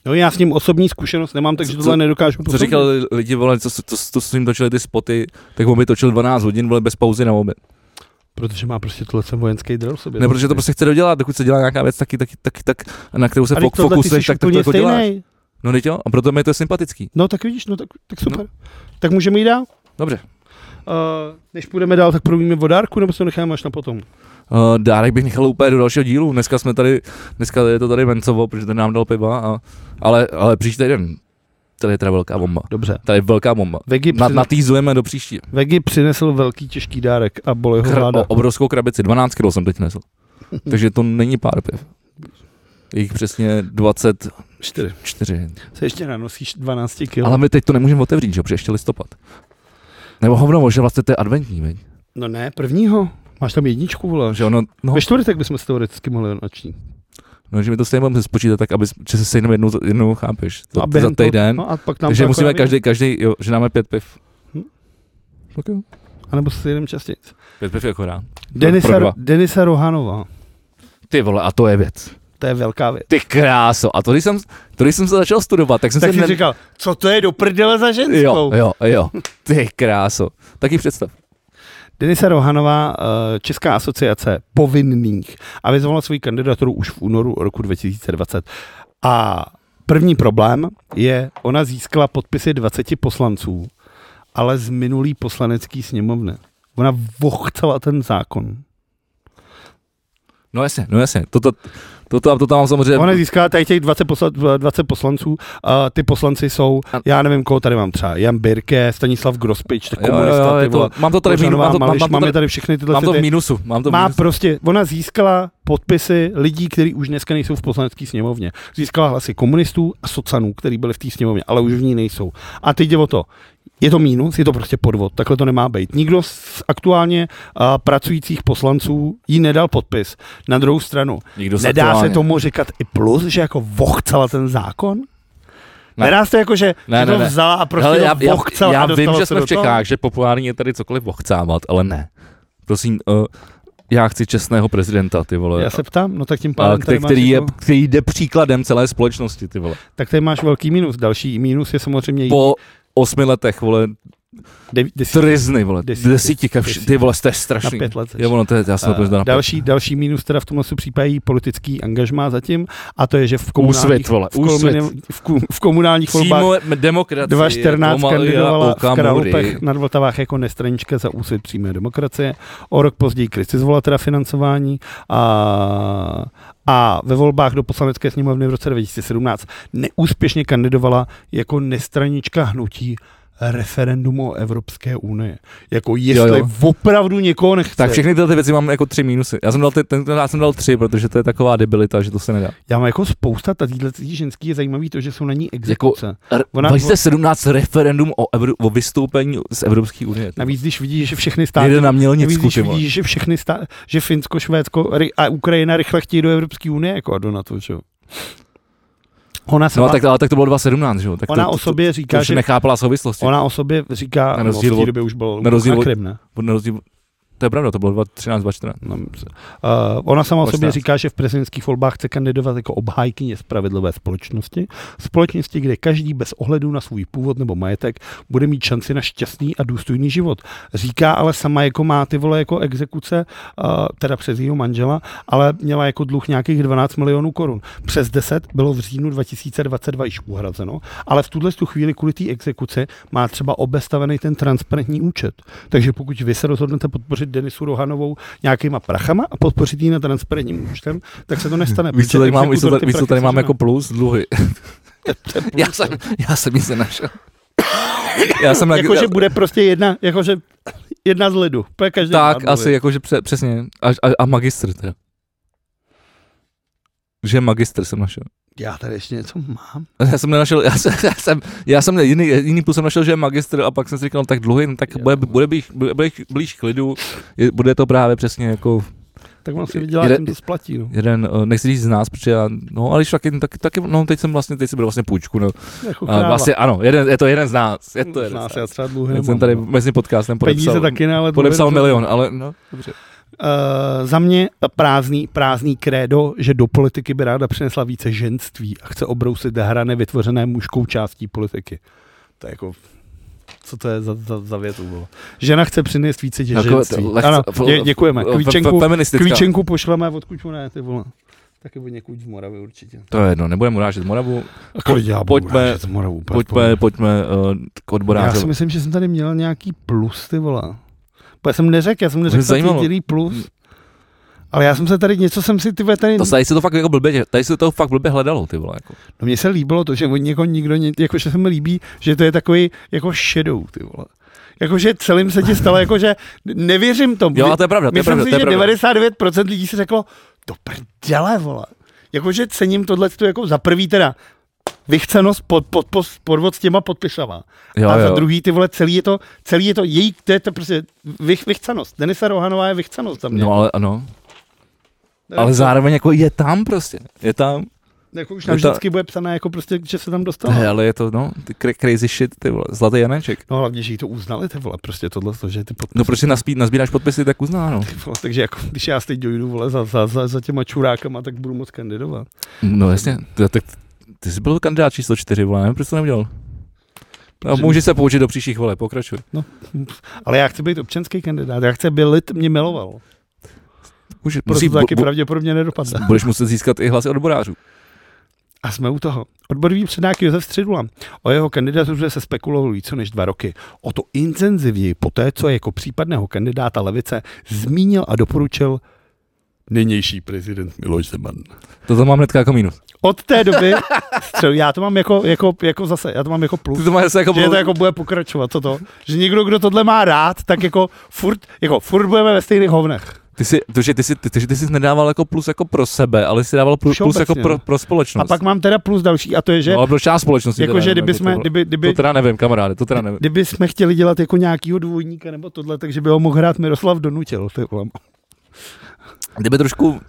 Speaker 2: No já s ním osobní zkušenost nemám, takže
Speaker 1: Co-
Speaker 2: tohle
Speaker 1: co-
Speaker 2: nedokážu
Speaker 1: Co
Speaker 2: posoudit.
Speaker 1: říkal lidi, vole, co, co, co s ním točili ty spoty, tak on by točil 12 hodin, vole, bez pauzy na oběd.
Speaker 2: Protože má prostě tohle jsem vojenský drill v sobě. no.
Speaker 1: Ne, protože to prostě chce dodělat, dokud se dělá nějaká věc, taky, taky, taky, tak, na kterou se
Speaker 2: A teď
Speaker 1: fok,
Speaker 2: tohle ty
Speaker 1: fokusuješ,
Speaker 2: jsi
Speaker 1: tak to
Speaker 2: úplně
Speaker 1: jako děláš.
Speaker 2: stejnej.
Speaker 1: No, teď jo, a proto mi je to sympatický.
Speaker 2: No tak vidíš, no tak, tak super. Tak můžeme jít dál? Eh,
Speaker 1: Dobře.
Speaker 2: Uh, než půjdeme dál, tak promíme o dárku, nebo se to necháme až na potom?
Speaker 1: Uh, dárek bych nechal úplně do dalšího dílu. Dneska jsme tady, dneska je to tady Vencovo, protože ten nám dal piva, a, ale, ale příští týden, tady je teda velká bomba.
Speaker 2: Dobře.
Speaker 1: Tady je velká bomba.
Speaker 2: Vegi,
Speaker 1: Na,
Speaker 2: přine,
Speaker 1: natýzujeme do příští.
Speaker 2: Vegi přinesl velký těžký dárek a bolej ho
Speaker 1: Kr- o-
Speaker 2: hláda.
Speaker 1: obrovskou krabici, 12 kg jsem teď nesl. Takže to není pár piv. Je Jich přesně 24.
Speaker 2: Čtyři. Se ještě nanosíš 12 kg.
Speaker 1: Ale my teď to nemůžeme otevřít, že? jo, Protože ještě listopad. Nebo hovno, možná vlastně to je adventní, veď?
Speaker 2: No ne, prvního. Máš tam jedničku, vole.
Speaker 1: Že ono, no,
Speaker 2: Ve čtvrtek bychom se teoreticky mohli noční.
Speaker 1: no, že my to stejně budeme spočítat tak, aby, že se sejdeme jednou, za- jednou chápeš, to,
Speaker 2: a
Speaker 1: za
Speaker 2: během toho-
Speaker 1: týden.
Speaker 2: No a pak nám
Speaker 1: Takže
Speaker 2: to
Speaker 1: musíme
Speaker 2: akorát
Speaker 1: každý, každý, jo, že dáme pět piv.
Speaker 2: Hm.
Speaker 1: Tak jo.
Speaker 2: vyjde. A nebo se jdem častěji.
Speaker 1: Pět piv je akorát. pro dva.
Speaker 2: Denisa, Denisa Rohanová.
Speaker 1: Ty vole, a to je věc.
Speaker 2: To je velká věc.
Speaker 1: Ty kráso. A to, když jsem, to, když jsem se začal studovat, tak jsem
Speaker 2: Tak
Speaker 1: se...
Speaker 2: jsi říkal, co to je do prdele za ženskou?
Speaker 1: jo, jo, jo. Ty kráso. Taky představ.
Speaker 2: Denisa Rohanová, eh, Česká asociace povinných, avizovala svoji kandidaturu už v únoru roku 2020. A první problém je, ona získala podpisy 20 poslanců, ale z minulý poslanecký sněmovny. Ona vochcela ten zákon.
Speaker 1: No jasně, no jasně. Toto, toto, toto mám samozřejmě...
Speaker 2: Ona získala tady těch 20, posla, 20 poslanců a ty poslanci jsou,
Speaker 1: A-
Speaker 2: já nevím, koho tady mám třeba, Jan Birke, Stanislav Grospič, ty
Speaker 1: Jo, jo,
Speaker 2: komunista,
Speaker 1: jo,
Speaker 2: ty
Speaker 1: je to,
Speaker 2: vole,
Speaker 1: mám to tady v mínu,
Speaker 2: Kořanová,
Speaker 1: mám to, mám,
Speaker 2: Mališ,
Speaker 1: mám, to
Speaker 2: máme
Speaker 1: tady,
Speaker 2: tady všechny tyhle
Speaker 1: mám
Speaker 2: Prostě ty,
Speaker 1: to v mínusu. Mám to v
Speaker 2: Má
Speaker 1: mínusu.
Speaker 2: prostě, ona získala podpisy lidí, kteří už dneska nejsou v poslanecké sněmovně. Získala hlasy komunistů a socanů, kteří byli v té sněmovně, ale už v ní nejsou. A teď jde o to. Je to mínus, je to prostě podvod, takhle to nemá být. Nikdo z aktuálně a, pracujících poslanců jí nedal podpis. Na druhou stranu,
Speaker 1: Nikdo se
Speaker 2: nedá se
Speaker 1: aktuálně-
Speaker 2: tomu říkat i plus, že jako vochcela ten zákon?
Speaker 1: Ne.
Speaker 2: Ne. Nedá se to jako, že
Speaker 1: Ne,
Speaker 2: ne,
Speaker 1: ne,
Speaker 2: to
Speaker 1: ne.
Speaker 2: vzala a prostě
Speaker 1: Hele, já,
Speaker 2: to
Speaker 1: já,
Speaker 2: vochcela
Speaker 1: já
Speaker 2: a
Speaker 1: vím,
Speaker 2: dostala
Speaker 1: že
Speaker 2: se
Speaker 1: jsme
Speaker 2: do
Speaker 1: v
Speaker 2: toho.
Speaker 1: Čechách, že populární je tady cokoliv ochcávat, ale ne. Prosím, uh, já chci čestného prezidenta, ty vole.
Speaker 2: Já se ptám, no tak tím
Speaker 1: a,
Speaker 2: pádem tady
Speaker 1: který,
Speaker 2: máš
Speaker 1: který, je,
Speaker 2: jako-
Speaker 1: který jde příkladem celé společnosti, ty vole.
Speaker 2: Tak tady máš velký minus. Další minus je samozřejmě po...
Speaker 1: Po osmi letech, vole, trizny, vole,
Speaker 2: Desítky.
Speaker 1: desíti, ke vši,
Speaker 2: Desítky.
Speaker 1: ty vole, jste
Speaker 2: na
Speaker 1: strašný.
Speaker 2: pět let. seš.
Speaker 1: Jo, ono, to je, já se to prostě
Speaker 2: A
Speaker 1: pozdám.
Speaker 2: Eh, další, další minus teda v tomhle případě je politický angažmá zatím a to je, že v komunálních,
Speaker 1: Úsvit, vole,
Speaker 2: v, komunál, v, ku- v komunálních volbách
Speaker 1: Přímo demokracie.
Speaker 2: 2014
Speaker 1: Tomalia
Speaker 2: kandidovala v
Speaker 1: Okamury.
Speaker 2: Kralupech nad Vltavách jako nestranička za úsvit přímé demokracie. O rok později Kristi zvolila teda financování a, a ve volbách do poslanecké sněmovny v roce 2017 neúspěšně kandidovala jako nestranička hnutí referendum o Evropské unii. Jako jestli
Speaker 1: jo.
Speaker 2: opravdu někoho nechce.
Speaker 1: Tak všechny tyhle ty věci mám jako tři mínusy. Já jsem dal, ty, ten, já jsem dal tři, protože to je taková debilita, že to se nedá.
Speaker 2: Já mám jako spousta tadyhle ženský je zajímavý to, že jsou na ní exekuce. Jako...
Speaker 1: R-
Speaker 2: Ona-
Speaker 1: 2017 referendum o, Evro- o vystoupení z Evropské unie. ty vole.
Speaker 2: Navíc, když vidíš, že všechny státy
Speaker 1: Jede na
Speaker 2: Navíc,
Speaker 1: Mělnicku,
Speaker 2: když
Speaker 1: ty vole.
Speaker 2: vidíš, že všechny stá- že Finsko, Švédsko ry- a Ukrajina rychle chtějí do Evropské unie, jako a do NATO, že jo. Ona,
Speaker 1: No
Speaker 2: sama,
Speaker 1: a tak, ale tak to bylo 2017, že jo? Tak
Speaker 2: ona
Speaker 1: to,
Speaker 2: o
Speaker 1: to, to,
Speaker 2: sobě
Speaker 1: to
Speaker 2: říká,
Speaker 1: už
Speaker 2: že
Speaker 1: nechápala souvislosti.
Speaker 2: ona o sobě říká,
Speaker 1: Na
Speaker 2: no,
Speaker 1: rozdíl
Speaker 2: v té
Speaker 1: od-
Speaker 2: době už byl
Speaker 1: na rozdíl
Speaker 2: na
Speaker 1: od-
Speaker 2: Krym, ne?
Speaker 1: Na rozdíl- To je pravda, to bylo 2013, 2014.
Speaker 2: No, uh, ona sama o sobě
Speaker 1: 14.
Speaker 2: říká, že v prezidentských volbách chce kandidovat jako obhájkyně spravedlivé společnosti. Společnosti, kde každý bez ohledu na svůj původ nebo majetek bude mít šanci na šťastný a důstojný život. Říká ale sama, jako má ty vole jako exekuce, uh, teda přes jeho manžela, ale měla jako dluh nějakých 12 milionů korun. Přes 10 bylo v říjnu 2022 již uhrazeno, ale v tuhle tu chvíli kvůli té exekuci má třeba obestavený ten transparentní účet. Takže pokud vy se rozhodnete podpořit Denisu Rohanovou nějakýma prachama a podpořit ji na transparentním účtem, tak se to nestane.
Speaker 1: Víš, co
Speaker 2: protože
Speaker 1: tady mám, víš, co
Speaker 2: exekutor
Speaker 1: tady,
Speaker 2: ty
Speaker 1: víš, co
Speaker 2: prachy
Speaker 1: tady mám
Speaker 2: sežene.
Speaker 1: jako plus? Dluhy. já, jsem, já jsem nic nenašel. já jsem na,
Speaker 2: Jakože
Speaker 1: já,
Speaker 2: bude prostě jedna, jakože jedna z lidu. To je každý
Speaker 1: tak
Speaker 2: má
Speaker 1: asi
Speaker 2: mluvit.
Speaker 1: jakože pře, přesně. A, a, a magistr teda. Že magistr jsem našel.
Speaker 2: Já tady ještě něco mám.
Speaker 1: Já jsem nenašel, já jsem, já jsem, já jsem ne- jiný, jiný plus jsem našel, že je magistr a pak jsem si říkal, no tak dluhy, no tak bude, bude, blíž, bude blíž- blíž k lidu, je, bude to právě přesně jako
Speaker 2: Tak on si vydělá,
Speaker 1: Jde-
Speaker 2: tím to splatí. No.
Speaker 1: jeden, eh, nechci říct z nás, protože já, no ale když taky, taky, taky, no teď jsem vlastně, teď jsem byl vlastně půjčku, no.
Speaker 2: Jako
Speaker 1: A
Speaker 2: kráva.
Speaker 1: vlastně ano, jeden, je to jeden z nás, je to jeden z
Speaker 2: nás,
Speaker 1: nás.
Speaker 2: já třeba dluhy
Speaker 1: Já
Speaker 2: nemám,
Speaker 1: jsem tady
Speaker 2: no.
Speaker 1: mezi podcastem podepsal,
Speaker 2: Peníze taky ne, ale dluhy
Speaker 1: podepsal
Speaker 2: docela-
Speaker 1: milion, ale no, dobře.
Speaker 2: Uh, za mě prázdný, prázdný krédo, že do politiky by ráda přinesla více ženství a chce obrousit hrany vytvořené mužskou částí politiky. To je jako co to je za, za, za větu bylo. Žena chce přinést více
Speaker 1: Jako
Speaker 2: ženství.
Speaker 1: lehce-
Speaker 2: ano,
Speaker 1: f-
Speaker 2: dě, děkujeme.
Speaker 1: f- f-
Speaker 2: Klíčenku,
Speaker 1: feministická.
Speaker 2: klíčenku pošleme, odkud ne, ty vole. Taky od někud z Moravy určitě.
Speaker 1: To je jedno, nebudeme urážet Moravu,
Speaker 2: Pojď,
Speaker 1: pojďme-
Speaker 2: Moravu,
Speaker 1: pojďme, pojďme uh, k
Speaker 2: Já si
Speaker 1: odborářům.
Speaker 2: myslím, že jsem tady měl nějaký plus, ty vole. Bo já jsem neřekl, já jsem neřekl,
Speaker 1: zajímalo. Hmm.
Speaker 2: jediný plus. Ale já jsem se tady, něco jsem si, ty vole, tady...
Speaker 1: To se- tady se to fakt jako blbě, tady se to fakt blbě hledalo, ty vole, jako.
Speaker 2: No mně se líbilo to, že od někoho nikdo, ni- jako že se mi líbí, že to je takový jako shadow, ty vole. Jakože celým se ti stalo, jakože nevěřím tomu.
Speaker 1: Jo, a to je pravda, No, to je
Speaker 2: Myslím
Speaker 1: pravda,
Speaker 2: si,
Speaker 1: to je
Speaker 2: že
Speaker 1: pravda.
Speaker 2: 99% lidí si řeklo, do prdele, vole. Jakože cením tohle jako za prvý teda vychcenost pod, pod, pod, podvod s těma podpisama.
Speaker 1: Jo,
Speaker 2: a za
Speaker 1: jo.
Speaker 2: druhý ty vole, celý je to, celý je to její, to je to prostě vych, vychcenost. Denisa Rohanová je vychcenost za mě.
Speaker 1: No ale ano,
Speaker 2: To je
Speaker 1: ale
Speaker 2: to-
Speaker 1: zároveň jako je tam prostě, je tam,
Speaker 2: Jako už
Speaker 1: je to-
Speaker 2: navždycky bude psané, jako prostě, že se tam dostala.
Speaker 1: ne, ale je to, no, ty cra- crazy shit, ty vole, zlatý Janeček.
Speaker 2: No hlavně, že jí to uznali, ty vole, prostě tohle, to, že ty podpisy,
Speaker 1: No prostě naspí, nazbíráš podpisy, tak uzná, no.
Speaker 2: ty vole, takže jako, když já teď dojdu, vole, za, za, za, za těma čurákama, tak budu moc kandidovat.
Speaker 1: No jasně, ty, tak ty jsi byl kandidát číslo čtyři, vole, nevím, proč jsi to neudělal. No,
Speaker 2: Protože-
Speaker 1: může se poučit do příštích voleb, pokračuj.
Speaker 2: Ale já chci být občanský kandidát, já chci, aby lid mě miloval.
Speaker 1: Může,
Speaker 2: Proto
Speaker 1: musí,
Speaker 2: to taky
Speaker 1: bu, bu,
Speaker 2: pravděpodobně nedopadne.
Speaker 1: budeš muset získat i hlasy odborářů.
Speaker 2: A jsme u toho. Odborový předák Josef Středula. O jeho kandidatuře se spekulovalo více než dva roky. O to intenzivněji poté, co jako případného kandidáta levice zmínil a doporučil nynější prezident Miloš Zeman.
Speaker 1: To tam mám hnedka jako minus.
Speaker 2: Od té doby, střel, já to mám jako, jako, jako zase, já to mám jako plus.
Speaker 1: Ty to máš zase jako...
Speaker 2: že to jako bude pokračovat, co to? Že někdo, kdo tohle má rád, tak jako furt, jako furt budeme ve stejných hovnech.
Speaker 1: Ty jsi, to, že ty jsi, ty, to, že ty jsi nedával jako plus jako pro sebe, ale jsi dával plus, plus
Speaker 2: Všeobecně,
Speaker 1: jako pro,
Speaker 2: no.
Speaker 1: pro
Speaker 2: A
Speaker 1: společnost.
Speaker 2: pak mám teda plus další a to je, že
Speaker 1: No, ale pro část společnosti. teda
Speaker 2: jakože
Speaker 1: nevím,
Speaker 2: kdyby
Speaker 1: jako
Speaker 2: jsme,
Speaker 1: to,
Speaker 2: kdyby,
Speaker 1: to
Speaker 2: kdyby,
Speaker 1: teda nevím, kamaráde, to teda nevím.
Speaker 2: kdyby jsme chtěli dělat jako nějakýho dvojníka nebo tohle, takže by ho mohl hrát Miroslav Donutil. Ty vole.
Speaker 1: Kdyby trošku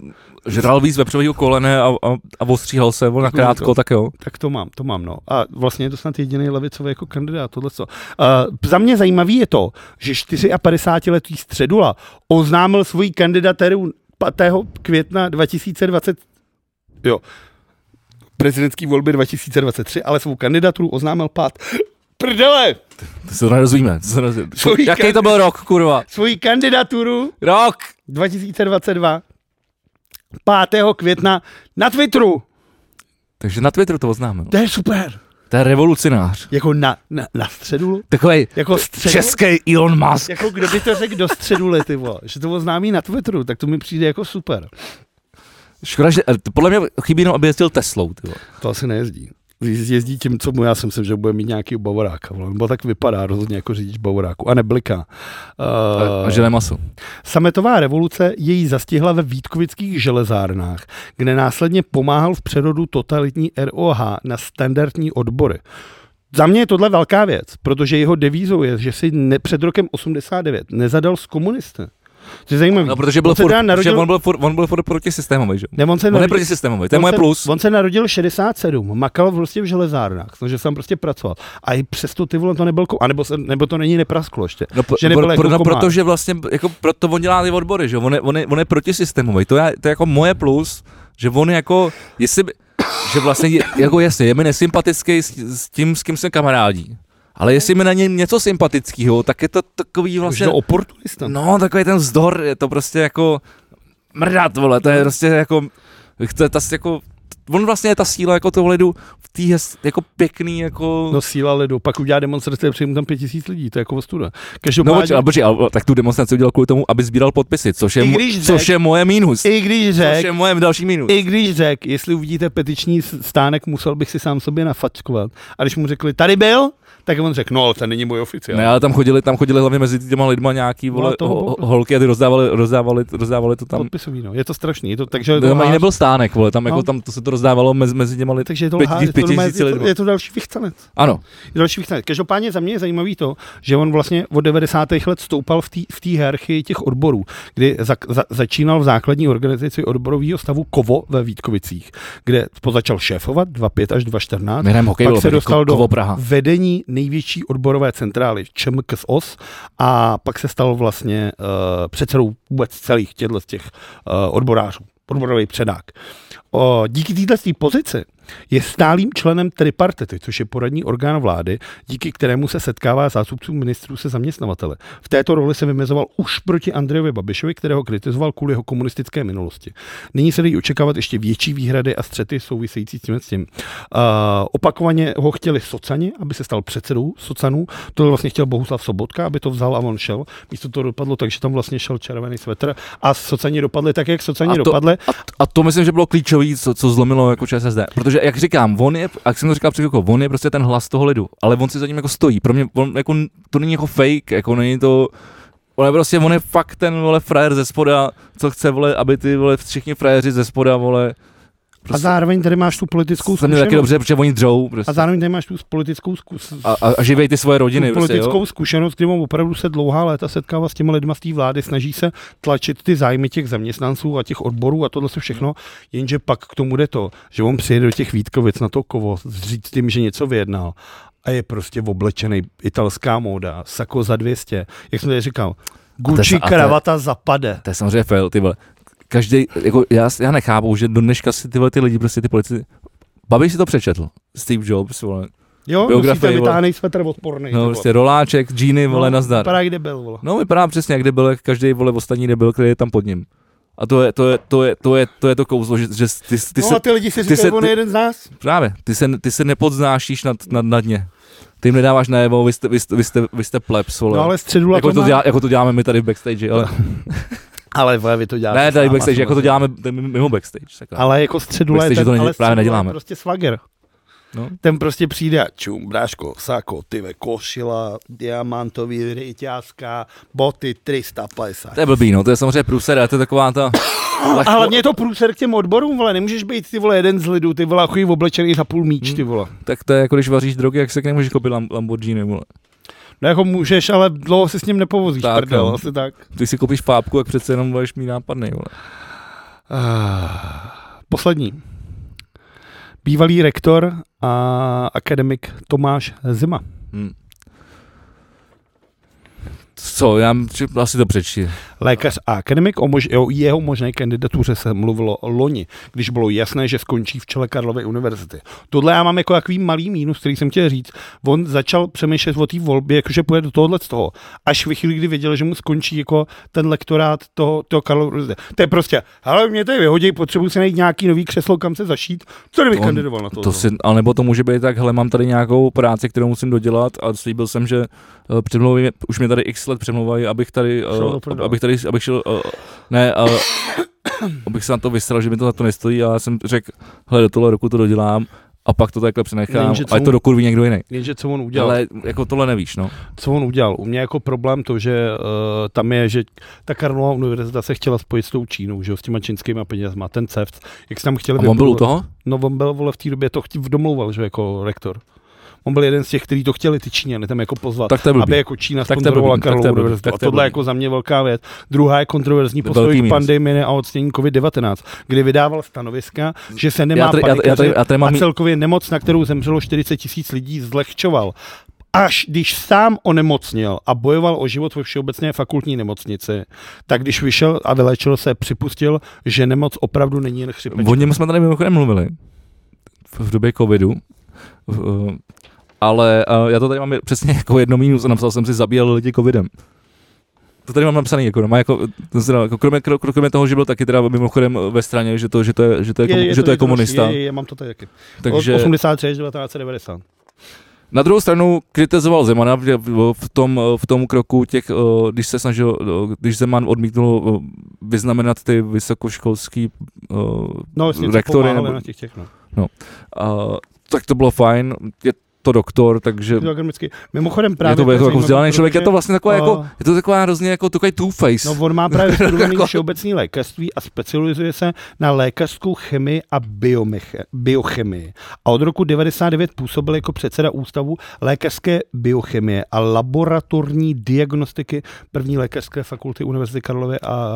Speaker 1: žral víc vepřového kolene a, a, a ostříhal se on na
Speaker 2: Tak můžu
Speaker 1: krátko,
Speaker 2: to.
Speaker 1: tak jo.
Speaker 2: Tak to mám, to mám, no. A vlastně je to snad jediný levicový jako kandidát, tohle co. Uh, za mě zajímavý je to, že 54-letý Středula oznámil svoji kandidaturu 5. května 2020, jo, prezidentský volby 2023, ale svou kandidaturu oznámil pát. Prdele!
Speaker 1: To se to nedozvíme. To se nedozvíme.
Speaker 2: Svojí
Speaker 1: Jaký to byl rok, kurva?
Speaker 2: Svoji kandidaturu
Speaker 1: Rok!
Speaker 2: 2022 5. května na Twitteru.
Speaker 1: Takže na Twitteru to oznámil.
Speaker 2: To je super.
Speaker 1: To je revolucionář.
Speaker 2: Jako na, na, na středu.
Speaker 1: Takový
Speaker 2: Jako středu.
Speaker 1: český Elon Musk.
Speaker 2: Jako kdo by to řekl do středu lety, vole, že to oznámí na Twitteru, tak to mi přijde jako super.
Speaker 1: Škoda, že eh, podle mě chybí jenom, aby jezdil Teslou. Ty vole.
Speaker 2: To asi nejezdí. Jezdí tím, co mu, já jsem si, že bude mít nějaký bavoráka, vole, nebo tak vypadá rozhodně jako řidič bavoráku a
Speaker 1: a,
Speaker 2: nebliká. Uh,
Speaker 1: a žene maso.
Speaker 2: Sametová revoluce jej zastihla ve Vítkovických železárnách, kde následně pomáhal v přerodu totalitní ROH na standardní odbory. Za mě je tohle velká věc, protože jeho devízou je, že si ne, před rokem 89 nezadal s komunisty. To je zajímavé.
Speaker 1: No, protože byl,
Speaker 2: se
Speaker 1: furt,
Speaker 2: teda
Speaker 1: narodil...
Speaker 2: narodil-
Speaker 1: on byl, furt, on byl furt proti systémový, že?
Speaker 2: Ne, on se
Speaker 1: On je
Speaker 2: narodil-
Speaker 1: proti systémový, to je
Speaker 2: on
Speaker 1: moje
Speaker 2: se,
Speaker 1: plus.
Speaker 2: On se narodil 67, makal prostě v železárnách, takže jsem prostě pracoval. A i přesto ty vole to nebyl, ko- a nebo, se, nebo to není neprasklo ještě.
Speaker 1: No, pro,
Speaker 2: že nebyl
Speaker 1: pro,
Speaker 2: jako
Speaker 1: pro, no,
Speaker 2: komár.
Speaker 1: protože vlastně, jako proto on dělá ty odbory, že jo? on je, on je, on je protisystémový, to je, to je jako moje plus, že on je jako, jestli, by- že vlastně, je, jako jasně, je mi nesympatický s, s tím, s kým jsem kamarádí, ale jestli mi na něm něco sympatického, tak je to takový
Speaker 2: Už
Speaker 1: vlastně,
Speaker 2: to oportunista.
Speaker 1: no takový ten vzdor, je to prostě jako mrdat, vole,
Speaker 2: No.
Speaker 1: to je prostě jako, chce ta, jako, on vlastně je ta síla jako toho lidu v té hez- jako pěkný, jako...
Speaker 2: No síla lidu, pak udělá demonstrace, přijmu tam pět tisíc lidí, to je jako ostuda.
Speaker 1: No
Speaker 2: Každopádně,
Speaker 1: počkej, ale počkej, ale tak tu demonstraci udělal kvůli tomu, aby sbíral podpisy, což je,
Speaker 2: I
Speaker 1: mo-
Speaker 2: když řek-
Speaker 1: což je moje mínus.
Speaker 2: i když
Speaker 1: Což
Speaker 2: řek,
Speaker 1: je moje další mínus.
Speaker 2: i když řek, jestli uvidíte petiční s- stánek, musel bych si sám sobě nafackovat. A když mu řekli, tady byl, tak on řekl, no ale to není můj oficiál.
Speaker 1: Ne, ale tam chodili, tam chodili hlavně mezi těma lidma nějaký vole,
Speaker 2: No, toho
Speaker 1: ho, ho,
Speaker 2: bohu.
Speaker 1: holky a ty rozdávali, rozdávali, rozdávali to tam.
Speaker 2: Podpisový, no. Je to strašný, je to, takže
Speaker 1: To tam ani
Speaker 2: lhář.
Speaker 1: nebyl stánek, vole, tam, jako,
Speaker 2: No.
Speaker 1: tam to se to rozdávalo mezi, mezi těma lidmi.
Speaker 2: takže je to,
Speaker 1: pěti-
Speaker 2: lhář, je, to
Speaker 1: pěti
Speaker 2: normálně-
Speaker 1: tisíci
Speaker 2: je, to,
Speaker 1: lidmi.
Speaker 2: je to další vychcanec.
Speaker 1: Ano,
Speaker 2: další vychází. Každopádně za mě je zajímavý to, že on vlastně od 90. let stoupal v té v té hierarchii těch odborů, kdy za, za, začínal v základní organizaci odborového stavu Kovo ve Vítkovicích, kde pozačal šéfovat 25 až 214.
Speaker 1: Mirem hokej
Speaker 2: Pak
Speaker 1: bylo
Speaker 2: se
Speaker 1: taky
Speaker 2: dostal
Speaker 1: Ko-
Speaker 2: do
Speaker 1: Kovo Praha.
Speaker 2: vedení největší odborové centrály ČMKSOS a pak se stal vlastně uh, předsedou vůbec celých eh, těchto těch uh, odborářů, odborový předák. O, díky této pozici Je stálým členem tripartity, což je poradní orgán vlády, díky kterému se setkává zástupců ministrů se zaměstnavateli. V této roli se vymezoval už proti Andrejovi Babišovi, kterého kritizoval kvůli jeho komunistické minulosti. Nyní se dají očekávat ještě větší výhrady a střety související s tím. S tím. Uh, opakovaně ho chtěli socani, aby se stal předsedou socanů. To vlastně chtěl Bohuslav Sobotka, aby to vzal a on šel. Místo toho dopadlo tak, že tam vlastně šel červený svetr a socani dopadly tak, jak socani
Speaker 1: A to-
Speaker 2: dopadly.
Speaker 1: A, t- a to myslím, že bylo klíčové, co, co zlomilo jako ČSSD. Protože, jak říkám, on je, jak jsem to říkal před chvilkou, on je prostě ten hlas toho lidu, ale on si za ním jako stojí. Pro mě on, jako, to není jako fake, jako není to... Ale prostě on je fakt ten vole frajer ze spoda, co chce vole, aby ty vole všichni frajeři ze spoda vole. prostě
Speaker 2: A zároveň tady máš tu politickou
Speaker 1: jsem měl taky
Speaker 2: zkušenost.
Speaker 1: dobře, protože oni dřou prostě.
Speaker 2: A zároveň tady máš tu politickou zkus.
Speaker 1: A, a, a živej ty svoje rodiny.
Speaker 2: tu
Speaker 1: Prostě,
Speaker 2: politickou
Speaker 1: jo?
Speaker 2: zkušenost, kdy on opravdu se dlouhá léta setkává s těmi lidmi z té vlády, snaží se tlačit ty zájmy těch zaměstnanců a těch odborů a tohle se všechno, jenže pak k tomu jde to, že on přijede do těch Vítkovic na to kovo, říct tím, že něco vyjednal a je prostě oblečený italská móda, sako za 200, jak jsem tady říkal,
Speaker 1: je-
Speaker 2: Gucci
Speaker 1: a to je-
Speaker 2: kravata zapade.
Speaker 1: To je samozřejmě fail, ty vole. Každý, jako já, já nechápu, že do dneška si ty vole ty lidi prostě ty politici... Babiš si to přečetl. Steve Jobs, vole.
Speaker 2: Jo,
Speaker 1: biografii,
Speaker 2: musíte
Speaker 1: vole.
Speaker 2: vytáhnej svetr odporný. ty
Speaker 1: No,
Speaker 2: vole.
Speaker 1: prostě roláček, džíny, vole,
Speaker 2: No,
Speaker 1: nazdar.
Speaker 2: Vypadá, kde byl, vole.
Speaker 1: No, vypadá přesně jak debil, jak každý vole ostatní debil, který je tam pod ním. A to je to, je, to, je, to, je, to, je to kouzlo, že, že ty, ty,
Speaker 2: No
Speaker 1: se,
Speaker 2: a ty lidi si
Speaker 1: ty se-
Speaker 2: říkají, on
Speaker 1: ty-
Speaker 2: je jeden z nás.
Speaker 1: právě, ty se, ty se nepodznášíš nad, nad, nad dně. Ty jim nedáváš najevo, vy jste, vy jste, vy jste, vy jste plebs, vole.
Speaker 2: No ale středula
Speaker 1: jako,
Speaker 2: to
Speaker 1: to
Speaker 2: má-
Speaker 1: dělá, jako to děláme my tady v backstage, ale
Speaker 2: Ale vole, vy to děláte.
Speaker 1: ne
Speaker 2: vlastně. s
Speaker 1: tady
Speaker 2: náma,
Speaker 1: backstage, jako to
Speaker 2: samozřejmě.
Speaker 1: děláme tady mimo backstage. Sakra.
Speaker 2: Ale jako středula
Speaker 1: Myslíš,
Speaker 2: je
Speaker 1: že
Speaker 2: ten,
Speaker 1: to ne- právě
Speaker 2: ale středula
Speaker 1: neděláme?
Speaker 2: je prostě svager.
Speaker 1: No.
Speaker 2: Ten prostě přijde a čum, bráško, sako, tyve, košila, diamantový ryťázka, boty 350.
Speaker 1: To je blbý, no, to je samozřejmě průser, ale to je taková ta...
Speaker 2: A hlavně je to průser k těm odborům, vole, nemůžeš být ty vole jeden z lidů, ty vole, chodí oblečený za půl míč, ty vole.
Speaker 1: Tak to je jako když vaříš drogy, jak se k nemůžeš koupit Lam- Lamborghini, vole.
Speaker 2: No jako můžeš, ale dlouho se s ním nepovozíš,
Speaker 1: Tak,
Speaker 2: tak, prdel,
Speaker 1: no.
Speaker 2: asi tak.
Speaker 1: Ty si koupíš fábku, jak přece jenom budeš mít nápadnej, vole.
Speaker 2: Ah, Poslední. Bývalý rektor a akademik Tomáš Zima.
Speaker 1: Hmm. Co, já m- či- asi to přečti.
Speaker 2: Lékař a akademik o, mož- o jeho možné kandidatuře se mluvilo loni, když bylo jasné, že skončí v čele Karlovy univerzity. Tohle já mám jako takový malý mínus, který jsem chtěl říct. On začal přemýšlet o té volbě, jakože půjde do tohohle z toho. Až ve chvíli, kdy věděl, že mu skončí jako ten lektorát toho, toho Karlovy univerzity. To je prostě, hele, mě tady vyhodí, potřebuji si najít nějaký nový křeslo, kam se zašít. Co kdybych
Speaker 1: On-
Speaker 2: kandidoval na
Speaker 1: To,
Speaker 2: to? no.
Speaker 1: to si, ale nebo to může být tak, hele, mám tady nějakou práci, kterou musím dodělat a slíbil jsem, že uh, přemluví, už mě tady x let přemlouvají, abych tady,
Speaker 2: Šel do
Speaker 1: uh,
Speaker 2: prdele.
Speaker 1: abych tady, abych šel, uh, ne, uh, abych se na to vysral, že mi to za to nestojí a já jsem řekl, hele, do tohle roku to dodělám a pak to takhle přenechám,
Speaker 2: Jenže co
Speaker 1: a je to
Speaker 2: mu-
Speaker 1: dokurví někdo jiný.
Speaker 2: Jenže co on udělal?
Speaker 1: Ale jako tohle nevíš, no.
Speaker 2: co on udělal. U mě jako problém to, že uh, tam je, že ta Karlova univerzita se chtěla spojit s tou Čínou, že jo, s těma čínskýma penězma, ten CEFC, jak se tam chtěli...
Speaker 1: A on byl u
Speaker 2: vyprovat-
Speaker 1: toho?
Speaker 2: No on byl, vole, v té době to chtěl, domlouval, že jo, jako rektor. On byl jeden z těch, kteří to chtěli, ty Číňany, tam jako pozvat,
Speaker 1: Tak to je blbý.
Speaker 2: aby jako Čína
Speaker 1: Tak to je
Speaker 2: sponzorovala
Speaker 1: blbý, tak to je
Speaker 2: Karlovu
Speaker 1: blbý,
Speaker 2: univerzitu.
Speaker 1: tak
Speaker 2: A
Speaker 1: to je
Speaker 2: tohle je
Speaker 1: blbý.
Speaker 2: jako za mě velká věc. Druhá je kontroverzní
Speaker 1: Velký
Speaker 2: postoj k
Speaker 1: minus.
Speaker 2: pandemii a odstnění COVID-19, kdy vydával stanoviska, že se nemá
Speaker 1: Já tady- já- já tady-
Speaker 2: panikařit
Speaker 1: já tady mám
Speaker 2: a
Speaker 1: mí-
Speaker 2: celkově nemoc, na kterou zemřelo 40 tisíc lidí, zlehčoval. Až když sám onemocněl a bojoval o život ve Všeobecné fakultní nemocnici, tak když vyšel a vylečil se, připustil, že nemoc opravdu není jen chřipečka.
Speaker 1: O něm jsme tady mimochodem mluvili v, v době covidu, v, eh, ale eh, já to tady mám je- přesně jako jedno mínus a napsal jsem si zabíjel lidi covidem. To tady mám napsaný, jako, má jako, to se dá- jako kromě, kro- kromě, toho, že byl taky teda mimochodem ve straně, že to, že to je, že to je, komu, že to je
Speaker 2: jednoznačný,
Speaker 1: komunista.
Speaker 2: Je, je, je, mám to tady taky. Takže...
Speaker 1: takže
Speaker 2: 83 až 1990.
Speaker 1: na druhou stranu kritizoval Zemana v, v- v, tom, eh, v tom kroku těch, eh, když se snažil, eh, když Zeman odmítnul eh, vyznamenat ty vysokoškolský eh,
Speaker 2: No, jasně,
Speaker 1: Rektory
Speaker 2: rektory nebo...
Speaker 1: nebo-
Speaker 2: na těch těch, no.
Speaker 1: A, tak to bylo fajn, je to doktor, takže
Speaker 2: Ty akademicky. Mimochodem právě...
Speaker 1: je to, je to jako
Speaker 2: zajímavé,
Speaker 1: vzdělaný člověk, je to
Speaker 2: protože-
Speaker 1: vlastně taková,
Speaker 2: a-
Speaker 1: jako, je to taková hrozně jako takový two-face.
Speaker 2: No, on má právě studovaný všeobecný lékařství a specializuje se na lékařskou chemii a biomeche- biochemii. A od roku 99 působil jako předseda ústavu lékařské biochemie a laboratorní diagnostiky první lékařské fakulty Univerzity Karlovy a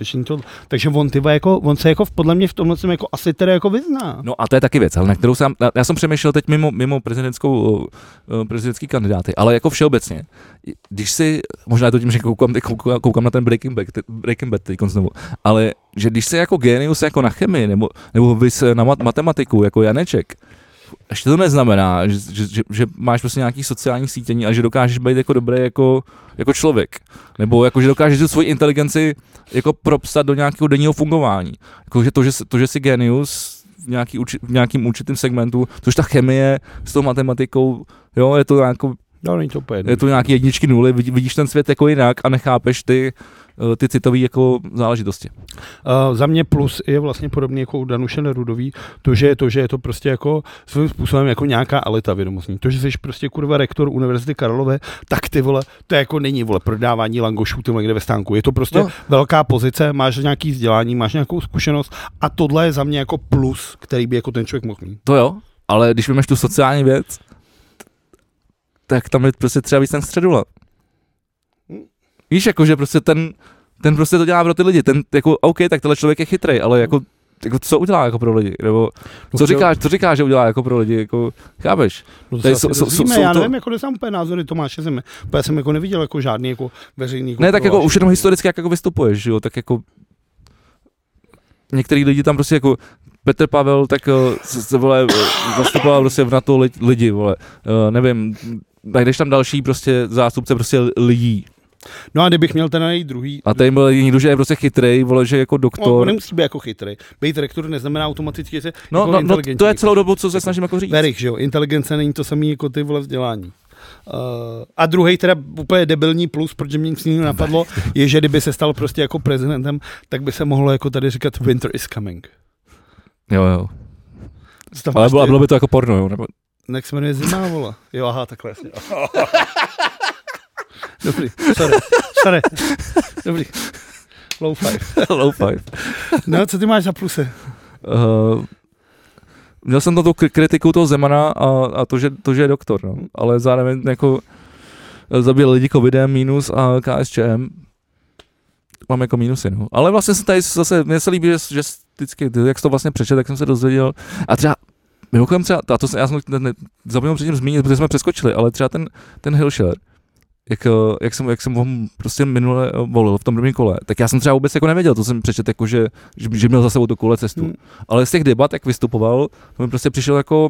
Speaker 2: Washington. Takže on, tyva, jako, on se jako v- podle mě v tomhle jsem jako asi teda jako vyzná.
Speaker 1: No a to je taky věc, ale na kterou jsem, já jsem přemýšlel teď mimo, mimo prezidentskou jsou eh, prezidentský kandidáty, ale jako všeobecně. Když si, možná je to tím, že koukám, teď koukám, koukám na ten Breaking Bad, Breaking Bad teď znovu, ale že když se jako genius jako na chemii nebo, nebo vys na mat- matematiku jako Janeček, ještě to neznamená, že, že, že, že máš prostě nějaký sociální sítění a že dokážeš být jako dobrý jako, jako člověk. Nebo jako, že dokážeš tu svoji inteligenci jako propsat do nějakého denního fungování. Jako, že to, že, jsi- to, že jsi genius v, nějaký, urči- v nějakým určitým segmentu, což ta chemie s tou matematikou, jo, je to, nějakou,
Speaker 2: No, není to úplně jedno.
Speaker 1: je to nějaký jedničky nuly, vidí- vidíš ten svět jako jinak a nechápeš ty, eh, ty citové jako záležitosti.
Speaker 2: Uh, za mě plus je vlastně podobný jako u Danuše Nerudový, to, že je to, že je to prostě jako svým způsobem jako nějaká elita vědomostní. To, že jsi prostě kurva rektor Univerzity Karlové, tak ty vole, to jako není vole prodávání langošů ty vole, někde ve stánku. Je to prostě
Speaker 1: No.
Speaker 2: no. velká pozice, máš nějaký vzdělání, máš nějakou zkušenost a tohle je za mě jako plus, který by jako ten člověk mohl mít.
Speaker 1: To jo, ale když vemeš tu sociální věc, tak tam je prostě třeba víc ten středula. Víš, jako, že prostě ten, ten prostě to dělá pro ty lidi, ten jako, OK, tak tenhle člověk je chytrý, ale jako, jako co udělá jako pro lidi, nebo co
Speaker 2: No,
Speaker 1: říká, co říká, že udělá jako pro lidi, jako, chápeš?
Speaker 2: No, to
Speaker 1: Tady
Speaker 2: se
Speaker 1: jsou-
Speaker 2: asi
Speaker 1: jsou-
Speaker 2: dozvíme,
Speaker 1: jsou
Speaker 2: já
Speaker 1: to-
Speaker 2: nevím, jako neznám úplně názory Tomáše Zeme, protože já jsem jako neviděl jako žádný jako veřejný.
Speaker 1: Ne, tak jako
Speaker 2: prohlášení.
Speaker 1: už jenom historicky, jak jako vystupuješ, že jo, tak jako některý lidi tam prostě jako Petr Pavel, tak eh, se, se vole, eh, zastupoval prostě v NATO li, lidi, vole, Eh, nevím, najdeš tam další prostě zástupce prostě lidí.
Speaker 2: No a kdybych měl ten její druhý,
Speaker 1: A tady byl někdo, že je prostě chytrej, vole, že je jako
Speaker 2: No, on
Speaker 1: doktor.
Speaker 2: nemusí být jako chytrý. Být rektor neznamená automaticky, že
Speaker 1: No,
Speaker 2: jako
Speaker 1: no, no, to je
Speaker 2: inteligentní.
Speaker 1: celou dobu, co se snažím jako říct.
Speaker 2: Verich, že jo, inteligence není to samý jako ty vole vzdělání. Uh, a druhý teda úplně debilní plus, protože mě nic jiného napadlo, je, že kdyby se stal prostě jako prezidentem, tak by se mohlo jako tady říkat winter is coming.
Speaker 1: Jo, jo.
Speaker 2: Co Tam
Speaker 1: Ale
Speaker 2: máš
Speaker 1: bylo,
Speaker 2: ty-
Speaker 1: bylo by to jako porno, jo. Nebo...
Speaker 2: Jak se jmenuje zima, vola. Jo, aha, takhle jasně. Dobrý, sorry, sorry. Dobrý. Low five.
Speaker 1: Low five.
Speaker 2: No, co ty máš za pluse?
Speaker 1: Uh, měl jsem tam tu kri- kritiku toho Zemana a, a to, že, to, že je doktor, no. ale zároveň jako zabil lidi covidem minus a KSČM mám jako minusy, no. Ale vlastně se tady zase, mně se líbí, že, že vždycky, jak jsi to vlastně přečet, tak jsem se dozvěděl a třeba Mimochodem třeba, a to jsem, já jsem ne, ne, zapomněl předtím zmínit, protože jsme přeskočili, ale třeba ten, ten Hillshire, jak, eh, jak, jsem, jak jsem ho prostě minule eh, volil v tom prvním kole, tak já jsem třeba vůbec jako nevěděl, to jsem přečet jako, že, že, že měl za sebou to kole cestu.
Speaker 2: Hmm.
Speaker 1: Hmm. Ale z těch debat, jak vystupoval, to mi prostě přišel jako,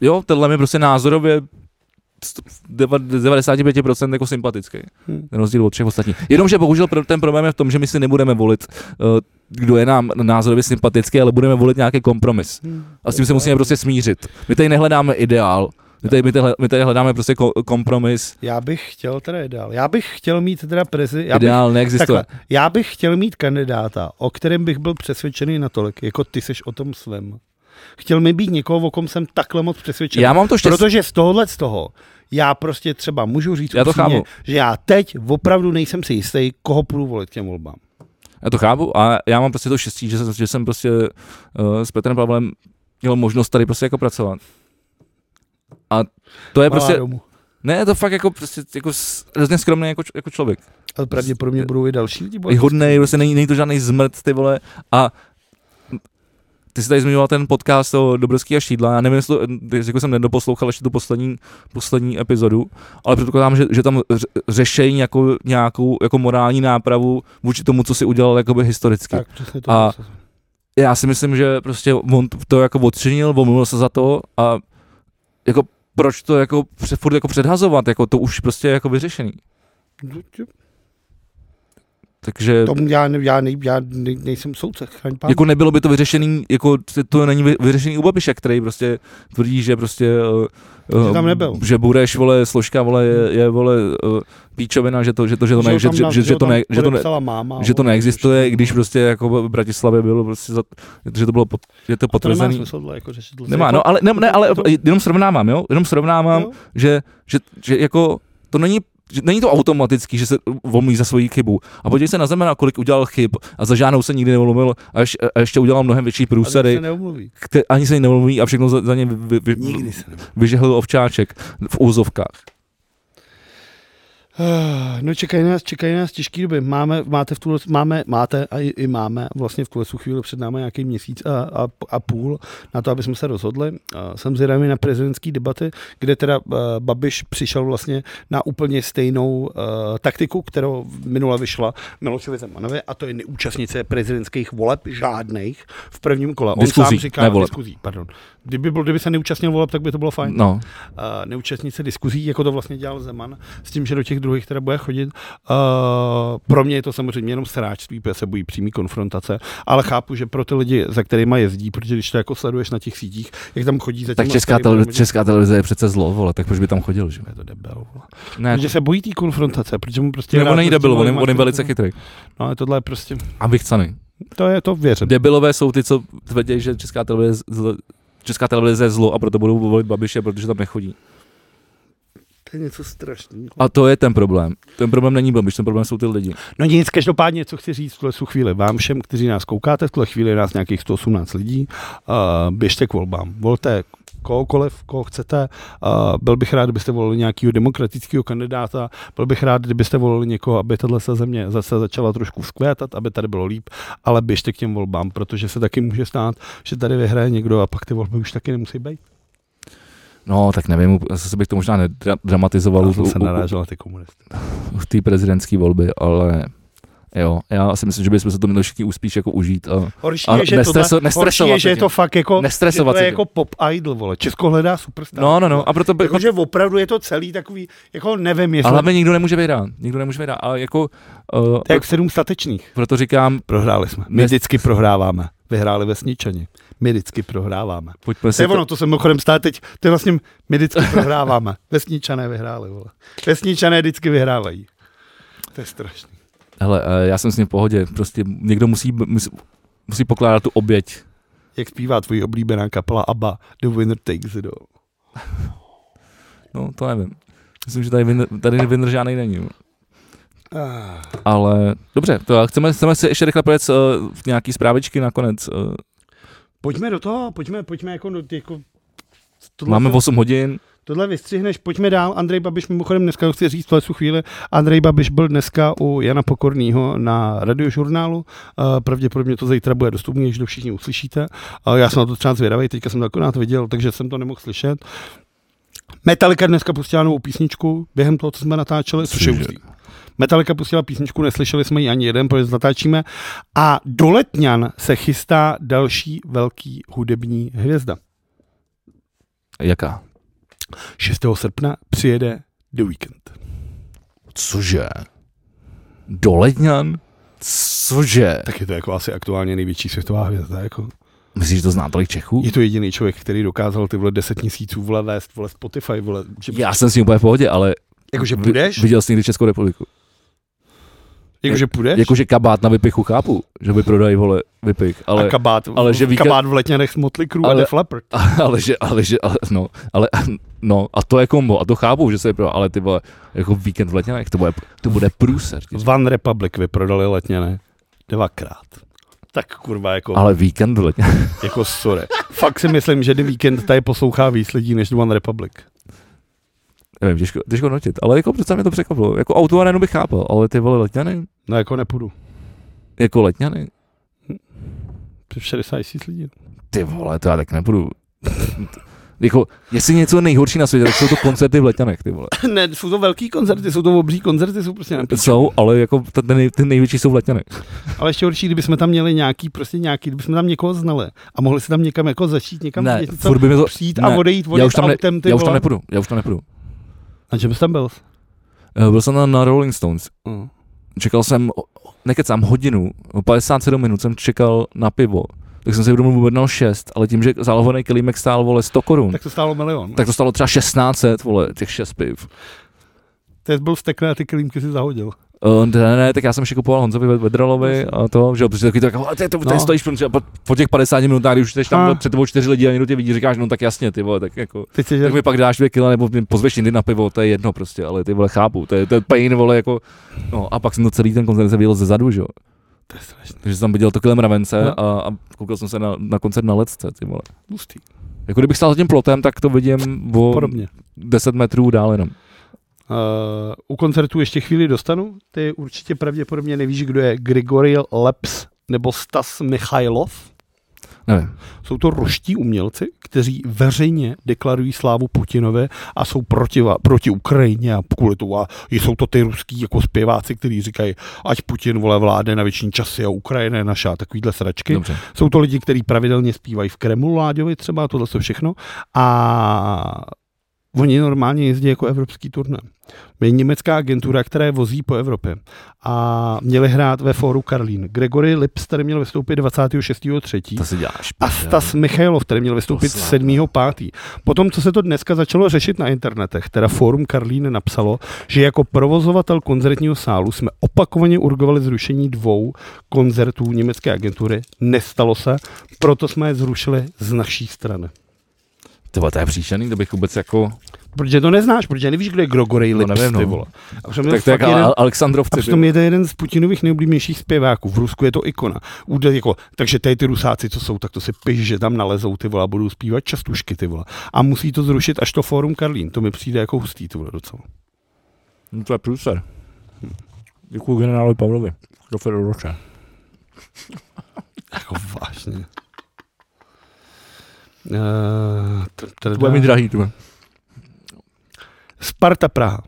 Speaker 1: jo, tenhle mi prostě názorově st- deva- 95% jako sympatický,
Speaker 2: Hm.
Speaker 1: ten rozdíl od všech ostatních. Jenomže bohužel pro- ten problém je v tom, že my si nebudeme volit, eh, kdo je nám názorově sympatický, ale budeme volit nějaký kompromis.
Speaker 2: hm.
Speaker 1: A s tím se musíme prostě smířit. My tady nehledáme ideál, my tady, my tady, my tady hledáme prostě ko- kompromis.
Speaker 2: Já bych chtěl teda ideál. Já bych chtěl mít teda prezi... Já bych
Speaker 1: ideál neexistuje.
Speaker 2: Takhle, já bych chtěl mít kandidáta, o kterém bych byl přesvědčený natolik, jako ty seš o tom svém. Chtěl mi být někoho, o kom jsem takhle moc přesvědčený.
Speaker 1: Já mám to štěstí.
Speaker 2: Protože z tohohle z toho já prostě třeba můžu říct
Speaker 1: Já to
Speaker 2: upřímně,
Speaker 1: chápu.
Speaker 2: že já teď opravdu nejsem si jistý, koho půjdu volit k těm volbám.
Speaker 1: Já to chápu a já mám prostě to štěstí, že jsem, že jsem prostě uh, s Petrem Pavlem měl možnost tady prostě jako pracovat. A to je
Speaker 2: Malá
Speaker 1: prostě,
Speaker 2: domů.
Speaker 1: ne, je to fakt jako prostě jako s- hrozně skromný jako, č- jako člověk.
Speaker 2: Ale pravděpodobně budou i další lidi.
Speaker 1: I
Speaker 2: volit.
Speaker 1: hodnej, prostě není, není to žádný zmrt, ty vole. A ty jsi tady zmiňoval ten podcast toho Dobrovského šídla, já nevím, jestli to, když jako jsem nedoposlouchal ještě tu poslední, poslední epizodu, ale předpokládám, že, že tam ř- řešejí jako, nějakou jako morální nápravu vůči tomu, co si udělal jakoby historicky.
Speaker 2: Tak, přesně to.
Speaker 1: A- Já si myslím, že prostě on to jako odčinil, omluvil se za to a jako proč to jako před, furt jako předhazovat, jako to už prostě je jako vyřešený. Takže
Speaker 2: Tomu já, ne, já, nej, já nej, nejsem soudce, chraň pán.
Speaker 1: Jako nebylo by to vyřešený, jako t- to není vy- vyřešený u Babiše, který prostě tvrdí, že prostě... eh,
Speaker 2: Že tam
Speaker 1: eh,
Speaker 2: nebyl. Hmm.
Speaker 1: Že budeš, vole, složka, vole, je, je vole, eh, píčovina, že to, že to, že to, ne, že,
Speaker 2: ho tam
Speaker 1: že,
Speaker 2: na-
Speaker 1: že, že
Speaker 2: ho
Speaker 1: to,
Speaker 2: tam
Speaker 1: ne, že to, ne,
Speaker 2: podepsala máma,
Speaker 1: že to
Speaker 2: vole,
Speaker 1: neexistuje, i
Speaker 2: ještě.
Speaker 1: když prostě jako v Bratislavě bylo prostě, za, že to bylo, pot, že to
Speaker 2: To nemá
Speaker 1: potvrzený.
Speaker 2: smysl tohle jako řešit.
Speaker 1: Nemá, no, ale, ne, ne, ale jenom srovnávám, jo, jenom srovnávám,
Speaker 2: Jo.
Speaker 1: že, že, že jako to není že není to automatický, že se volmí za svoji chybu. A podívej se na Zemana, kolik udělal chyb a za žádnou se nikdy nevolmil a, ješ, a ještě udělal mnohem větší průsady,
Speaker 2: se neumluví.
Speaker 1: kte, ani se jí nemluví a všechno za, za ně vy, vy,
Speaker 2: se neumluví.
Speaker 1: vyžehl ovčáček v úzovkách.
Speaker 2: Eh, No čekají nás, čekají nás těžké doby. Máme, máte, v tuhle, máme, máte a i, i máme vlastně v tuhle chvíli před námi nějaký měsíc a, a, a půl na to, aby jsme se rozhodli. Eh, Jsem zvědavý na prezidentské debaty, kde teda eh, Babiš přišel vlastně na úplně stejnou eh, taktiku, kterou minule vyšla Milošovi Zemanovi a to je neúčastnice prezidentských voleb žádných v prvním kole. On sám
Speaker 1: Diskuzí,
Speaker 2: říká
Speaker 1: ne voleb.
Speaker 2: diskuzí, pardon. Kdyby, byl, kdyby se neúčastnil voleb, tak by to bylo fajn
Speaker 1: No,
Speaker 2: a Eh, neúčastnit se diskuzí, jako to vlastně dělal Zeman, s tím, že do těch druhých teda bude chodit. Uh, pro mě je to samozřejmě jenom sráčství, protože se bojí přímý konfrontace, ale chápu, že pro ty lidi, za kterými jezdí, protože když to jako sleduješ na těch sítích, jak tam chodí za
Speaker 1: tak
Speaker 2: těma
Speaker 1: česká,
Speaker 2: starýma
Speaker 1: televize,
Speaker 2: lidmi-
Speaker 1: česká televize je přece zlo, vole, tak proč by tam chodil, že?
Speaker 2: je to debil. vole.
Speaker 1: Ne,
Speaker 2: Protože se bojí té konfrontace, protože mu prostě...
Speaker 1: Nebo
Speaker 2: rád
Speaker 1: není
Speaker 2: prostě
Speaker 1: debil, on, je-
Speaker 2: má-
Speaker 1: on je velice chytrý.
Speaker 2: No ale tohle je prostě,
Speaker 1: A vychcaný.
Speaker 2: to je to věřím.
Speaker 1: Debilové jsou ty, co tvrdí, že česká televize, zlo, česká televize je zlo a proto budou volit Babiše, protože tam nechodí.
Speaker 2: To je něco strašného.
Speaker 1: A to je ten problém. Ten problém není Babiš, ten problém jsou ty lidi.
Speaker 2: No nic, každopádně, co chci říct v tuhle tu chvíli vám všem, kteří nás koukáte, v tuhle chvíli je nás nějakých 118 lidí, uh, běžte k volbám, volte kohokoliv, koho chcete. Uh, byl bych rád, kdybyste volili nějakého demokratického kandidáta, byl bych rád, kdybyste volili někoho, aby tahle se země zase začala trošku vzkvétat, aby tady bylo líp, ale běžte k těm volbám, protože se taky může stát, že tady vyhraje někdo a pak ty volby už taky nemusí být.
Speaker 1: No, tak nevím, zase bych to možná nedramatizoval
Speaker 2: Já
Speaker 1: u,
Speaker 2: jsem se
Speaker 1: u, u,
Speaker 2: narážel na ty komunisty.
Speaker 1: v té prezidentské volby, ale jo, já si myslím, že bychom se to měli všichni uspíš jako užít a
Speaker 2: Horší
Speaker 1: Ale
Speaker 2: je, že,
Speaker 1: nestreso-
Speaker 2: tohle, horší je,
Speaker 1: nestresovat
Speaker 2: že
Speaker 1: se
Speaker 2: je to
Speaker 1: tím.
Speaker 2: fakt jako, že
Speaker 1: nestresovat
Speaker 2: to je
Speaker 1: se. Jako...
Speaker 2: jako pop idol, vole. Česko hledá superstar.
Speaker 1: No, no, no, a proto by,
Speaker 2: Jakože opravdu je to celý takový, jako nevím,
Speaker 1: ale
Speaker 2: jestli
Speaker 1: hlavně nikdo nemůže vyhrát, nikdo nemůže vyhrát, ale jako, uh,
Speaker 2: to je jak sedm statečných.
Speaker 1: proto říkám,
Speaker 2: Prohráli jsme. My
Speaker 1: Nes-
Speaker 2: vždycky prohráváme. Vyhráli vesničani. My vždycky prohráváme.
Speaker 1: pojďme
Speaker 2: To
Speaker 1: si
Speaker 2: je
Speaker 1: to,
Speaker 2: ono, to jsem mimochodem stát teď. To je vlastně, my vždycky prohráváme. Vesničané vyhráli, vole. Vesničané vždycky vyhrávají. To je strašný.
Speaker 1: hele, eh, já jsem s ním v pohodě, prostě někdo musí, musí, musí pokládat tu oběť,
Speaker 2: Jak zpívá tvoji oblíbená kapela ABBA, The Winner Takes It All.
Speaker 1: no to nevím, myslím, že tady, vin, tady vinr žádnej není,
Speaker 2: Ah.
Speaker 1: ale dobře, to já- chceme, chceme si ještě rychle projet uh, nějaký zprávičky nakonec, uh,
Speaker 2: Pojďme do toho, pojďme, pojďme jako, do- jako tohle
Speaker 1: máme
Speaker 2: jsem-
Speaker 1: 8 hodin,
Speaker 2: Tohle vystřihneš, pojďme dál. Andrej Babiš, mimochodem dneska to chci říct, v tu chvíli, Andrej Babiš byl dneska u Jana Pokorného na radiožurnálu. Eh, Pravděpodobně to zítra bude dostupné, když to všichni uslyšíte. Eh, Já jsem na to třeba zvědavý, teďka jsem to akorát viděl, takže jsem to nemohl slyšet. Metallica dneska pustila novou písničku během toho, co jsme natáčeli, což je
Speaker 1: Cože?
Speaker 2: ústý. Metallica pustila písničku, neslyšeli jsme ji ani jeden, protože zatáčíme. A do Letňan se chystá další velký hudební hvězda.
Speaker 1: jaká?
Speaker 2: 6. srpna přijede The Weeknd.
Speaker 1: Cože? Doledňan? Cože?
Speaker 2: Tak je to jako asi aktuálně největší světová hvězda. Jako.
Speaker 1: Myslíš, že to zná tolik Čechů?
Speaker 2: Je to jediný člověk, který dokázal ty vole 10 měsíců vole vést vole Spotify, vole, že,
Speaker 1: Já jsem s ním úplně v pohodě, ale
Speaker 2: jakože
Speaker 1: vi-
Speaker 2: půjdeš,
Speaker 1: viděl jsi někdy Českou republiku.
Speaker 2: jakože půjdeš,
Speaker 1: Jakože kabát na vypichu chápu, že by prodají vole vypich,
Speaker 2: ale, a
Speaker 1: ale,
Speaker 2: kabát,
Speaker 1: ale že víkend-
Speaker 2: kabát v letňanech s Motley Crue a
Speaker 1: ale-
Speaker 2: Def Leppard.
Speaker 1: ale, že, ale, že, ale, no, ale, no, a to je kombo, a to chápu, že se je prodá, ale ty vole, jako víkend v Letňanech, to bude, to bude průser. ti říkám.
Speaker 2: Van Republic vyprodali letňané dvakrát. Tak kurva, jako,
Speaker 1: Ale víkend v Letňanech,
Speaker 2: jako sorry. Fakt si myslím, že The Weeknd tady poslouchá víc lidí než One Republic.
Speaker 1: nevím, těžko, těžko notit, ale jako přece mě to překvapilo, jako auto arénu bych chápal, ale ty vole Letňany,
Speaker 2: No jako nepůjdu.
Speaker 1: jako Letňany,
Speaker 2: Přes 60 tisíc lidí.
Speaker 1: ty vole, to já tak nebudu. jako, jestli něco je nejhorší na světě, tak jsou to koncerty v Letňanech, ty vole.
Speaker 2: ne, jsou to velký koncerty, jsou to obří koncerty, jsou prostě na
Speaker 1: Jsou, ale jako ta- ten, nej- ty největší jsou v Letňanech.
Speaker 2: Ale ještě horší, kdybychom tam měli nějaký, prostě nějaký, kdybychom tam někoho znali a mohli se tam někam jako začít, někam
Speaker 1: Ne,
Speaker 2: něco
Speaker 1: furt by mi to-
Speaker 2: přijít
Speaker 1: ne,
Speaker 2: a odejít, odejít
Speaker 1: já už tam, ne,
Speaker 2: autem, ty
Speaker 1: já už tam
Speaker 2: vole.
Speaker 1: nepůjdu, já už tam nepůjdu.
Speaker 2: A že bys tam byl?
Speaker 1: Eh, Byl jsem na, na Rolling Stones,
Speaker 2: Mm.
Speaker 1: čekal jsem, nekecám, hodinu, 57 minut jsem čekal na pivo, tak jsem si v domu objednal 6, ale tím, že zálohovaný kelímek stál, vole, 100 korun, tak,
Speaker 2: Tak to stálo milion. Tak.
Speaker 1: tak to stalo třeba 1600, vole, těch 6 piv.
Speaker 2: Ty jsi byl stekle a ty klímky si zahodil.
Speaker 1: Uh, ne, ne, tak já jsem ještě kupoval Honzovi Ved- Vedralovi a to, že jo, protože takový to jako, "Ale ty to, ty
Speaker 2: No.
Speaker 1: stojíš protože po, po, těch 50 minutách, když už jsi
Speaker 2: A.
Speaker 1: tam před tebou čtyři lidi a někdo tě vidí, říkáš, no tak jasně, ty vole, tak jako,
Speaker 2: Teď jsi,
Speaker 1: tak mi pak dáš dvě kila nebo mě pozveš jindy na pivo, to je jedno prostě, ale ty vole chápu, to je, to je pain, vole, jako, no a pak jsem to celý ten koncert se viděl ze zadu, že jo.
Speaker 2: to je strašně
Speaker 1: Takže jsem tam viděl to kilem ravence
Speaker 2: No.
Speaker 1: a, a, koukal jsem se na, na koncert na lecce, ty vole.
Speaker 2: hustý.
Speaker 1: Jako kdybych stál za tím plotem, tak to vidím o
Speaker 2: Podobně.
Speaker 1: 10 metrů dál jenom.
Speaker 2: Uh, u koncertů ještě chvíli dostanu. Ty určitě pravděpodobně nevíš, kdo je Grigory Leps nebo Stas Michailov.
Speaker 1: Nevím.
Speaker 2: Jsou to ruští umělci, kteří veřejně deklarují slávu Putinové a jsou proti, proti Ukrajině a kvůli tomu. A jsou to ty ruský jako zpěváci, kteří říkají, ať Putin vole vládne na věční časy a Ukrajina je naša a takovýhle sračky.
Speaker 1: Dobře.
Speaker 2: Jsou to lidi, kteří pravidelně zpívají v Kremlu Láďovi třeba, tohle jsou všechno. A oni normálně jezdí jako evropský turné. Je německá agentura, která je vozí po Evropě. A měli hrát ve fóru Karlín. Gregory Lips tady měl vystoupit 26.3.
Speaker 1: To si děláš.
Speaker 2: A
Speaker 1: prdel.
Speaker 2: Stas Michailov, který měl vystoupit
Speaker 1: To
Speaker 2: 7.5. Potom, co se to dneska začalo řešit na internetech, teda Fórum Karlín napsalo, že jako provozovatel koncertního sálu jsme opakovaně urgovali zrušení dvou koncertů německé agentury. Nestalo se, proto jsme je zrušili z naší strany.
Speaker 1: Ty vole, to je příšený, to bych vůbec jako...
Speaker 2: Protože to neznáš, protože nevíš, kdo je Grogory Lips,
Speaker 1: nevím, no.
Speaker 2: ty vole. A přitom
Speaker 1: tak to je
Speaker 2: fakt
Speaker 1: jako
Speaker 2: jeden-
Speaker 1: jeden...
Speaker 2: a
Speaker 1: Alexandrovci.
Speaker 2: přitom je to jeden z Putinových nejoblíbenějších zpěváků. V Rusku je to ikona. Údaj jako, takže tady ty rusáci, co jsou, tak to si piš, že tam nalezou ty vole a budou zpívat častušky ty vole. A musí to zrušit až to Fórum Karlín. To mi přijde jako hustý ty vole docela.
Speaker 1: No to je průser. Děkuji generálu Pavlovi. Do Fedoroče.
Speaker 2: Jako vážně. Uh,
Speaker 1: To bude mi drahý, tu.
Speaker 2: Sparta Praha.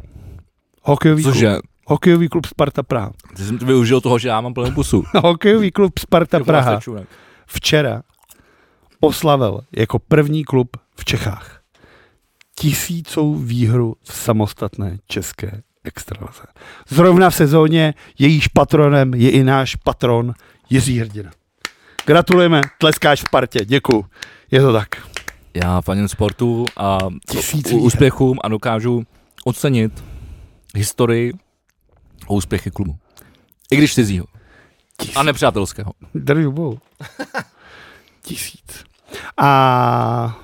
Speaker 2: Hokejový klub.
Speaker 1: Cože,
Speaker 2: Hokejový klub Sparta Praha.
Speaker 1: ty jsi využil toho, že já mám plnou pusu.
Speaker 2: Hokejový klub Sparta
Speaker 1: Ty
Speaker 2: Praha.
Speaker 1: chlástečůnek.
Speaker 2: včera oslavil jako první klub v Čechách tisícou výhru v samostatné české extralize. Zrovna v sezóně jejíž patronem je i náš patron Jiří Hrdina. Gratulujeme, tleskáš v partě, děkuju. Je to tak.
Speaker 1: Já faním sportu a
Speaker 2: Tisíc
Speaker 1: u-
Speaker 2: výher.
Speaker 1: úspěchům a dokážu ocenit historii a úspěchy klubu. I když cizího.
Speaker 2: Tisíc.
Speaker 1: A nepřátelského.
Speaker 2: Držu bohu. Tisíc. A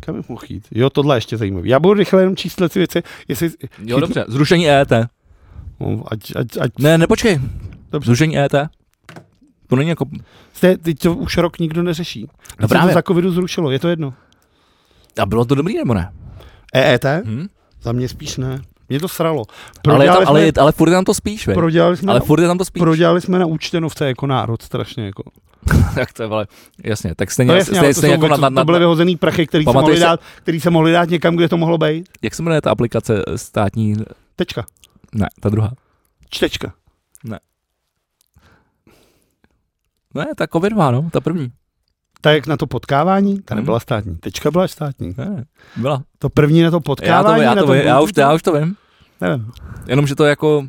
Speaker 2: kam bych mohl jít? Jo, tohle je ještě zajímavé. Já budu rychle jenom číslet ty věci, jestli...
Speaker 1: Jo, dobře. Zrušení EET.
Speaker 2: No, Ať, ať, ať
Speaker 1: Ne, nepočkej.
Speaker 2: Dobře.
Speaker 1: Zrušení EET. To není jako...
Speaker 2: Jste, teď to už rok nikdo neřeší. No právě.
Speaker 1: právě.
Speaker 2: to za covidu zrušilo, je to jedno.
Speaker 1: A bylo to dobrý, nebo ne?
Speaker 2: EET?
Speaker 1: Hm?
Speaker 2: Za mě spíš ne. Mě to sralo.
Speaker 1: Ale, je
Speaker 2: Prodělali,
Speaker 1: tam, ale,
Speaker 2: jsme,
Speaker 1: je- ale furt je tam to spíš, vej.
Speaker 2: prodělali, jsme
Speaker 1: Ale
Speaker 2: na,
Speaker 1: furt je tam to spíš.
Speaker 2: prodělali jsme na účtenovce jako národ strašně. Jako.
Speaker 1: tak to je, vole, jasně, tak stejně,
Speaker 2: No
Speaker 1: no,
Speaker 2: jasně,
Speaker 1: stejně,
Speaker 2: ale to, jsou
Speaker 1: stejně jako
Speaker 2: vůbec,
Speaker 1: na, na,
Speaker 2: to byly
Speaker 1: na,
Speaker 2: vyhozený prachy, který se,
Speaker 1: Pamatuješ
Speaker 2: mohli
Speaker 1: se-
Speaker 2: dát, který se mohli dát někam, kde to mohlo být.
Speaker 1: jak se jmenuje ta aplikace eh, státní,
Speaker 2: Tečka.
Speaker 1: ne, ta druhá,
Speaker 2: Čtečka.
Speaker 1: ne, ta covid má, no, ta první,
Speaker 2: Ta jak na to potkávání, ta
Speaker 1: Mhm.
Speaker 2: nebyla státní. Tečka byla státní.
Speaker 1: ne, ne, byla,
Speaker 2: To první na to
Speaker 1: já to,
Speaker 2: potkávání.
Speaker 1: já,
Speaker 2: na
Speaker 1: to, vím, já, už,
Speaker 2: buntu,
Speaker 1: já už to vím,
Speaker 2: Nevím.
Speaker 1: jenom, že to je jako,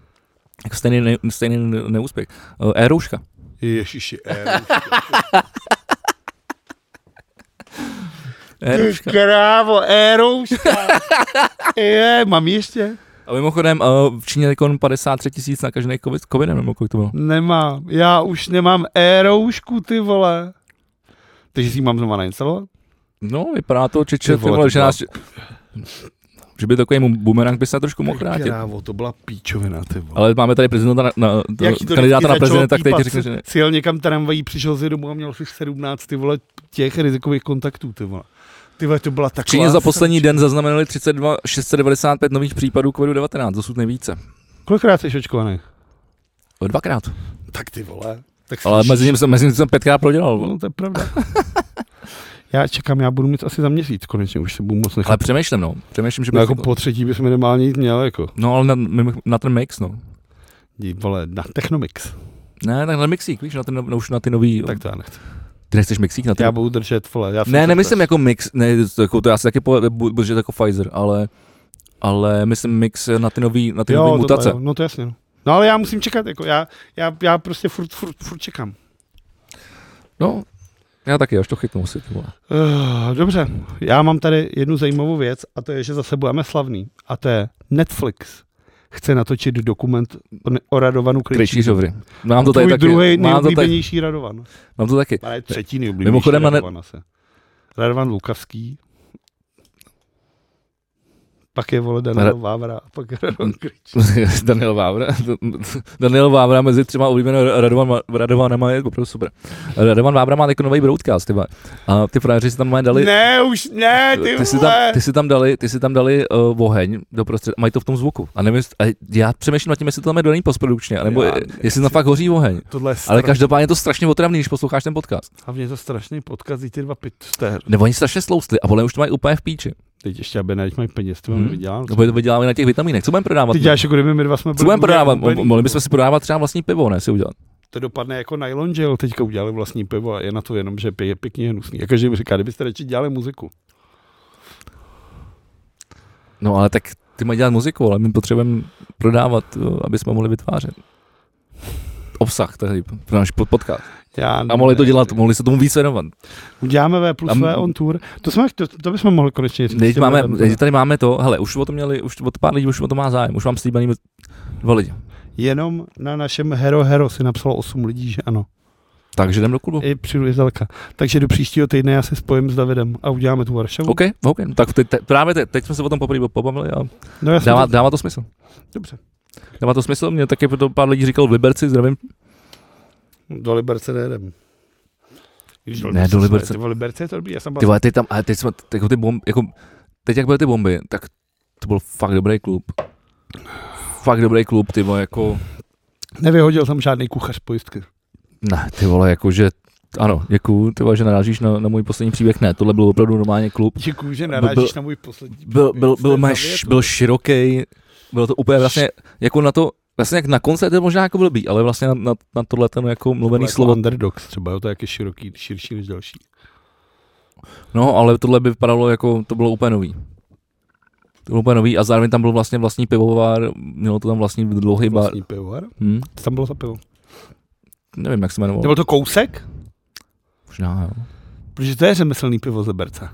Speaker 1: jako stejný, ne, stejný ne- neúspěch, Eh, e-rouška,
Speaker 2: Ježiši,
Speaker 1: e-rouška.
Speaker 2: krávo, érouška. Je, mám ještě?
Speaker 1: a mimochodem eh, v Číně jako 53 tisíc nakažených covid, covidem, nebo kolik to bylo,
Speaker 2: Nemám. Já už nemám éroušku, ty vole. Takže si ji mám znovu nainstalovat?
Speaker 1: no, vypadá to, če,
Speaker 2: Ty
Speaker 1: če, ty
Speaker 2: vole,
Speaker 1: vole,
Speaker 2: to
Speaker 1: že
Speaker 2: byla-
Speaker 1: nás, že by takový mu- bumerang by se trošku mohl
Speaker 2: Ty
Speaker 1: vrátit.
Speaker 2: Krávo, to byla píčovina, ty vole.
Speaker 1: Ale máme tady prezidenta na, na,
Speaker 2: Jak ti to
Speaker 1: kandidáta na
Speaker 2: vždycky začalo
Speaker 1: prezidenta, který
Speaker 2: pípat,
Speaker 1: ti řekne, že ne.
Speaker 2: si- si jel někam tramvají, přišel si domů a měl si 17 ty vole těch rizikových kontaktů, ty vole. Ty vole, to byla
Speaker 1: V
Speaker 2: taková...
Speaker 1: Číně za poslední
Speaker 2: sračka.
Speaker 1: den zaznamenali 32 695 nových případů COVID-19, dosud nejvíce.
Speaker 2: Kolikrát jsi očkovaný?
Speaker 1: O Dvakrát.
Speaker 2: Tak ty vole. Tak
Speaker 1: Ale
Speaker 2: slyšíš.
Speaker 1: mezi ním jsem, mezi ním jsem pětkrát prodělal.
Speaker 2: No, to je pravda. já čekám, já budu mít asi za měsíc konečně, už se budu moc nechat.
Speaker 1: Ale přemýšlím, no. Přemýšlím, že
Speaker 2: No,
Speaker 1: bych...
Speaker 2: jako po třetí bychom minimálně jít měl, jako.
Speaker 1: No, ale na, mimo- na ten mix, no.
Speaker 2: Jdi, vole, na Technomix.
Speaker 1: Ne, tak na mixík, víš, na, ten, no, už na ty nový...
Speaker 2: Tak to já nechci. Ty
Speaker 1: Ty nechceš mixík na ty...
Speaker 2: Já budu držet, vole. Já jsem
Speaker 1: Ne,
Speaker 2: to
Speaker 1: nemyslím jako mix, ne, to, jako, to já si taky po, bu- budu říct jako Pfizer, ale... Ale myslím mix na ty nový, na ty nový
Speaker 2: tohle,
Speaker 1: mutace.
Speaker 2: jo, no to jasně. No. no ale já musím čekat, jako já, já, já prostě furt, furt, furt čekám.
Speaker 1: No, já taky, až to chytnu si, ty vole.
Speaker 2: Uh, dobře, já mám tady jednu zajímavou věc a to je, že zase budeme slavný a to je Netflix chce natočit dokument o, ne- o Radovanu Krejčí.
Speaker 1: Kryčí žovry. Mám to tady
Speaker 2: Tvůj
Speaker 1: taky.
Speaker 2: druhý
Speaker 1: mám, to tady,
Speaker 2: nejoblíbenější Radovan.
Speaker 1: mám to taky.
Speaker 2: Ale třetí nejoblíbenější
Speaker 1: Mimochodem na ne-
Speaker 2: Radovan asi. Radovan Lukavský. Pak je vole Daniel Vávra, a pak Radovan Krejčí.
Speaker 1: Daniel Vávra. Daniel Vávra mezi třema oblíbené Radovan, Radovanama je opravdu super. Radovan Vávra má takový nový broadcast, ty vole. A ty frajeři si tam mají dali...
Speaker 2: Ne, už ne, ty,
Speaker 1: Ty si, tam, ty si tam dali, ty si tam dali uh, oheň doprostřed, mají to v tom zvuku. A, nevím, jest- a já přemýšlím nad tím, jestli to tam je dodaný postprodukčně, nebo
Speaker 2: Já
Speaker 1: jestli tam fakt hoří oheň.
Speaker 2: Tohle je
Speaker 1: Ale
Speaker 2: strašný,
Speaker 1: každopádně je to strašně otravný, když posloucháš ten podcast.
Speaker 2: hlavně to strašný podkaz, ty dva pitster.
Speaker 1: Nebo oni strašně sloustli a vole už to mají úplně v píči.
Speaker 2: Teď ještě, aby na nich mají peněz, to hmm.
Speaker 1: Hmm.
Speaker 2: vydělal.
Speaker 1: Nebo to vyděláme na těch vitamínech. Co budeme prodávat?
Speaker 2: Ty děláš, jako kdyby my dva jsme
Speaker 1: Co budeme
Speaker 2: úplně
Speaker 1: prodávat?
Speaker 2: hubený.
Speaker 1: Mohli bychom si prodávat třeba vlastní pivo, ne si udělat.
Speaker 2: To dopadne jako nylon gel, teďka udělali vlastní pivo a je na to jenom, že je pěkně hnusný. Jako, A každý mi říká, kdybyste radši dělali muziku.
Speaker 1: No ale tak ty mají dělat muziku, ale my potřebujeme prodávat, jo, aby jsme mohli vytvářet. Obsah tady pro náš pod- podcast.
Speaker 2: Já
Speaker 1: A mohli to dělat, mohli se tomu víc věnovat.
Speaker 2: Uděláme V plus
Speaker 1: Tam-
Speaker 2: V on tour. To, jsme, to, to bychom mohli konečně říct.
Speaker 1: Teď
Speaker 2: těm
Speaker 1: máme,
Speaker 2: lidem,
Speaker 1: teď tady máme to, hele, už o to měli, už od pár lidí už o to má zájem, už mám slíbený dva lidi.
Speaker 2: Jenom na našem Hero Hero si napsalo 8 lidí, že ano.
Speaker 1: Takže jdem do klubu.
Speaker 2: I přijdu i zdaleka. Takže do příštího týdne já se spojím s Davidem a uděláme tu Varšavu.
Speaker 1: OK, OK, no tak teď, te, právě te, teď jsme se o tom poprvé pobavili a
Speaker 2: No já jsem
Speaker 1: dává,
Speaker 2: to-
Speaker 1: dává to smysl.
Speaker 2: Dobře.
Speaker 1: Dává to smysl, mě taky to pár lidí říkal v Liberci, zdravím.
Speaker 2: Do Liberce nejedem. Když
Speaker 1: Ne, do
Speaker 2: jsme-
Speaker 1: Liberce-
Speaker 2: ty vole, Liberce je to dobrý, já jsem
Speaker 1: Ty
Speaker 2: byl...
Speaker 1: vole, teď tam, ale teď jsme, teď, jako ty bomby, jako, teď jak byly ty bomby, tak to byl fakt dobrý klub. Fakt dobrý klub, ty vole, jako,
Speaker 2: Nevyhodil jsem žádný kuchař z pojistky.
Speaker 1: ne, ty vole, jako, že, ano, děkuju, ty vole, že narážíš na, na můj poslední příběh, ne, tohle byl opravdu normálně klub.
Speaker 2: Děkuju, že
Speaker 1: Byl-
Speaker 2: narážíš
Speaker 1: byl-
Speaker 2: na můj poslední.
Speaker 1: Byl, byl, byl,
Speaker 2: Jste
Speaker 1: byl,
Speaker 2: zavět,
Speaker 1: byl široký, bylo to úplně vlastně, jako na to, vlastně jak na koncert je možná jako blbý, ale vlastně na, na, na tohle ten jako mluvený
Speaker 2: Jako
Speaker 1: slovo.
Speaker 2: Underdogs třeba, jo, to je jaký široký, širší než další.
Speaker 1: No, ale tohle by vypadalo jako, to bylo úplně nový. To bylo úplně nový a zároveň tam byl vlastně vlastní pivovar, mělo to tam vlastní dlouhý bar.
Speaker 2: Vlastní pivovar.
Speaker 1: Hm?
Speaker 2: Co tam bylo za pivo?
Speaker 1: Nevím, jak se jmenoval.
Speaker 2: Nebyl to kousek?
Speaker 1: Možná, jo.
Speaker 2: Protože to je řemeslný pivo ze Berce.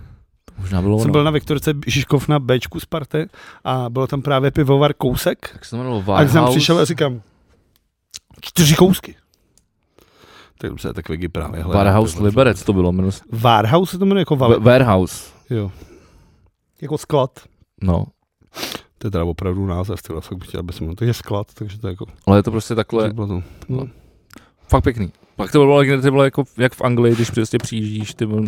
Speaker 1: Možná bylo no.
Speaker 2: Jsem
Speaker 1: ono.
Speaker 2: byl na Viktorce Žižkov na Bčku Sparty a bylo tam právě pivovar Kousek.
Speaker 1: Jak se jmenovalo?
Speaker 2: A když jsem
Speaker 1: Winehouse?
Speaker 2: přišel a říkám, čtyři kousky. Tak dobře, tak Vigi právě hledá.
Speaker 1: Warehouse
Speaker 2: pivo.
Speaker 1: Liberec to bylo, jmenuje se-
Speaker 2: Warehouse se to jmenuje jako val...
Speaker 1: Wa- Warehouse.
Speaker 2: jo. Jako sklad.
Speaker 1: No,
Speaker 2: To je teda opravdu název, tyhle, fakt bych chtěl, aby jsem to je sklad, takže to je jako...
Speaker 1: ale je to prostě takhle,
Speaker 2: že bylo to- No.
Speaker 1: fakt pěkný. Pak to bylo, jak- to bylo jako, jak v Anglii, když prostě přijíždíš, ty vole.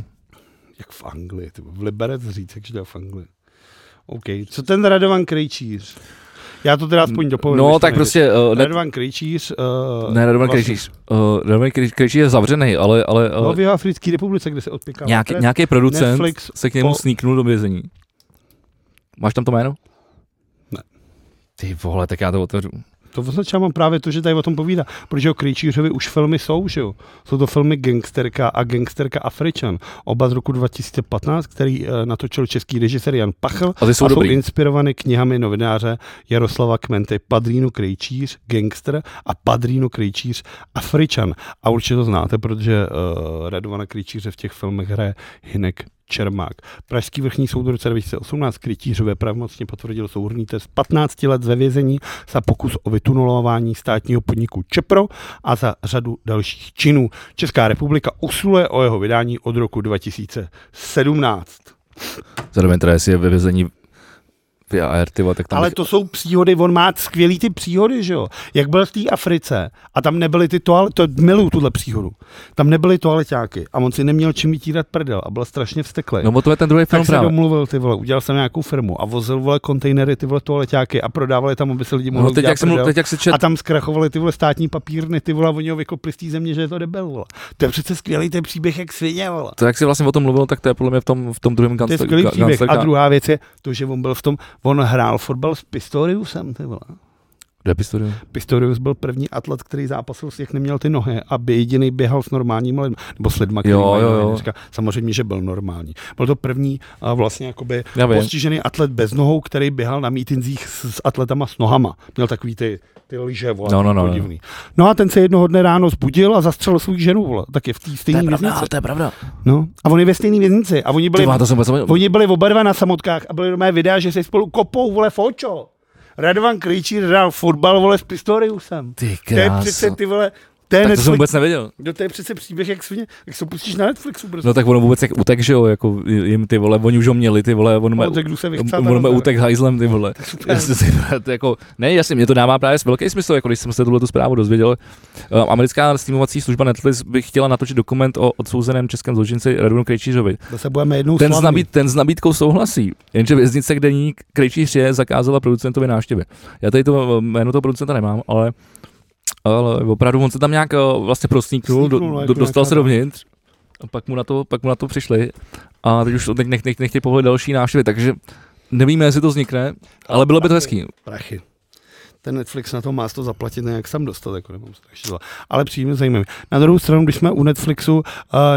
Speaker 2: Jak v Anglii, ty, vole. v Liberec říct, jak dělá v Anglii. OK, co ten Radovan Krejčíř? Já to teda aspoň dopovím.
Speaker 1: No,
Speaker 2: než to
Speaker 1: tak
Speaker 2: nejde.
Speaker 1: prostě, uh, ne,
Speaker 2: Radovan Krejčíř... Uh,
Speaker 1: ne, Radovan
Speaker 2: vlastně-
Speaker 1: Krejčíř. Uh, Radovan Krejč- Krejčíř je zavřený, ale, ale uh,
Speaker 2: No, v jeho Africké republice, kde se odpěká.
Speaker 1: nějaký, nějaký producent
Speaker 2: Netflix
Speaker 1: se k němu
Speaker 2: po-
Speaker 1: sníknul do vězení. Máš tam to jméno?
Speaker 2: Ne.
Speaker 1: Ty vole, tak já to otevřu.
Speaker 2: To označá mám právě to, že tady o tom povídá. Protože o Krejčířovi už filmy jsou, že jo? Jsou to filmy Gangsterka a Gangsterka Afričan. Oba z roku 2015, který eh, natočil český režisér Jan Pachl.
Speaker 1: A ty jsou
Speaker 2: a
Speaker 1: dobrý.
Speaker 2: jsou inspirovány knihami novináře Jaroslava Kmenty. Padrínu Krejčíř, Gangster a Padrínu Krejčíř, Afričan. A určitě to znáte, protože uh, Radovana Krejčíře v těch filmech hraje Hinek Čermák. Pražský vrchní soud v roce 2018 Krytířové pravomocně potvrdil souhrný trest 15 let ve vězení za pokus o vytunelování státního podniku Čepro a za řadu dalších činů. Česká republika usiluje o jeho vydání od roku 2017.
Speaker 1: Zároveň teda, jestli je ve vězení VAR, ty vole, tak tam
Speaker 2: Ale
Speaker 1: bych-
Speaker 2: to jsou příhody, on má skvělý ty příhody, že jo. Jak byl v té Africe a tam nebyly ty toalety, to miluju tuhle příhodu, tam nebyly toaleťáky a on si neměl čím vytírat prdel a byl strašně vsteklý.
Speaker 1: No, o tom je ten druhý
Speaker 2: Tak
Speaker 1: film
Speaker 2: se
Speaker 1: právě.
Speaker 2: domluvil, ty vole, udělal jsem nějakou firmu a vozil, vole, kontejnery, ty vole, toaleťáky a prodávali tam, aby se lidi mohli
Speaker 1: No, teď,
Speaker 2: udělat
Speaker 1: jak jsem,
Speaker 2: prdel.
Speaker 1: teď jak se čet,
Speaker 2: A tam zkrachovali ty vole státní papírny, ty vole, a oni ho vykopli z té země, že je to debil, vole. To je přece skvělý ten příběh, jak svině, vole.
Speaker 1: to, jak jsi vlastně o tom mluvil, tak to je podle mě v tom, v tom druhém
Speaker 2: To je
Speaker 1: kancel-
Speaker 2: skvělý
Speaker 1: ga-
Speaker 2: příběh. A
Speaker 1: kancelka-
Speaker 2: druhá věc je to, že on byl v tom, on hrál fotbal s Pistoriusem, ty vole.
Speaker 1: Kde je Pistorius?
Speaker 2: Pistorius byl první atlet, který zápasil s jak neměl ty nohy, aby jediný běhal s normálními lidmi, nebo s lidmi, který
Speaker 1: Jo,
Speaker 2: mají
Speaker 1: jo,
Speaker 2: nohy,
Speaker 1: jo.
Speaker 2: dneska. Samozřejmě, že byl normální. Byl to první a vlastně jakoby
Speaker 1: Já vím.
Speaker 2: postižený atlet bez nohou, který běhal na mítinzích s, s atletama s nohama. Měl takový ty, ty lyže, vole,
Speaker 1: No, no, no,
Speaker 2: podivný. No a ten se jednoho dne ráno zbudil a zastřelil svou ženu, vole, tak je v té
Speaker 1: To je
Speaker 2: stejné
Speaker 1: pravda,
Speaker 2: věznici.
Speaker 1: to je pravda.
Speaker 2: No. A on je ve stejné věznici. A oni byli,
Speaker 1: Ty vole, to jsem vůbec zapomněl.
Speaker 2: Oni byli oba dva na samotkách a byly doma videa, že se spolu kopou, vole, fočo. Radovan Krejčí hrál fotbal, vole, s Pistoriusem.
Speaker 1: Ty
Speaker 2: To je
Speaker 1: krása.
Speaker 2: přece ty vole, to
Speaker 1: Tak
Speaker 2: je
Speaker 1: to jsem
Speaker 2: Netflix,
Speaker 1: vůbec nevěděl.
Speaker 2: do té je přece příběh, jak svině, jak se pustíš na Netflixu prostě. brzo.
Speaker 1: No tak ono vůbec jak utek, že jo, jako jim ty vole, oni už ho měli, ty vole, on má,
Speaker 2: tak jdu se vychcát a
Speaker 1: on má
Speaker 2: rozdar.
Speaker 1: utek hajzlem, ty vole.
Speaker 2: Super.
Speaker 1: Jasně, si, to jako, ne, jasně, mě to dává právě velký smysl, jako když jsem se tuhle tu zprávu dozvěděl. Ehm, Americká streamovací služba Netflix by chtěla natočit dokument o odsouzeném českém zločinci Radunu Krejčířovi.
Speaker 2: Zase budeme jednou
Speaker 1: Ten s,
Speaker 2: slavní.
Speaker 1: nabít, ten s nabídkou souhlasí, jenže věznice, kde ní Krejčíř je, zakázala producentovi návštěvy. Já tady to eh, jméno toho producenta nemám, ale, ale opravdu on se tam nějak eh, vlastně prosníknul, do,
Speaker 2: Sníknul,
Speaker 1: do,
Speaker 2: jako
Speaker 1: dostal se
Speaker 2: nějaká-
Speaker 1: dovnitř a pak mu na to, pak mu na to přišli a teď už nech, nech, nech, nechtějí povolit další návštěvy, takže nevíme, jestli to vznikne, ale bylo by to hezký.
Speaker 2: Prachy. Ten Netflix na to má to zaplatit, nějak sam dostat, jako nemám strašně zla. Ale příjemně zajímavý. Na druhou stranu, když jsme u Netflixu, uh,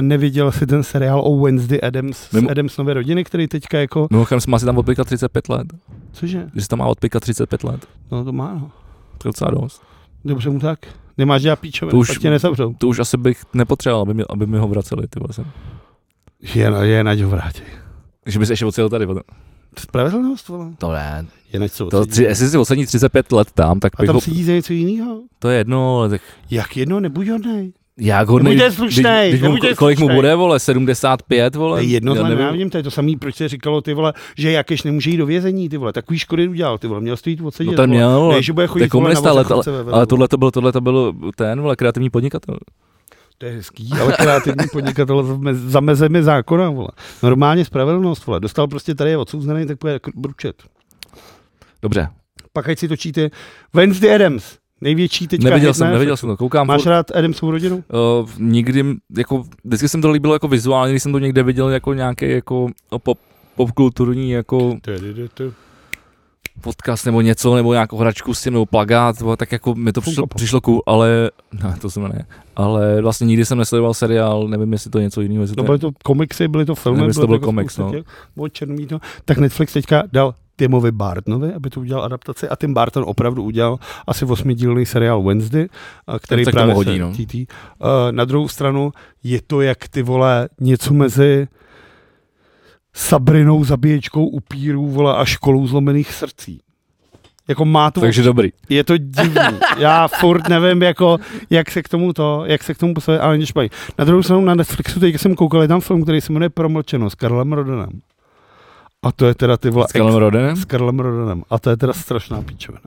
Speaker 2: neviděl si ten seriál o Wednesday Adams, Mimo...
Speaker 1: Mimo-
Speaker 2: Adams nové rodiny, který teďka jako,
Speaker 1: Mimochodem, má si tam odpika 35 let.
Speaker 2: cože?
Speaker 1: Že si tam má odpika 35 let.
Speaker 2: No to má, no.
Speaker 1: To je docela dost.
Speaker 2: Dobře mu tak. Nemáš dělat píčové,
Speaker 1: To
Speaker 2: už...
Speaker 1: už-
Speaker 2: pak tě nezavřou.
Speaker 1: To už asi bych nepotřeboval, aby, mi, aby mi ho vraceli. Ty vole.
Speaker 2: Je, na, je, nať ho vrátí.
Speaker 1: Že bys ještě odsil tady. vole.
Speaker 2: Spravedlnost, vole.
Speaker 1: To ne.
Speaker 2: Je nať jsou
Speaker 1: To, tři, jestli si odsení 35 let tam, tak
Speaker 2: A
Speaker 1: bych
Speaker 2: tam
Speaker 1: ho,
Speaker 2: sedí za něco jiného.
Speaker 1: to je jedno, ale tak
Speaker 2: Jak jedno, nebuď hodnej.
Speaker 1: jak hodný,
Speaker 2: Nebuďte slušnej,
Speaker 1: mu,
Speaker 2: nebuďte
Speaker 1: kolik mu
Speaker 2: slušnej.
Speaker 1: bude, vole, 75, vole,
Speaker 2: To je jedno,
Speaker 1: já
Speaker 2: já
Speaker 1: nevím.
Speaker 2: nevím, to je to samý, proč se říkalo, ty vole, že Jakeš nemůže jít do vězení, ty vole, takový škody udělal, ty vole, měl jít odsedět.
Speaker 1: No ten
Speaker 2: vole.
Speaker 1: měl,
Speaker 2: ne,
Speaker 1: vole,
Speaker 2: že bude
Speaker 1: to je
Speaker 2: chodit, vole,
Speaker 1: komunista,
Speaker 2: na
Speaker 1: ale,
Speaker 2: ale,
Speaker 1: to- ale, ale tohle, to byl, tohle to byl ten, vole, kreativní podnikatel.
Speaker 2: To je hezký, ale kreativní podnikatel za mez- za mezemi zákona, vole. Normálně spravedlnost, vole, dostal prostě tady je odsouzený, tak bude kr- bručet.
Speaker 1: Dobře,
Speaker 2: Pak ať si točíte Wednesday Adams, největší teďka.
Speaker 1: neviděl
Speaker 2: hit
Speaker 1: jsem,
Speaker 2: na
Speaker 1: neviděl
Speaker 2: Netflixu.
Speaker 1: jsem to, koukám.
Speaker 2: Máš
Speaker 1: furt.
Speaker 2: rád Adamsovu rodinu?
Speaker 1: Uh, nikdy, m- jako, vždycky jsem to líbilo jako vizuálně, když jsem to někde viděl jako nějaký jako pop, popkulturní jako podcast nebo něco, nebo nějakou hračku s tím, nebo plagát, vole, tak jako mi to přišlo,
Speaker 2: Funko Pop.
Speaker 1: přišlo cool, ale, ne, to jsem ne, ale vlastně nikdy jsem nesledoval seriál, nevím, jestli to je něco jiného, jestli
Speaker 2: No
Speaker 1: to
Speaker 2: byly to komiksy, byly to filmy.
Speaker 1: Nevím, jestli to
Speaker 2: bylo
Speaker 1: byl komiks, no.
Speaker 2: spousta těch- Bylo černý to. Tak Netflix teďka dal Timovi Bartnovi, aby to udělal adaptaci a Tim Barton opravdu udělal asi osmidílný seriál Wednesday, a který
Speaker 1: se k tomu
Speaker 2: právě
Speaker 1: hodí,
Speaker 2: se
Speaker 1: no.
Speaker 2: TT. Uh, na druhou stranu je to jak ty vole něco mezi Sabrinou zabíječkou upírů vole a školou zlomených srdcí. Jako má to
Speaker 1: Takže dobrý.
Speaker 2: je to divný. Já furt nevím, jako, jak se k tomu to, jak se k tomu postavit, ale není špatný. Na druhou stranu na Netflixu teď jsem koukal, je tam film, který se jmenuje Promlčeno s Karlem Rodenem. A to je teda ty vole...
Speaker 1: S Kalem Rodenem?
Speaker 2: s Karlem Rodenem. A to je teda strašná píčovina.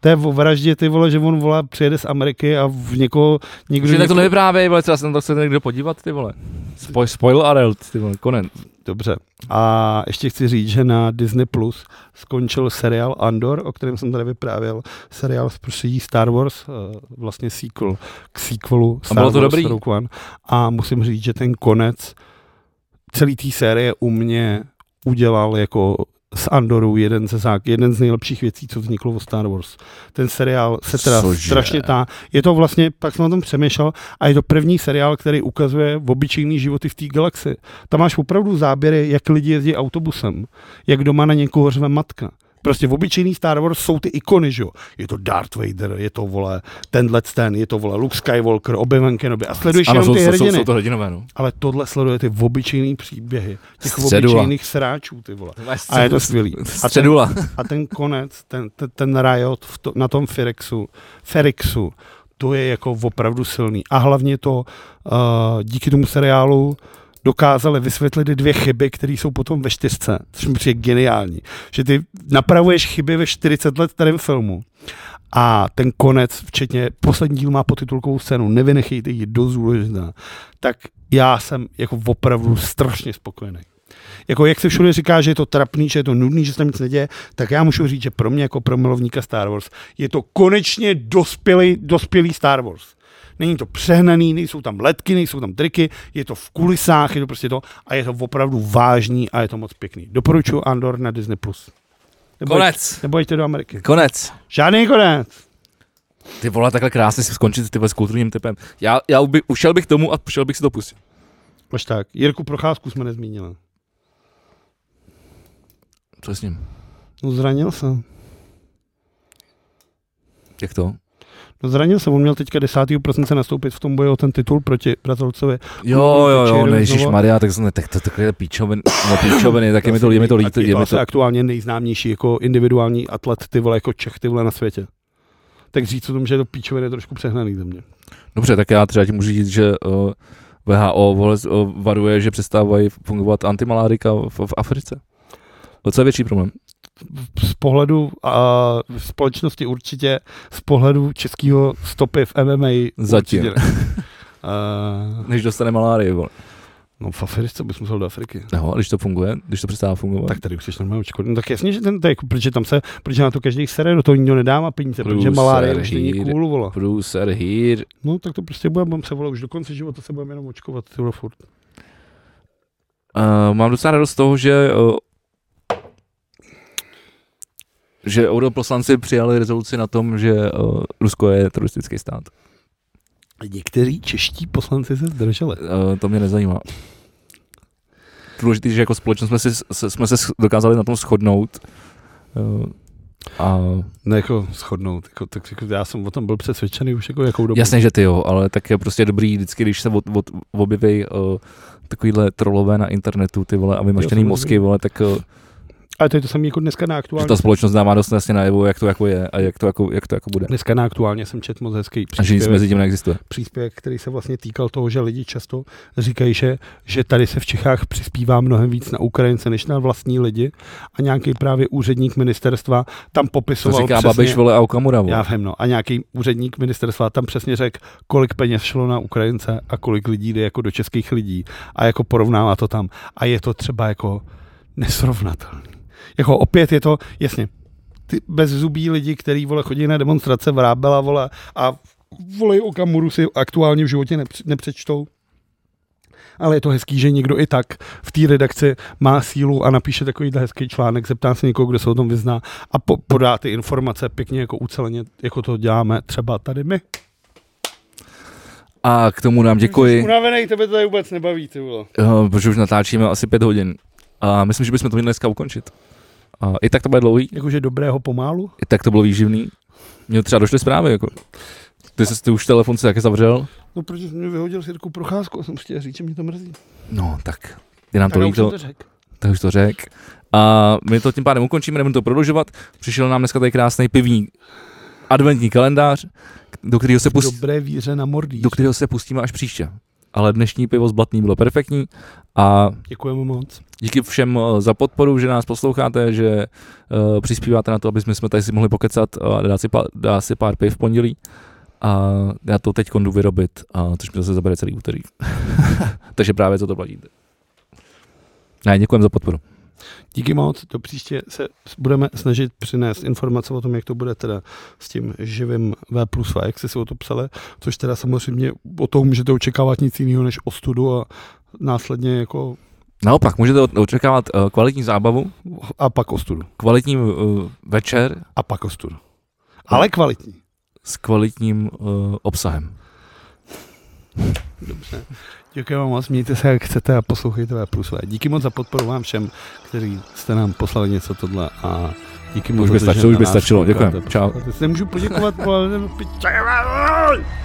Speaker 2: To je o vraždě, ty vole, že on volá, přijede z Ameriky a v někoho... Někdo,
Speaker 1: Takže tak to
Speaker 2: někoho-
Speaker 1: nevyprávěj, vole, třeba se na to chce někdo podívat, ty vole. Spoj, spoil alert, ty vole, konec.
Speaker 2: Dobře. A ještě chci říct, že na Disney Plus skončil seriál Andor, o kterém jsem tady vyprávěl. Seriál z prostředí Star Wars, eh, vlastně sequel k sequelu Star
Speaker 1: bylo to
Speaker 2: Wars
Speaker 1: dobrý?
Speaker 2: Rogue One. A musím říct, že ten konec celý té série u mě udělal jako z Andoru jeden, ze zák- jeden z nejlepších věcí, co vzniklo o Star Wars. Ten seriál se teda
Speaker 1: Cože?
Speaker 2: strašně tá. Je to vlastně, pak jsem o tom přemýšlel, a je to první seriál, který ukazuje obyčejný životy v té galaxii. Tam máš opravdu záběry, jak lidi jezdí autobusem, jak doma na někoho řve matka. Prostě v obyčejný Star Wars jsou ty ikony, že jo? Je to Darth Vader, je to, vole, tenhle ten, je to, vole, Luke Skywalker, Obi-Wan Kenobi a sleduješ
Speaker 1: Ano,
Speaker 2: jenom
Speaker 1: jsou,
Speaker 2: ty
Speaker 1: jsou, jsou, jsou
Speaker 2: hrdiny.
Speaker 1: to hrdinové, no.
Speaker 2: Ale tohle sleduje ty obyčejný příběhy těch
Speaker 1: Středula.
Speaker 2: obyčejných sráčů, ty vole. A je to skvělý. A ten,
Speaker 1: Středula.
Speaker 2: a ten konec, ten, ten, ten Riot v to, na tom Ferexu, Ferexu, to je jako opravdu silný. A hlavně to uh, díky tomu seriálu dokázali vysvětlit dvě chyby, které jsou potom ve čtyřce, což mi přijde geniální. Že ty napravuješ chyby ve 40 let starém filmu a ten konec, včetně poslední díl má potitulkovou scénu, nevynechejte ji, je dost důležitá, tak já jsem jako opravdu strašně spokojený. Jako jak se všude říká, že je to trapný, že je to nudný, že se tam nic neděje, tak já můžu říct, že pro mě jako pro milovníka Star Wars je to konečně dospělý, dospělý Star Wars. Není to přehnaný, nejsou tam letky, nejsou tam triky, je to v kulisách, je to prostě to a je to opravdu vážný a je to moc pěkný. Doporučuji Andor na Disney+. Plus.
Speaker 1: Konec.
Speaker 2: Nebo jeďte do Ameriky.
Speaker 1: Konec.
Speaker 2: Žádný konec.
Speaker 1: Ty vole, takhle krásně si skončit ty vole, s kulturním typem. Já, já by, ušel bych tomu a šel bych si to pustit.
Speaker 2: Až tak. Jirku Procházku jsme nezmínili.
Speaker 1: Co s ním?
Speaker 2: No zranil jsem.
Speaker 1: Jak to?
Speaker 2: No zranil jsem, on měl teďka 10. prosince nastoupit v tom boji o ten titul proti Brazilcovi.
Speaker 1: Jo, jo, jo,
Speaker 2: Černou
Speaker 1: ne, Ježíš
Speaker 2: znovu.
Speaker 1: Maria, tak jsem, tak to takhle píčovin, no píčoviny, tak je mi to, je mi to líto,
Speaker 2: je
Speaker 1: je
Speaker 2: to
Speaker 1: mi
Speaker 2: asi
Speaker 1: to,
Speaker 2: aktuálně nejznámější jako individuální atlet ty vole jako Čech ty vole na světě. tak říct o tom, že je to píčoviny je trošku přehnaný za mě.
Speaker 1: Dobře, tak já třeba ti můžu říct, že uh, VHO vole, uh, varuje, že přestávají fungovat antimalárika v, v Africe. Docela větší problém.
Speaker 2: Z pohledu a společnosti určitě, z pohledu českého stopy v MMA
Speaker 1: Zatím.
Speaker 2: určitě ne. Uh,
Speaker 1: Než dostane malárii, vole.
Speaker 2: no v Africe bys musel do Afriky.
Speaker 1: No, a když to funguje, když to přestává fungovat.
Speaker 2: Tak tady už jsi normálně očkodný. No tak jasně, že ten, to je jako, protože tam se, protože na to každý sere, do toho nikdo nedává peníze, protože
Speaker 1: Průser,
Speaker 2: malárie už není
Speaker 1: hýr.
Speaker 2: cool, vole.
Speaker 1: Průser, hýr.
Speaker 2: No tak to prostě budeme, budem se volat už do konce života, se budeme jenom očkovat, ty vole, furt.
Speaker 1: Uh, mám docela radost z toho, že uh, že europoslanci přijali rezoluci na tom, že uh, Rusko je teroristický stát.
Speaker 2: Někteří čeští poslanci se zdrželi.
Speaker 1: Uh, to mě nezajímá. Důležité, že jako společnost jsme, si, se, jsme se s- dokázali na tom shodnout. Uh, a
Speaker 2: Ne, jako shodnout, jako, tak jako, já jsem o tom byl přesvědčený už jako jakou dobu.
Speaker 1: jasně, že ty jo, ale tak je prostě dobrý vždycky, když se od, od, objeví uh, takovýhle trolové na internetu, ty vole, a vymaštěný
Speaker 2: samozřejmě.
Speaker 1: mozky, vole, tak uh,
Speaker 2: Ale to je to samé jako dneska na
Speaker 1: že
Speaker 2: aktuálně.
Speaker 1: ta společnost dává dost jasně najevo, jak to jako je a jak to jako, jak to jako bude.
Speaker 2: Dneska na aktuálně jsem četl moc hezký
Speaker 1: A že nic
Speaker 2: příspěvek,
Speaker 1: mezi tím neexistuje.
Speaker 2: příspěvek, který se vlastně týkal toho, že lidi často říkají, že, že tady se v Čechách přispívá mnohem víc na Ukrajince než na vlastní lidi a nějaký právě úředník ministerstva tam
Speaker 1: To
Speaker 2: popisoval
Speaker 1: říká
Speaker 2: přesně,
Speaker 1: Babiš, vole, a Okamura, vole.
Speaker 2: já vím, no, a nějaký úředník ministerstva tam přesně řekl, kolik peněz šlo na Ukrajince a kolik lidí jde jako do českých lidí a jako porovnává to tam. A je to třeba jako nesrovnatelný. Jako opět je to, jasně, ty bezzubí lidi, který vole chodí na demonstrace vrábela, vole, a volej o kamuru si aktuálně v životě nepř- nepřečtou. Ale je to hezký, že někdo i tak v té redakci má sílu a napíše takovýhle hezký článek, zeptá se někoho, kdo se o tom vyzná a po- podá ty informace pěkně jako uceleně, jako to děláme třeba tady my.
Speaker 1: A k tomu nám
Speaker 2: Jsi
Speaker 1: děkuji,
Speaker 2: Unavený, tebe to tady vůbec nebaví, ty vole.
Speaker 1: eh, protože už natáčíme asi pět hodin. A myslím, že bychom to měli dneska ukončit. A I tak to bude dlouhý,
Speaker 2: Jakože dobrého pomálu?
Speaker 1: i tak to bylo výživný. Mně třeba došly zprávy, jako. Ty jsi ty už telefon se taky zavřel?
Speaker 2: No, protože jsi mě vyhodil s Jirkou Procházku, a jsem chtěl říct, že mě to mrzí.
Speaker 1: No, tak. Je nám to
Speaker 2: já už jsem
Speaker 1: líto,
Speaker 2: to řekl.
Speaker 1: tak už to řek. A my to tím pádem ukončíme, nebudeme to prodlužovat. Přišel nám dneska tady krásný pivní adventní kalendář, do kterého se pustí.
Speaker 2: Dobré víře na mordí.
Speaker 1: do kterého se pustíme až příště. Ale dnešní pivo z Blatný bylo perfektní a
Speaker 2: Děkujeme moc.
Speaker 1: díky všem eh, za podporu, že nás posloucháte, že uh, přispíváte na to, aby jsme, jsme tady si mohli pokecat a dát si, pá, dát si pár piv v pondělí. A já to teď jdu vyrobit, a což mi zase zabere celý úterý. Takže právě za to platíte. Ne, děkujeme za podporu.
Speaker 2: Díky moc. Do příště se budeme snažit přinést informace o tom, jak to bude teda s tím živým V plus V, jak jste si o to psali, což teda samozřejmě o tom můžete očekávat nic jiného než ostudu a následně jako
Speaker 1: Naopak, můžete o- očekávat eh, kvalitní zábavu,
Speaker 2: a pak ostudu.
Speaker 1: kvalitní eh, večer
Speaker 2: A pak ostudu. Ale kvalitní.
Speaker 1: s kvalitním eh, obsahem.
Speaker 2: Dobře. Děkuji vám moc, mějte se jak chcete a poslouchejte V plus V. Díky moc za podporu vám všem, kteří jste nám poslali něco tohle a díky moc
Speaker 1: už by
Speaker 2: za to, že
Speaker 1: stačilo, už by
Speaker 2: na nás
Speaker 1: stačilo.
Speaker 2: koukáte.
Speaker 1: Děkujeme. Čau.
Speaker 2: Já se nemůžu poděkovat, vole, nebo piče, vole.